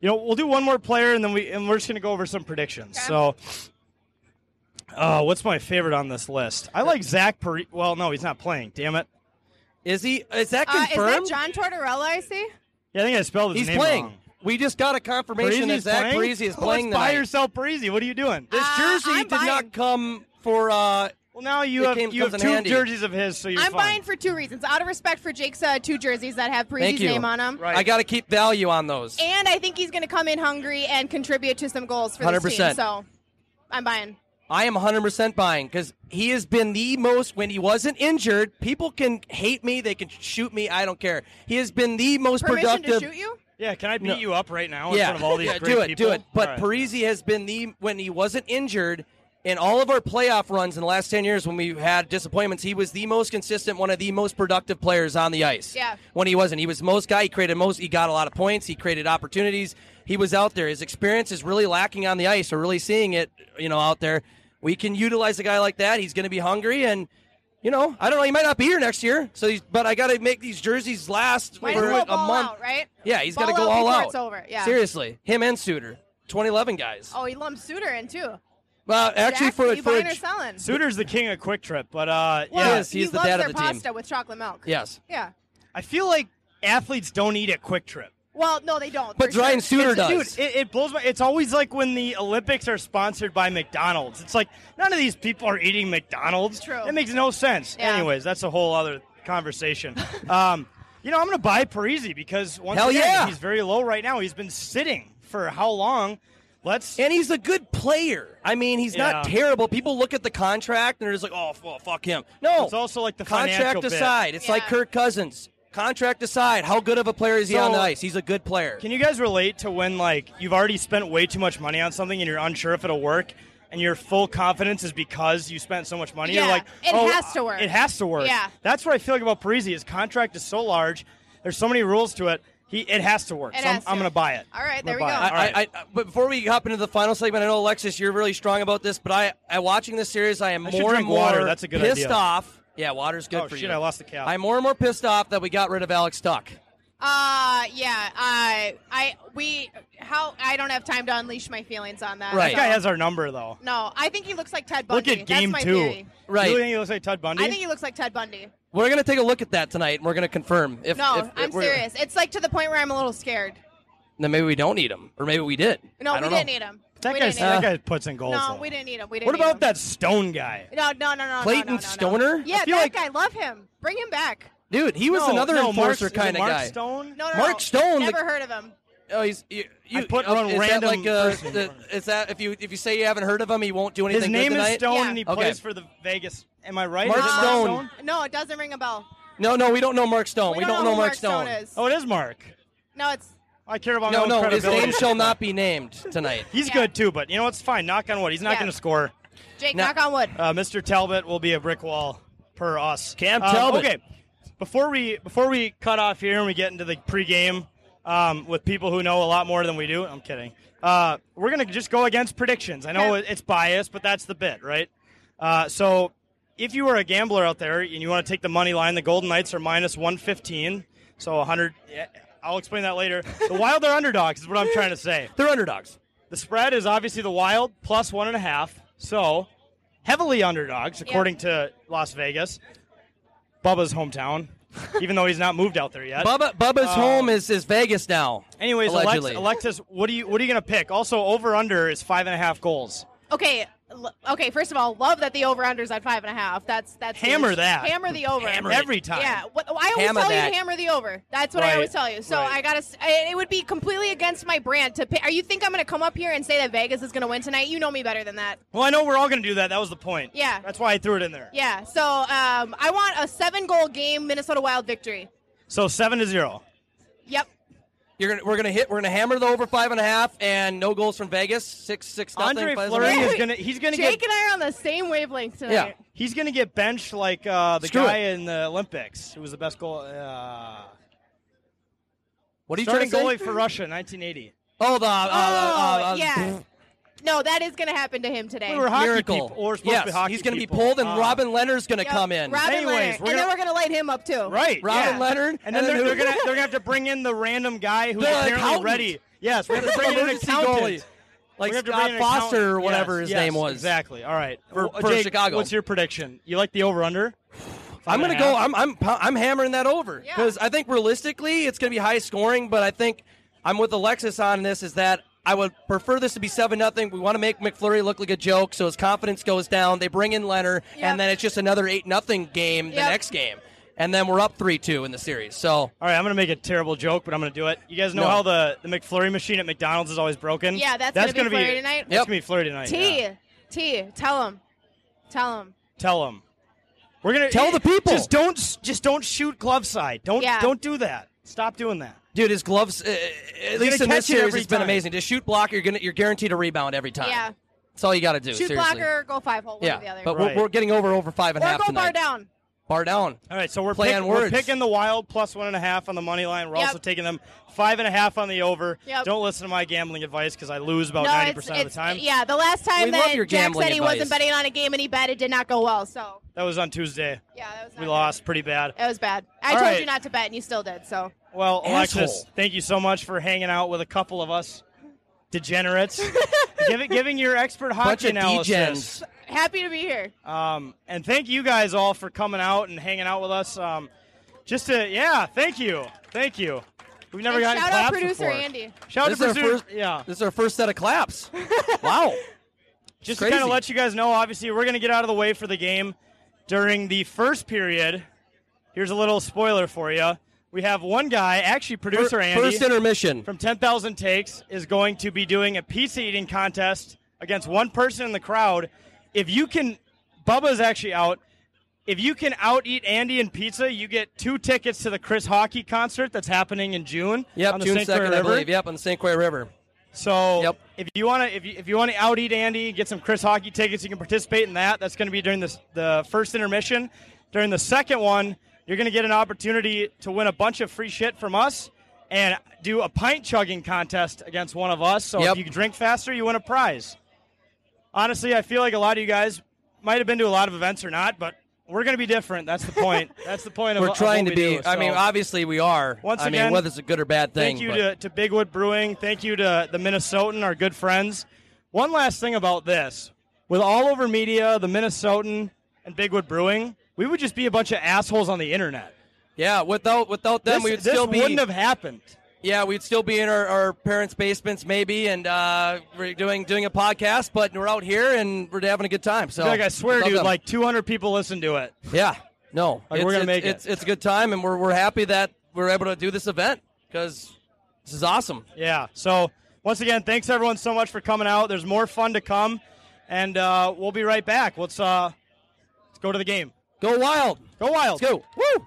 [SPEAKER 5] you know we'll do one more player, and then we and we're just gonna go over some predictions. So. Uh, what's my favorite on this list? I like Zach Parise. Well, no, he's not playing. Damn it.
[SPEAKER 6] Is he? Is that
[SPEAKER 4] Uh, is that
[SPEAKER 6] confirmed?
[SPEAKER 4] John Tortorella? I see.
[SPEAKER 5] Yeah, I think I spelled his
[SPEAKER 6] He's
[SPEAKER 5] name
[SPEAKER 6] playing.
[SPEAKER 5] wrong.
[SPEAKER 6] We just got a confirmation that
[SPEAKER 5] Parise's
[SPEAKER 6] Zach
[SPEAKER 5] playing?
[SPEAKER 6] Parisi is playing
[SPEAKER 5] Let's buy
[SPEAKER 6] tonight.
[SPEAKER 5] yourself Parisi. What are you doing?
[SPEAKER 6] This
[SPEAKER 4] Uh,
[SPEAKER 6] jersey did not come for. uh
[SPEAKER 5] Well, now you
[SPEAKER 6] it
[SPEAKER 5] have
[SPEAKER 6] came-
[SPEAKER 5] you have
[SPEAKER 6] comes
[SPEAKER 5] two
[SPEAKER 6] in handy.
[SPEAKER 5] jerseys of his, so you're
[SPEAKER 4] I'm
[SPEAKER 5] fine.
[SPEAKER 4] buying for two reasons. Out of respect for Jake's uh, two jerseys that have Parisi's
[SPEAKER 6] Thank you.
[SPEAKER 4] name on them.
[SPEAKER 6] I got to keep value on those.
[SPEAKER 4] And I think he's going to come in hungry and contribute to some goals for this team.
[SPEAKER 6] 100%.
[SPEAKER 4] So I'm buying.
[SPEAKER 6] I am 100% buying because he has been the most, when he wasn't injured, people can hate me, they can shoot me, I don't care. He has been the most
[SPEAKER 4] Permission
[SPEAKER 6] productive.
[SPEAKER 4] to shoot you?
[SPEAKER 5] Yeah, can I beat
[SPEAKER 6] No.
[SPEAKER 5] you up right now in
[SPEAKER 6] yeah,
[SPEAKER 5] front of all these
[SPEAKER 6] yeah,
[SPEAKER 5] great
[SPEAKER 6] do it,
[SPEAKER 5] people?
[SPEAKER 6] do it. But
[SPEAKER 5] All right.
[SPEAKER 6] Parisi has been the, when he wasn't injured, in all of our playoff runs in the last 10 years when we had disappointments, he was the most consistent, one of the most productive players on the ice.
[SPEAKER 4] Yeah.
[SPEAKER 6] When he wasn't, he was the most guy, he created most, he got a lot of points, he created opportunities. He was out there. His experience is really lacking on the ice. We're really seeing it, you know, out there. We can utilize a guy like that. He's going to be hungry and you know, I don't know. He might not be here next year, so he's, but I got to make these jerseys last
[SPEAKER 4] Might as
[SPEAKER 6] for
[SPEAKER 4] well
[SPEAKER 6] a
[SPEAKER 4] ball
[SPEAKER 6] month.
[SPEAKER 4] out, right?
[SPEAKER 6] Yeah, he's got to
[SPEAKER 4] Ball
[SPEAKER 6] go
[SPEAKER 4] out
[SPEAKER 6] all
[SPEAKER 4] before
[SPEAKER 6] out.
[SPEAKER 4] it's over, yeah.
[SPEAKER 6] Seriously, him and Suter, 2011 guys.
[SPEAKER 4] Oh, he lumped Suter in too.
[SPEAKER 6] Well, actually,
[SPEAKER 4] Jack,
[SPEAKER 6] for
[SPEAKER 4] are
[SPEAKER 6] a
[SPEAKER 4] you
[SPEAKER 6] for a
[SPEAKER 4] buying or
[SPEAKER 6] j-
[SPEAKER 4] selling?
[SPEAKER 5] Suter's the king of Quick Trip, but uh,
[SPEAKER 6] Well,
[SPEAKER 5] yeah,
[SPEAKER 6] Yes, he's
[SPEAKER 4] he
[SPEAKER 6] the
[SPEAKER 4] loves
[SPEAKER 6] dad of
[SPEAKER 4] their
[SPEAKER 6] the team.
[SPEAKER 4] pasta with chocolate milk.
[SPEAKER 6] yes,
[SPEAKER 4] Yeah.
[SPEAKER 5] I feel like athletes don't eat at Quick Trip.
[SPEAKER 4] Well, no, they don't.
[SPEAKER 6] But
[SPEAKER 4] for
[SPEAKER 6] Ryan
[SPEAKER 4] sure.
[SPEAKER 6] Suter
[SPEAKER 5] It's-
[SPEAKER 6] does.
[SPEAKER 5] Dude, it, it blows my. It's always like when the Olympics are sponsored by McDonald's. It's like none of these people are eating McDonald's.
[SPEAKER 4] True.
[SPEAKER 5] It makes no sense.
[SPEAKER 4] Yeah.
[SPEAKER 5] Anyways, that's a whole other conversation. um, you know, I'm going to buy Parisi because once
[SPEAKER 6] Hell
[SPEAKER 5] again,
[SPEAKER 6] yeah.
[SPEAKER 5] he's very low right now. He's been sitting for how long? Let's
[SPEAKER 6] and he's a good player. I mean, he's not
[SPEAKER 5] Yeah.
[SPEAKER 6] terrible. People look at the contract and they're just like, "Oh, well, fuck him." No,
[SPEAKER 5] It's also like the financial
[SPEAKER 6] contract
[SPEAKER 5] bit.
[SPEAKER 6] aside. It's like
[SPEAKER 4] Yeah.
[SPEAKER 6] Kirk Cousins. Contract aside, how good of a player is he on
[SPEAKER 5] So-
[SPEAKER 6] the ice? He's a good player.
[SPEAKER 5] Can you guys relate to when like you've already spent way too much money on something and you're unsure if it'll work, and your full confidence is because you spent so much money? You're
[SPEAKER 4] Yeah,
[SPEAKER 5] like,
[SPEAKER 4] it
[SPEAKER 5] "Oh,
[SPEAKER 4] has to work."
[SPEAKER 5] It has to work.
[SPEAKER 4] Yeah.
[SPEAKER 5] That's what I feel like about Parisi. His contract is so large. There's so many rules to it. He it has to work.
[SPEAKER 4] It
[SPEAKER 5] so I'm,
[SPEAKER 4] has to.
[SPEAKER 5] I'm gonna buy it.
[SPEAKER 4] All right,
[SPEAKER 5] I'm
[SPEAKER 4] there we
[SPEAKER 5] gonna buy
[SPEAKER 4] go.
[SPEAKER 5] it. All right.
[SPEAKER 6] I, I, but before we hop into the final segment, I know Alexis, you're really strong about this, but I, I watching this series, I am
[SPEAKER 5] I should
[SPEAKER 6] more and
[SPEAKER 5] drink
[SPEAKER 6] more
[SPEAKER 5] water. That's a good
[SPEAKER 6] pissed
[SPEAKER 5] idea.
[SPEAKER 6] off. Yeah, water's good
[SPEAKER 5] oh
[SPEAKER 6] for
[SPEAKER 5] shit!
[SPEAKER 6] you.
[SPEAKER 5] I lost the cow.
[SPEAKER 6] I'm more and more pissed off that we got rid of Alex Tuck.
[SPEAKER 4] Uh, yeah. I, I, we, how? I don't have time to unleash my feelings on that.
[SPEAKER 6] Right.
[SPEAKER 5] That
[SPEAKER 4] so-
[SPEAKER 5] guy has our number though.
[SPEAKER 4] No, I think he looks like Ted
[SPEAKER 5] Look
[SPEAKER 4] Bundy.
[SPEAKER 5] at game
[SPEAKER 4] That's my
[SPEAKER 5] two.
[SPEAKER 4] Theory.
[SPEAKER 6] Right.
[SPEAKER 5] You really think he looks like Todd Bundy?
[SPEAKER 4] I think he looks like Ted Bundy.
[SPEAKER 6] We're gonna take a look at that tonight, and we're gonna confirm if.
[SPEAKER 4] No,
[SPEAKER 6] if, if
[SPEAKER 4] I'm
[SPEAKER 6] we're-
[SPEAKER 4] serious. It's like to the point where I'm a little scared.
[SPEAKER 6] Then maybe we don't need him, or maybe we did.
[SPEAKER 4] No,
[SPEAKER 6] I
[SPEAKER 4] we
[SPEAKER 6] don't
[SPEAKER 4] didn't
[SPEAKER 6] know.
[SPEAKER 4] need him.
[SPEAKER 5] that
[SPEAKER 4] we
[SPEAKER 5] guy.
[SPEAKER 4] didn't need
[SPEAKER 5] That
[SPEAKER 4] him.
[SPEAKER 5] guy puts in goals.
[SPEAKER 4] No,
[SPEAKER 5] though.
[SPEAKER 4] we didn't need him. We didn't.
[SPEAKER 5] What
[SPEAKER 4] need
[SPEAKER 5] about
[SPEAKER 4] him.
[SPEAKER 5] that Stone guy?
[SPEAKER 4] No, no, no, no. no,
[SPEAKER 6] Clayton
[SPEAKER 4] no, no, no.
[SPEAKER 6] Stoner? I
[SPEAKER 4] Yeah, that
[SPEAKER 6] feel like-
[SPEAKER 4] guy. Love him. Bring him back.
[SPEAKER 6] Dude, he was
[SPEAKER 5] No,
[SPEAKER 6] another
[SPEAKER 5] no, Mark-
[SPEAKER 6] enforcer
[SPEAKER 5] is it
[SPEAKER 6] kind of
[SPEAKER 5] Mark
[SPEAKER 6] guy.
[SPEAKER 5] Stone.
[SPEAKER 4] No, no,
[SPEAKER 6] Mark
[SPEAKER 4] no.
[SPEAKER 6] Stone, the-
[SPEAKER 4] Never heard of him.
[SPEAKER 6] Oh, he's you. you
[SPEAKER 5] put
[SPEAKER 6] oh,
[SPEAKER 5] one
[SPEAKER 6] is
[SPEAKER 5] random
[SPEAKER 6] That like, uh,
[SPEAKER 5] person.
[SPEAKER 6] the, is that if you if you say you haven't heard of him, he won't do anything.
[SPEAKER 5] His
[SPEAKER 6] good
[SPEAKER 5] name is
[SPEAKER 6] tonight?
[SPEAKER 5] Stone,
[SPEAKER 4] Yeah.
[SPEAKER 5] and he
[SPEAKER 6] Okay.
[SPEAKER 5] plays for the Vegas. Am I right?
[SPEAKER 6] Mark
[SPEAKER 5] Is it
[SPEAKER 6] Stone.
[SPEAKER 4] Uh-uh. No, it doesn't ring a bell.
[SPEAKER 6] No, no, we don't know Mark Stone.
[SPEAKER 4] We,
[SPEAKER 6] don't, know
[SPEAKER 4] who
[SPEAKER 6] Mark Stone.
[SPEAKER 4] Stone is.
[SPEAKER 5] Oh, it is Mark.
[SPEAKER 4] No, it's
[SPEAKER 5] I care about
[SPEAKER 6] No,
[SPEAKER 5] my own
[SPEAKER 6] no, his
[SPEAKER 5] credibility.
[SPEAKER 6] name shall not be named tonight.
[SPEAKER 5] He's
[SPEAKER 4] Yeah.
[SPEAKER 5] good too, but you know what's fine. Knock on wood. He's not
[SPEAKER 4] Yeah.
[SPEAKER 5] going to score.
[SPEAKER 4] Jake.
[SPEAKER 6] Now-
[SPEAKER 4] knock on wood.
[SPEAKER 5] Uh, Mr. Talbot will be a brick wall per us.
[SPEAKER 1] Cam
[SPEAKER 5] Um,
[SPEAKER 1] Talbot.
[SPEAKER 5] okay, before we before we cut off here and we get into the pregame um, with people who know a lot more than we do. I'm kidding. Uh, we're gonna just go against predictions. I know
[SPEAKER 4] Okay.
[SPEAKER 5] it's biased, but that's the bit, right? Uh, so if you are a gambler out there and you want to take the money line, the Golden Knights are minus 115. So 100. yeah, I'll explain that later. The Wild are underdogs, is what I'm trying to say.
[SPEAKER 6] They're underdogs.
[SPEAKER 5] The spread is obviously the Wild plus one and a half, so heavily underdogs according to Las Vegas, Bubba's hometown, even though he's not moved out there yet.
[SPEAKER 6] Bubba, Bubba's
[SPEAKER 5] Uh,
[SPEAKER 6] home is, is Vegas now.
[SPEAKER 5] Anyways, Alex,
[SPEAKER 6] allegedly.
[SPEAKER 5] Alexis, what are you what are you gonna pick? Also, over under is five and a half goals.
[SPEAKER 4] Okay, l- okay. First of all, love that the over unders at five and a half. That's that's
[SPEAKER 5] Hammer
[SPEAKER 4] huge.
[SPEAKER 5] that.
[SPEAKER 4] Hammer the over
[SPEAKER 5] Hammer it. Every time.
[SPEAKER 4] Yeah, what, I always
[SPEAKER 5] Hammer
[SPEAKER 4] tell
[SPEAKER 5] that.
[SPEAKER 4] you hammer the over. That's what
[SPEAKER 5] Right,
[SPEAKER 4] I always tell you. So
[SPEAKER 5] right.
[SPEAKER 4] I gotta. s- I- It would be completely against my brand to. Pick, are you think I'm gonna come up here and say that Vegas is gonna win tonight? You know me better than that.
[SPEAKER 5] Well, I know we're all going to do that. That was the point.
[SPEAKER 4] Yeah.
[SPEAKER 5] That's why I threw it in there.
[SPEAKER 4] Yeah. So um, I want a seven goal game Minnesota Wild victory.
[SPEAKER 5] So seven to zero.
[SPEAKER 4] Yep.
[SPEAKER 6] You're gonna we're gonna hit we're gonna hammer the over five and a half and no goals from Vegas six six nothing.
[SPEAKER 5] Andre
[SPEAKER 6] five-
[SPEAKER 5] Fleury is gonna. He's gonna
[SPEAKER 4] Jake
[SPEAKER 5] get.
[SPEAKER 4] and I are on the same wavelength tonight.
[SPEAKER 5] Yeah. He's gonna get benched like uh, the
[SPEAKER 6] Screw
[SPEAKER 5] guy in the Olympics who was the best goal. Uh,
[SPEAKER 6] What are you
[SPEAKER 5] starting
[SPEAKER 6] trying to
[SPEAKER 5] goalie
[SPEAKER 6] say?
[SPEAKER 5] for Russia, 1980.
[SPEAKER 6] Oh the uh, uh, uh,
[SPEAKER 4] Oh, yeah. No, that is going to happen to him today.
[SPEAKER 5] We were hockey
[SPEAKER 6] Miracle.
[SPEAKER 5] people. Or supposed
[SPEAKER 6] yes,
[SPEAKER 5] to be hockey
[SPEAKER 6] he's gonna
[SPEAKER 5] people.
[SPEAKER 6] be pulled, and
[SPEAKER 5] Ah.
[SPEAKER 6] Robin Leonard's gonna
[SPEAKER 4] Yep,
[SPEAKER 6] come in.
[SPEAKER 4] Robin
[SPEAKER 5] Anyways,
[SPEAKER 4] Leonard.
[SPEAKER 5] we're
[SPEAKER 4] and then
[SPEAKER 5] gonna-
[SPEAKER 4] we're going to light him up too.
[SPEAKER 5] Right.
[SPEAKER 6] Robin
[SPEAKER 5] yeah.
[SPEAKER 6] Leonard,
[SPEAKER 5] And then
[SPEAKER 6] and
[SPEAKER 5] they're,
[SPEAKER 6] then
[SPEAKER 5] they're
[SPEAKER 6] who?
[SPEAKER 5] gonna they're gonna have to bring in the random guy who's
[SPEAKER 6] The
[SPEAKER 5] apparently
[SPEAKER 6] accountant.
[SPEAKER 5] ready. Yes, we have to
[SPEAKER 6] Some
[SPEAKER 5] bring in an
[SPEAKER 6] emergency
[SPEAKER 5] accountant.
[SPEAKER 6] goalie. Like
[SPEAKER 5] We have to
[SPEAKER 6] Scott
[SPEAKER 5] bring in an
[SPEAKER 6] Foster or
[SPEAKER 5] accountant.
[SPEAKER 6] whatever
[SPEAKER 5] Yes,
[SPEAKER 6] his
[SPEAKER 5] yes,
[SPEAKER 6] name was.
[SPEAKER 5] Exactly. All right.
[SPEAKER 6] For-
[SPEAKER 5] Uh,
[SPEAKER 6] for
[SPEAKER 5] Jake,
[SPEAKER 6] Chicago.
[SPEAKER 5] What's your prediction? You like the over under?
[SPEAKER 6] I'm
[SPEAKER 5] and a
[SPEAKER 6] gonna go.
[SPEAKER 5] half?
[SPEAKER 6] I'm I'm pu- I'm hammering that over because I think realistically it's gonna be high scoring, but I think I'm with Alexis on this. Is that I would prefer this to be seven nothing. We want to make McFlurry look like a joke, so his confidence goes down. They bring in Leonard, and then it's just another eight nothing game the
[SPEAKER 5] Yep.
[SPEAKER 6] next game, and then we're up three two in the series. So
[SPEAKER 5] All right, I'm going to make a terrible joke, but I'm going to do it. You guys know
[SPEAKER 6] No.
[SPEAKER 5] how the, the McFlurry machine at McDonald's is always broken?
[SPEAKER 4] Yeah, that's
[SPEAKER 5] going
[SPEAKER 4] gonna
[SPEAKER 5] to
[SPEAKER 4] be Flurry tonight?
[SPEAKER 5] That's
[SPEAKER 4] Yep.
[SPEAKER 5] going to be Flurry tonight.
[SPEAKER 4] T.
[SPEAKER 5] yeah.
[SPEAKER 4] T. Tell him. Tell him.
[SPEAKER 5] Tell them. We're going to
[SPEAKER 6] Tell the people.
[SPEAKER 5] Just don't s- just don't shoot glove side. Don't
[SPEAKER 4] Yeah.
[SPEAKER 5] don't do that. Stop doing that.
[SPEAKER 6] Dude, his gloves. Uh, at least
[SPEAKER 5] gonna
[SPEAKER 6] in this
[SPEAKER 5] catch it
[SPEAKER 6] series,
[SPEAKER 5] every
[SPEAKER 6] it's been
[SPEAKER 5] time.
[SPEAKER 6] amazing. Just shoot block, you're gonna you're guaranteed a rebound every
[SPEAKER 5] Uh,
[SPEAKER 6] time.
[SPEAKER 4] Yeah.
[SPEAKER 6] that's all you got to do.
[SPEAKER 4] Shoot
[SPEAKER 6] seriously.
[SPEAKER 4] blocker, go five hole, one
[SPEAKER 6] yeah,
[SPEAKER 4] or the other.
[SPEAKER 6] but we're, we're getting over over five and a
[SPEAKER 4] or
[SPEAKER 6] half
[SPEAKER 4] go bar
[SPEAKER 6] tonight.
[SPEAKER 4] down.
[SPEAKER 6] Bar down.
[SPEAKER 5] All right, so we're,
[SPEAKER 6] Play
[SPEAKER 5] pick-
[SPEAKER 6] on
[SPEAKER 5] we're
[SPEAKER 6] words.
[SPEAKER 5] picking the Wild plus one and a half on the money line. We're
[SPEAKER 4] Yep.
[SPEAKER 5] also taking them five and a half on the over.
[SPEAKER 4] Yep.
[SPEAKER 5] Don't listen to my gambling advice because I lose about
[SPEAKER 4] no,
[SPEAKER 5] Oh, ninety
[SPEAKER 4] it's,
[SPEAKER 5] percent of
[SPEAKER 4] it's,
[SPEAKER 5] the time.
[SPEAKER 4] Yeah, the last time
[SPEAKER 5] We love your
[SPEAKER 4] that Jack
[SPEAKER 5] gambling
[SPEAKER 4] said he
[SPEAKER 5] advice.
[SPEAKER 4] wasn't betting on a game and he bet, it did not go well. So
[SPEAKER 5] That was on Tuesday.
[SPEAKER 4] Yeah, that was
[SPEAKER 5] we lost pretty bad.
[SPEAKER 4] it was bad. I
[SPEAKER 5] All
[SPEAKER 4] told
[SPEAKER 5] right.
[SPEAKER 4] you not to bet, and you still did. So
[SPEAKER 5] Well, Alexis,
[SPEAKER 6] Asshole.
[SPEAKER 5] thank you so much for hanging out with a couple of us degenerates, giving, giving your expert
[SPEAKER 6] Bunch
[SPEAKER 5] hockey
[SPEAKER 6] of
[SPEAKER 5] analysis.
[SPEAKER 4] happy to be here.
[SPEAKER 5] Um, and thank you guys all for coming out and hanging out with us. Um, just to yeah, thank you, thank you. We've never
[SPEAKER 4] And
[SPEAKER 5] gotten
[SPEAKER 4] shout out
[SPEAKER 5] claps
[SPEAKER 4] producer
[SPEAKER 5] before.
[SPEAKER 4] Andy.
[SPEAKER 6] This
[SPEAKER 5] Shout out
[SPEAKER 6] is
[SPEAKER 5] to
[SPEAKER 6] our
[SPEAKER 5] producer.
[SPEAKER 6] first-
[SPEAKER 5] yeah,
[SPEAKER 6] This is our first set of claps. wow.
[SPEAKER 5] just to
[SPEAKER 6] Crazy.
[SPEAKER 5] kind of let you guys know, obviously, we're going to get out of the way for the game during the first period. Here's a little spoiler for you. We have one guy, actually, producer
[SPEAKER 6] Fir-
[SPEAKER 5] Andy.
[SPEAKER 6] first intermission.
[SPEAKER 5] From 10,000 Takes is going to be doing a pizza eating contest against one person in the crowd. If you can, Bubba's actually out. If you can out eat Andy and pizza, you get two tickets to the Chris Hockey concert that's happening in June.
[SPEAKER 6] Yep,
[SPEAKER 5] on the
[SPEAKER 6] June
[SPEAKER 5] St. Clair
[SPEAKER 6] second, I
[SPEAKER 5] River.
[SPEAKER 6] believe. Yep, on the St. Croix River.
[SPEAKER 5] So
[SPEAKER 6] Yep.
[SPEAKER 5] if you want to if you, if you want to out eat Andy, get some Chris Hockey tickets. You can participate in that. That's going to be during this the first intermission. During the second one, you're going to get an opportunity to win a bunch of free shit from us and do a pint chugging contest against one of us. So
[SPEAKER 6] Yep.
[SPEAKER 5] if you drink faster, you win a prize. Honestly, I feel like a lot of you guys might have been to a lot of events or not, but we're going to be different. That's the point. That's the point. of,
[SPEAKER 6] We're
[SPEAKER 5] of
[SPEAKER 6] trying
[SPEAKER 5] what
[SPEAKER 6] to
[SPEAKER 5] we
[SPEAKER 6] be.
[SPEAKER 5] do,
[SPEAKER 6] I mean,
[SPEAKER 5] so.
[SPEAKER 6] obviously we are.
[SPEAKER 5] Once
[SPEAKER 6] I
[SPEAKER 5] again,
[SPEAKER 6] mean, whether it's a good or bad thing.
[SPEAKER 5] Thank you
[SPEAKER 6] but-
[SPEAKER 5] to, to Bigwood Brewing. Thank you to the Minnesotan, our good friends. One last thing about this with all over media, the Minnesotan, and Bigwood Brewing, we would just be a bunch of assholes on the internet.
[SPEAKER 6] yeah, without without them,
[SPEAKER 5] this
[SPEAKER 6] we would
[SPEAKER 5] this
[SPEAKER 6] still be.
[SPEAKER 5] wouldn't have happened.
[SPEAKER 6] yeah, we'd still be in our, our parents' basements maybe, and uh, we're doing doing a podcast. But we're out here and we're having a good time. So
[SPEAKER 5] like I swear,
[SPEAKER 6] without
[SPEAKER 5] dude,
[SPEAKER 6] them.
[SPEAKER 5] like 200 people listen to it.
[SPEAKER 6] yeah, no,
[SPEAKER 5] Like,
[SPEAKER 6] it's,
[SPEAKER 5] we're gonna
[SPEAKER 6] it's-
[SPEAKER 5] make it.
[SPEAKER 6] It's, it's a good time, and we're we're happy that we're able to do this event because this is awesome.
[SPEAKER 5] Yeah. So once again, thanks everyone so much for coming out. There's more fun to come, and uh, we'll be right back. Let's uh, let's go to the game.
[SPEAKER 6] Go wild.
[SPEAKER 5] Go wild.
[SPEAKER 6] Let's go. Woo.